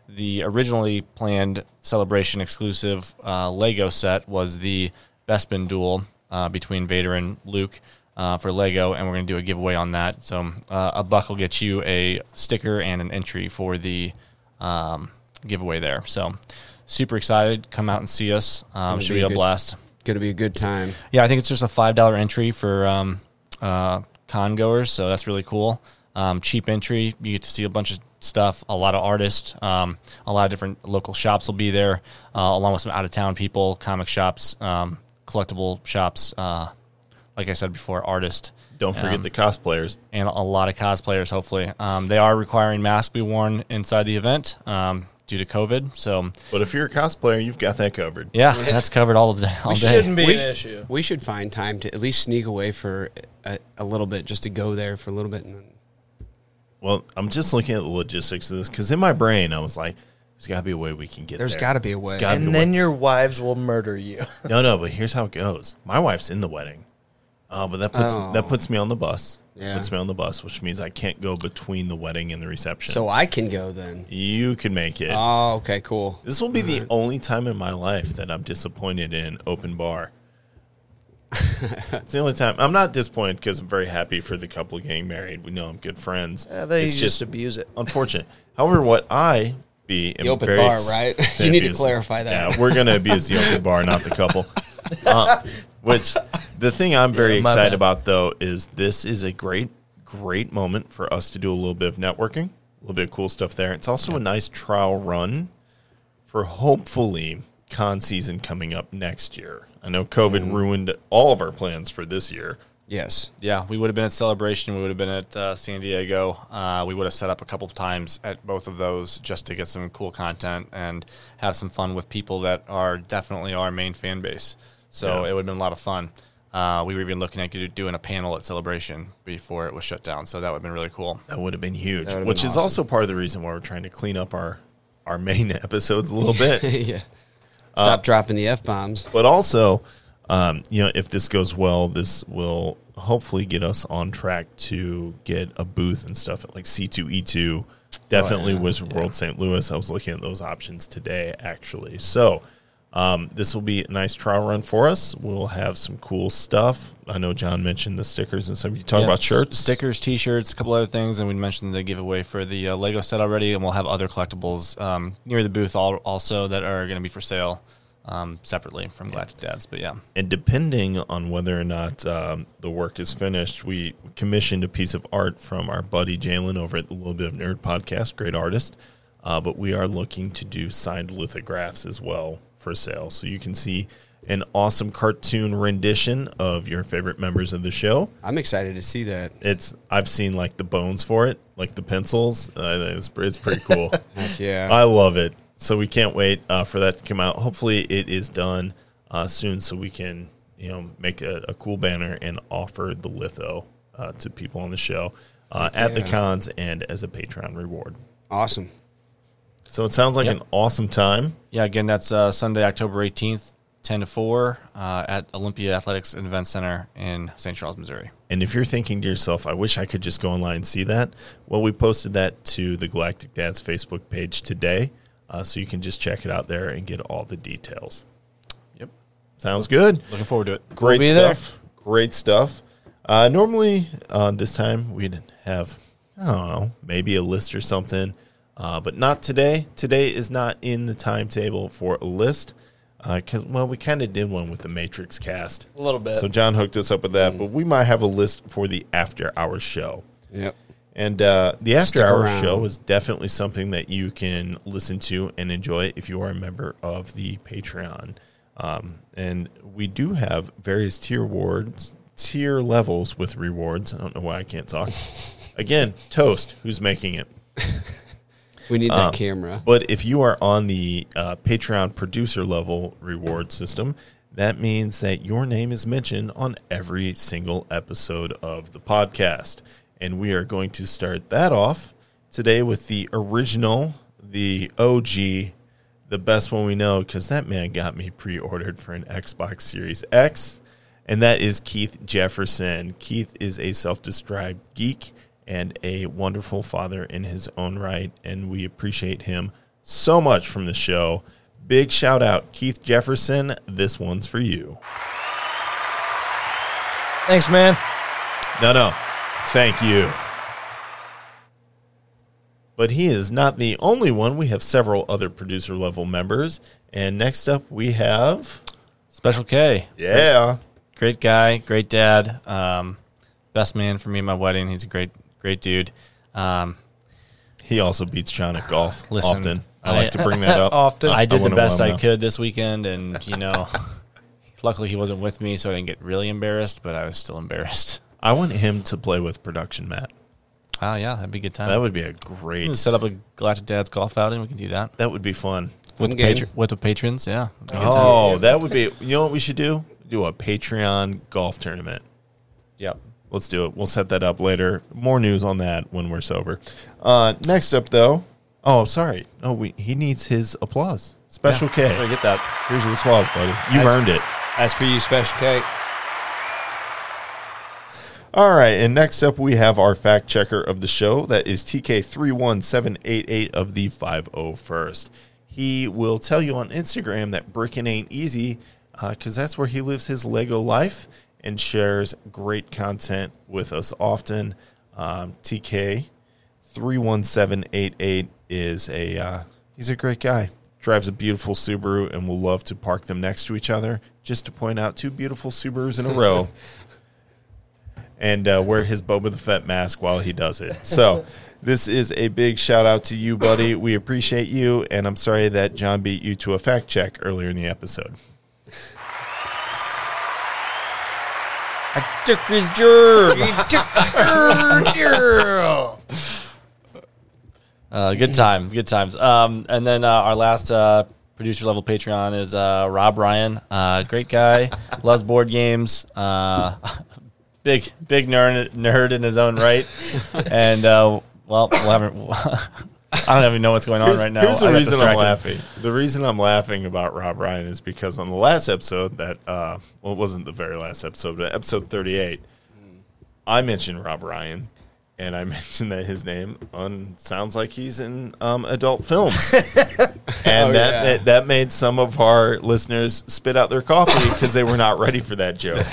S6: the originally planned celebration exclusive uh, Lego set was the Bespin duel uh, between Vader and Luke uh, for Lego, and we're going to do a giveaway on that. So uh, a buck will get you a sticker and an entry for the um, giveaway there. So super excited! Come out and see us. Um, should be
S7: be a
S6: a
S7: good-
S6: blast.
S7: Gonna be a good time.
S6: Yeah, I think it's just a five dollar entry for um, uh, con goers, so that's really cool. Um, cheap entry, you get to see a bunch of stuff, a lot of artists, um, a lot of different local shops will be there, uh, along with some out of town people, comic shops, um, collectible shops. Uh, like I said before, artists
S1: Don't forget
S6: Um,
S1: the cosplayers.
S6: and a lot of cosplayers. Hopefully, um, they are requiring masks be worn inside the event um, due to COVID. So,
S1: But if you're a cosplayer, you've got that covered.
S6: yeah, that's covered all of the all
S5: We
S6: day.
S5: shouldn't be
S7: We-
S5: an issue.
S7: We should find time to at least sneak away for a, a little bit, just to go there for a little bit, and then
S1: Well, I'm just looking at the logistics of this because in my brain, I was like, there's got to be a way we can get
S7: There's
S1: there.
S7: gotta be a way.
S1: There's gotta be a
S5: And
S1: way.
S5: then your wives will murder you.
S1: No, no, but here's how it goes. My wife's in the wedding. Oh, but that puts
S7: Oh.
S1: that puts me on the bus.
S7: Yeah.
S1: Puts me on the bus, which means I can't go between the wedding and the reception.
S7: so I can go then.
S1: you can make it.
S7: Oh, Mm-hmm. okay, cool.
S1: this will be the only time in my life that I'm disappointed in open bar. it's the only time I'm not disappointed because I'm very happy for the couple getting married. We know I'm good friends.
S5: Yeah, they
S1: it's
S5: just,
S1: just
S5: abuse it.
S1: unfortunate. However, what I be
S7: The open
S1: very
S7: bar,
S1: ex-
S7: right?
S1: very
S7: You need to
S1: abused-
S7: clarify that.
S1: Yeah, we're gonna abuse the open bar, not the couple. Uh, which the thing I'm very
S5: my
S1: excited
S5: bad.
S1: about though is this is a great, great moment for us to do a little bit of networking, a little bit of cool stuff there. It's also a nice trial run for hopefully con season coming up next year. I know COVID ruined all of our plans for this year.
S7: Yes.
S6: Yeah, we would have been at Celebration. We would have been at uh, San Diego. Uh, we would have set up a couple of times at both of those just to get some cool content and have some fun with people that are definitely our main fan base. So
S1: Yeah.
S6: it would have been a lot of fun. Uh, we were even looking at doing a panel at Celebration before it was shut down. So that would have been really cool.
S1: That would have been huge,
S7: would have
S1: which is
S7: been awesome.
S1: also part of the reason why we're trying to clean up our our main episodes a little bit.
S7: yeah. Stop dropping the f bombs.
S1: but also, um, you know, if this goes well, this will hopefully get us on track to get a booth and stuff at like C2E2. Definitely Wizard World St. Louis. I was looking at those options today, actually. So, um, this will be a nice trial run for us. We'll have some cool stuff. I know John mentioned the stickers and stuff. You talk
S6: Yeah,
S1: about
S6: s-
S1: shirts,
S6: stickers, T-shirts, a couple other things, and we mentioned the giveaway for the uh, Lego set already, and we'll have other collectibles um, near the booth al- also that are going to be for sale um, separately from Galactic Dads. But yeah.
S1: and depending on whether or not um, the work is finished, we commissioned a piece of art from our buddy Jalen over at the Little Bit of Nerd podcast, great artist. Uh, but we are looking to do signed lithographs as well for sale, so you can see an awesome cartoon rendition of your favorite members of the show.
S7: I'm excited to see that.
S1: It's I've seen like the bones for it, like the pencils. Uh, it's, it's pretty cool.
S7: Heck yeah.
S1: I love it. So we can't wait uh, for that to come out. Hopefully, it is done uh, soon, so we can you know make a, a cool banner and offer the litho uh, to people on the show uh, at the
S7: yeah.
S1: cons and as a Patreon reward.
S7: awesome.
S1: So it sounds like
S6: Yep.
S1: an awesome time.
S6: Yeah, again, that's uh, Sunday, October 18th, 10 to 4 uh, at Olympia Athletics and Event Center in St. Charles, Missouri.
S1: And if you're thinking to yourself, I wish I could just go online and see that, well, we posted that to the Galactic Dads Facebook page today. Uh, so you can just check it out there and get all the details.
S6: Yep.
S1: Sounds good.
S6: Looking forward to it.
S1: Great
S5: We'll be there.
S1: stuff. Great stuff. Uh, normally, uh, this time we'd have, I don't know, maybe a list or something, uh, but not today. Today is not in the timetable for a list. Uh, 'cause- well, we kind of did one with the Matrix cast.
S5: A little bit. Mm.
S1: So John hooked us up with that, but we might have a list for the after hour show.
S7: Yep.
S1: And uh, the after
S7: Stick
S1: hour
S7: around.
S1: show is definitely something that you can listen to and enjoy if you are a member of the Patreon. Um, and we do have various tier rewards, tier levels with rewards. I don't know why I can't talk. Again, toast. Who's making it?
S7: We need that camera.
S1: But if you are on the uh, Patreon producer level reward system, that means that your name is mentioned on every single episode of the podcast. And we are going to start that off today with the original, the OG, the best one we know, because that man got me pre ordered for an Xbox Series X and that is Keith Jefferson. Keith is a self described geek and a wonderful father in his own right, and we appreciate him so much from the show. Big shout out, Keith Jefferson. This one's for you.
S5: Thanks, man.
S1: No, no. Thank you. But he is not the only one. We have several other producer level members. And next up, we have.
S6: Special K.
S1: Yeah.
S6: great guy, great dad, um, best man for me at my wedding. He's a great, great dude. Um,
S1: He also beats John at golf
S6: Listen,
S1: often. I,
S6: I-
S1: like to bring that up.
S5: Often.
S6: I did
S1: wanna
S6: the best
S1: let him
S6: I
S1: know.
S6: could this weekend, and you know, luckily he wasn't with me, so I didn't get really embarrassed, but I was still embarrassed.
S1: I want him to play with production Matt.
S6: Oh yeah, that'd be a good time.
S1: That would be a
S6: we can
S1: great.
S6: set up a Galactic Dad's golf outing. We can do that
S1: That would be fun.
S6: with
S7: I'm game.
S6: patr- with the patrons. Yeah.
S1: Oh, that would be. You know what we should do? Do a Patreon golf tournament.
S6: Yep.
S1: Let's do it. We'll set that up later. More news on that when we're sober. Uh, next up, though. Oh, sorry. Oh, we, he needs his applause. Special
S6: I
S1: K.
S6: get that.
S1: Here's your applause, buddy. You've earned it.
S7: As for you, Special K,
S1: All right, and next up we have our fact checker of the show. That is TK31788 of the 501st. He will tell you on Instagram that bricking ain't easy because that's where he lives his Lego life and shares great content with us often. Um, TK31788 is a uh, he's a great guy. Drives a beautiful Subaru and will love to park them next to each other just to point out two beautiful Subarus in a row and uh, wear his Boba the Fett mask while he does it. So, this is a big shout out to you, buddy. We appreciate you, and I'm sorry that John beat you to a fact check earlier in the episode.
S6: Took his jerk. Uh, good time, good times. Um, and then uh, our last uh, producer level Patreon is uh, Rob Ryan. Uh, great guy, loves board games. Uh, big big nerd nerd in his own right. And uh, well, we'll have, I don't even know what's going on right now.
S1: Here's the
S6: I got
S1: reason I'm
S6: distracted.
S1: laughing. The reason I'm laughing about Rob Ryan is because on the last episode that uh, well, it wasn't the very last episode, but episode 38, I mentioned Rob Ryan. And I mentioned that his name un- sounds like he's in um, adult films, and that,
S7: yeah.
S1: that that made some of our listeners spit out their coffee because they were not ready for that joke,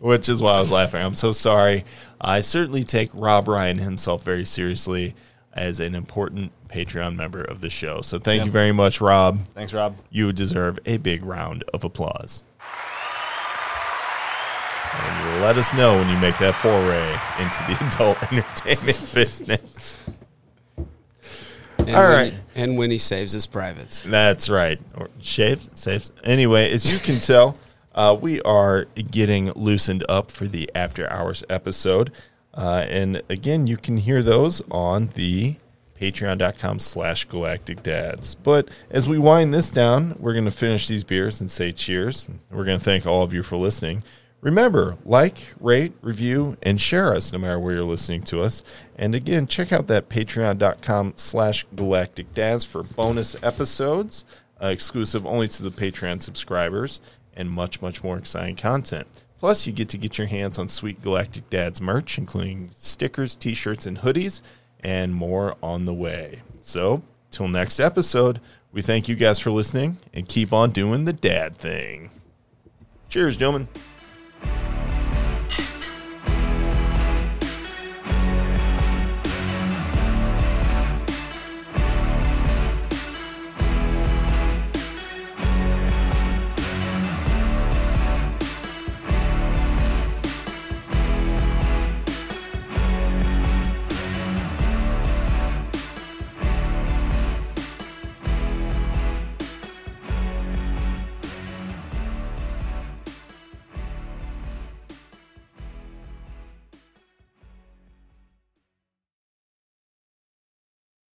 S1: which is why I was laughing. I'm so sorry. I certainly take Rob Ryan himself very seriously as an important Patreon member of the show. So thank you very much, Rob.
S6: Thanks, Rob.
S1: You deserve a big round of applause. And let us know when you make that foray into the adult entertainment business.
S7: and
S1: All
S7: when
S1: right.
S7: he- and when he saves his privates,
S1: That's right. Or shave, saves. Anyway, as you can tell, uh, we are getting loosened up for the after hours episode. Uh, and again, you can hear those on the patreon.com slash galactic dads. But as we wind this down, we're going to finish these beers and say cheers. We're going to thank all of you for listening. Remember, like, rate, review, and share us no matter where you're listening to us. And again, check out that patreon.com slash galactic dads for bonus episodes, uh, exclusive only to the Patreon subscribers, and much, much more exciting content. Plus, you get to get your hands on sweet Galactic Dads merch, including stickers, t shirts, and hoodies, and more on the way. So, till next episode, we thank you guys for listening and keep on doing the dad thing. Cheers, gentlemen.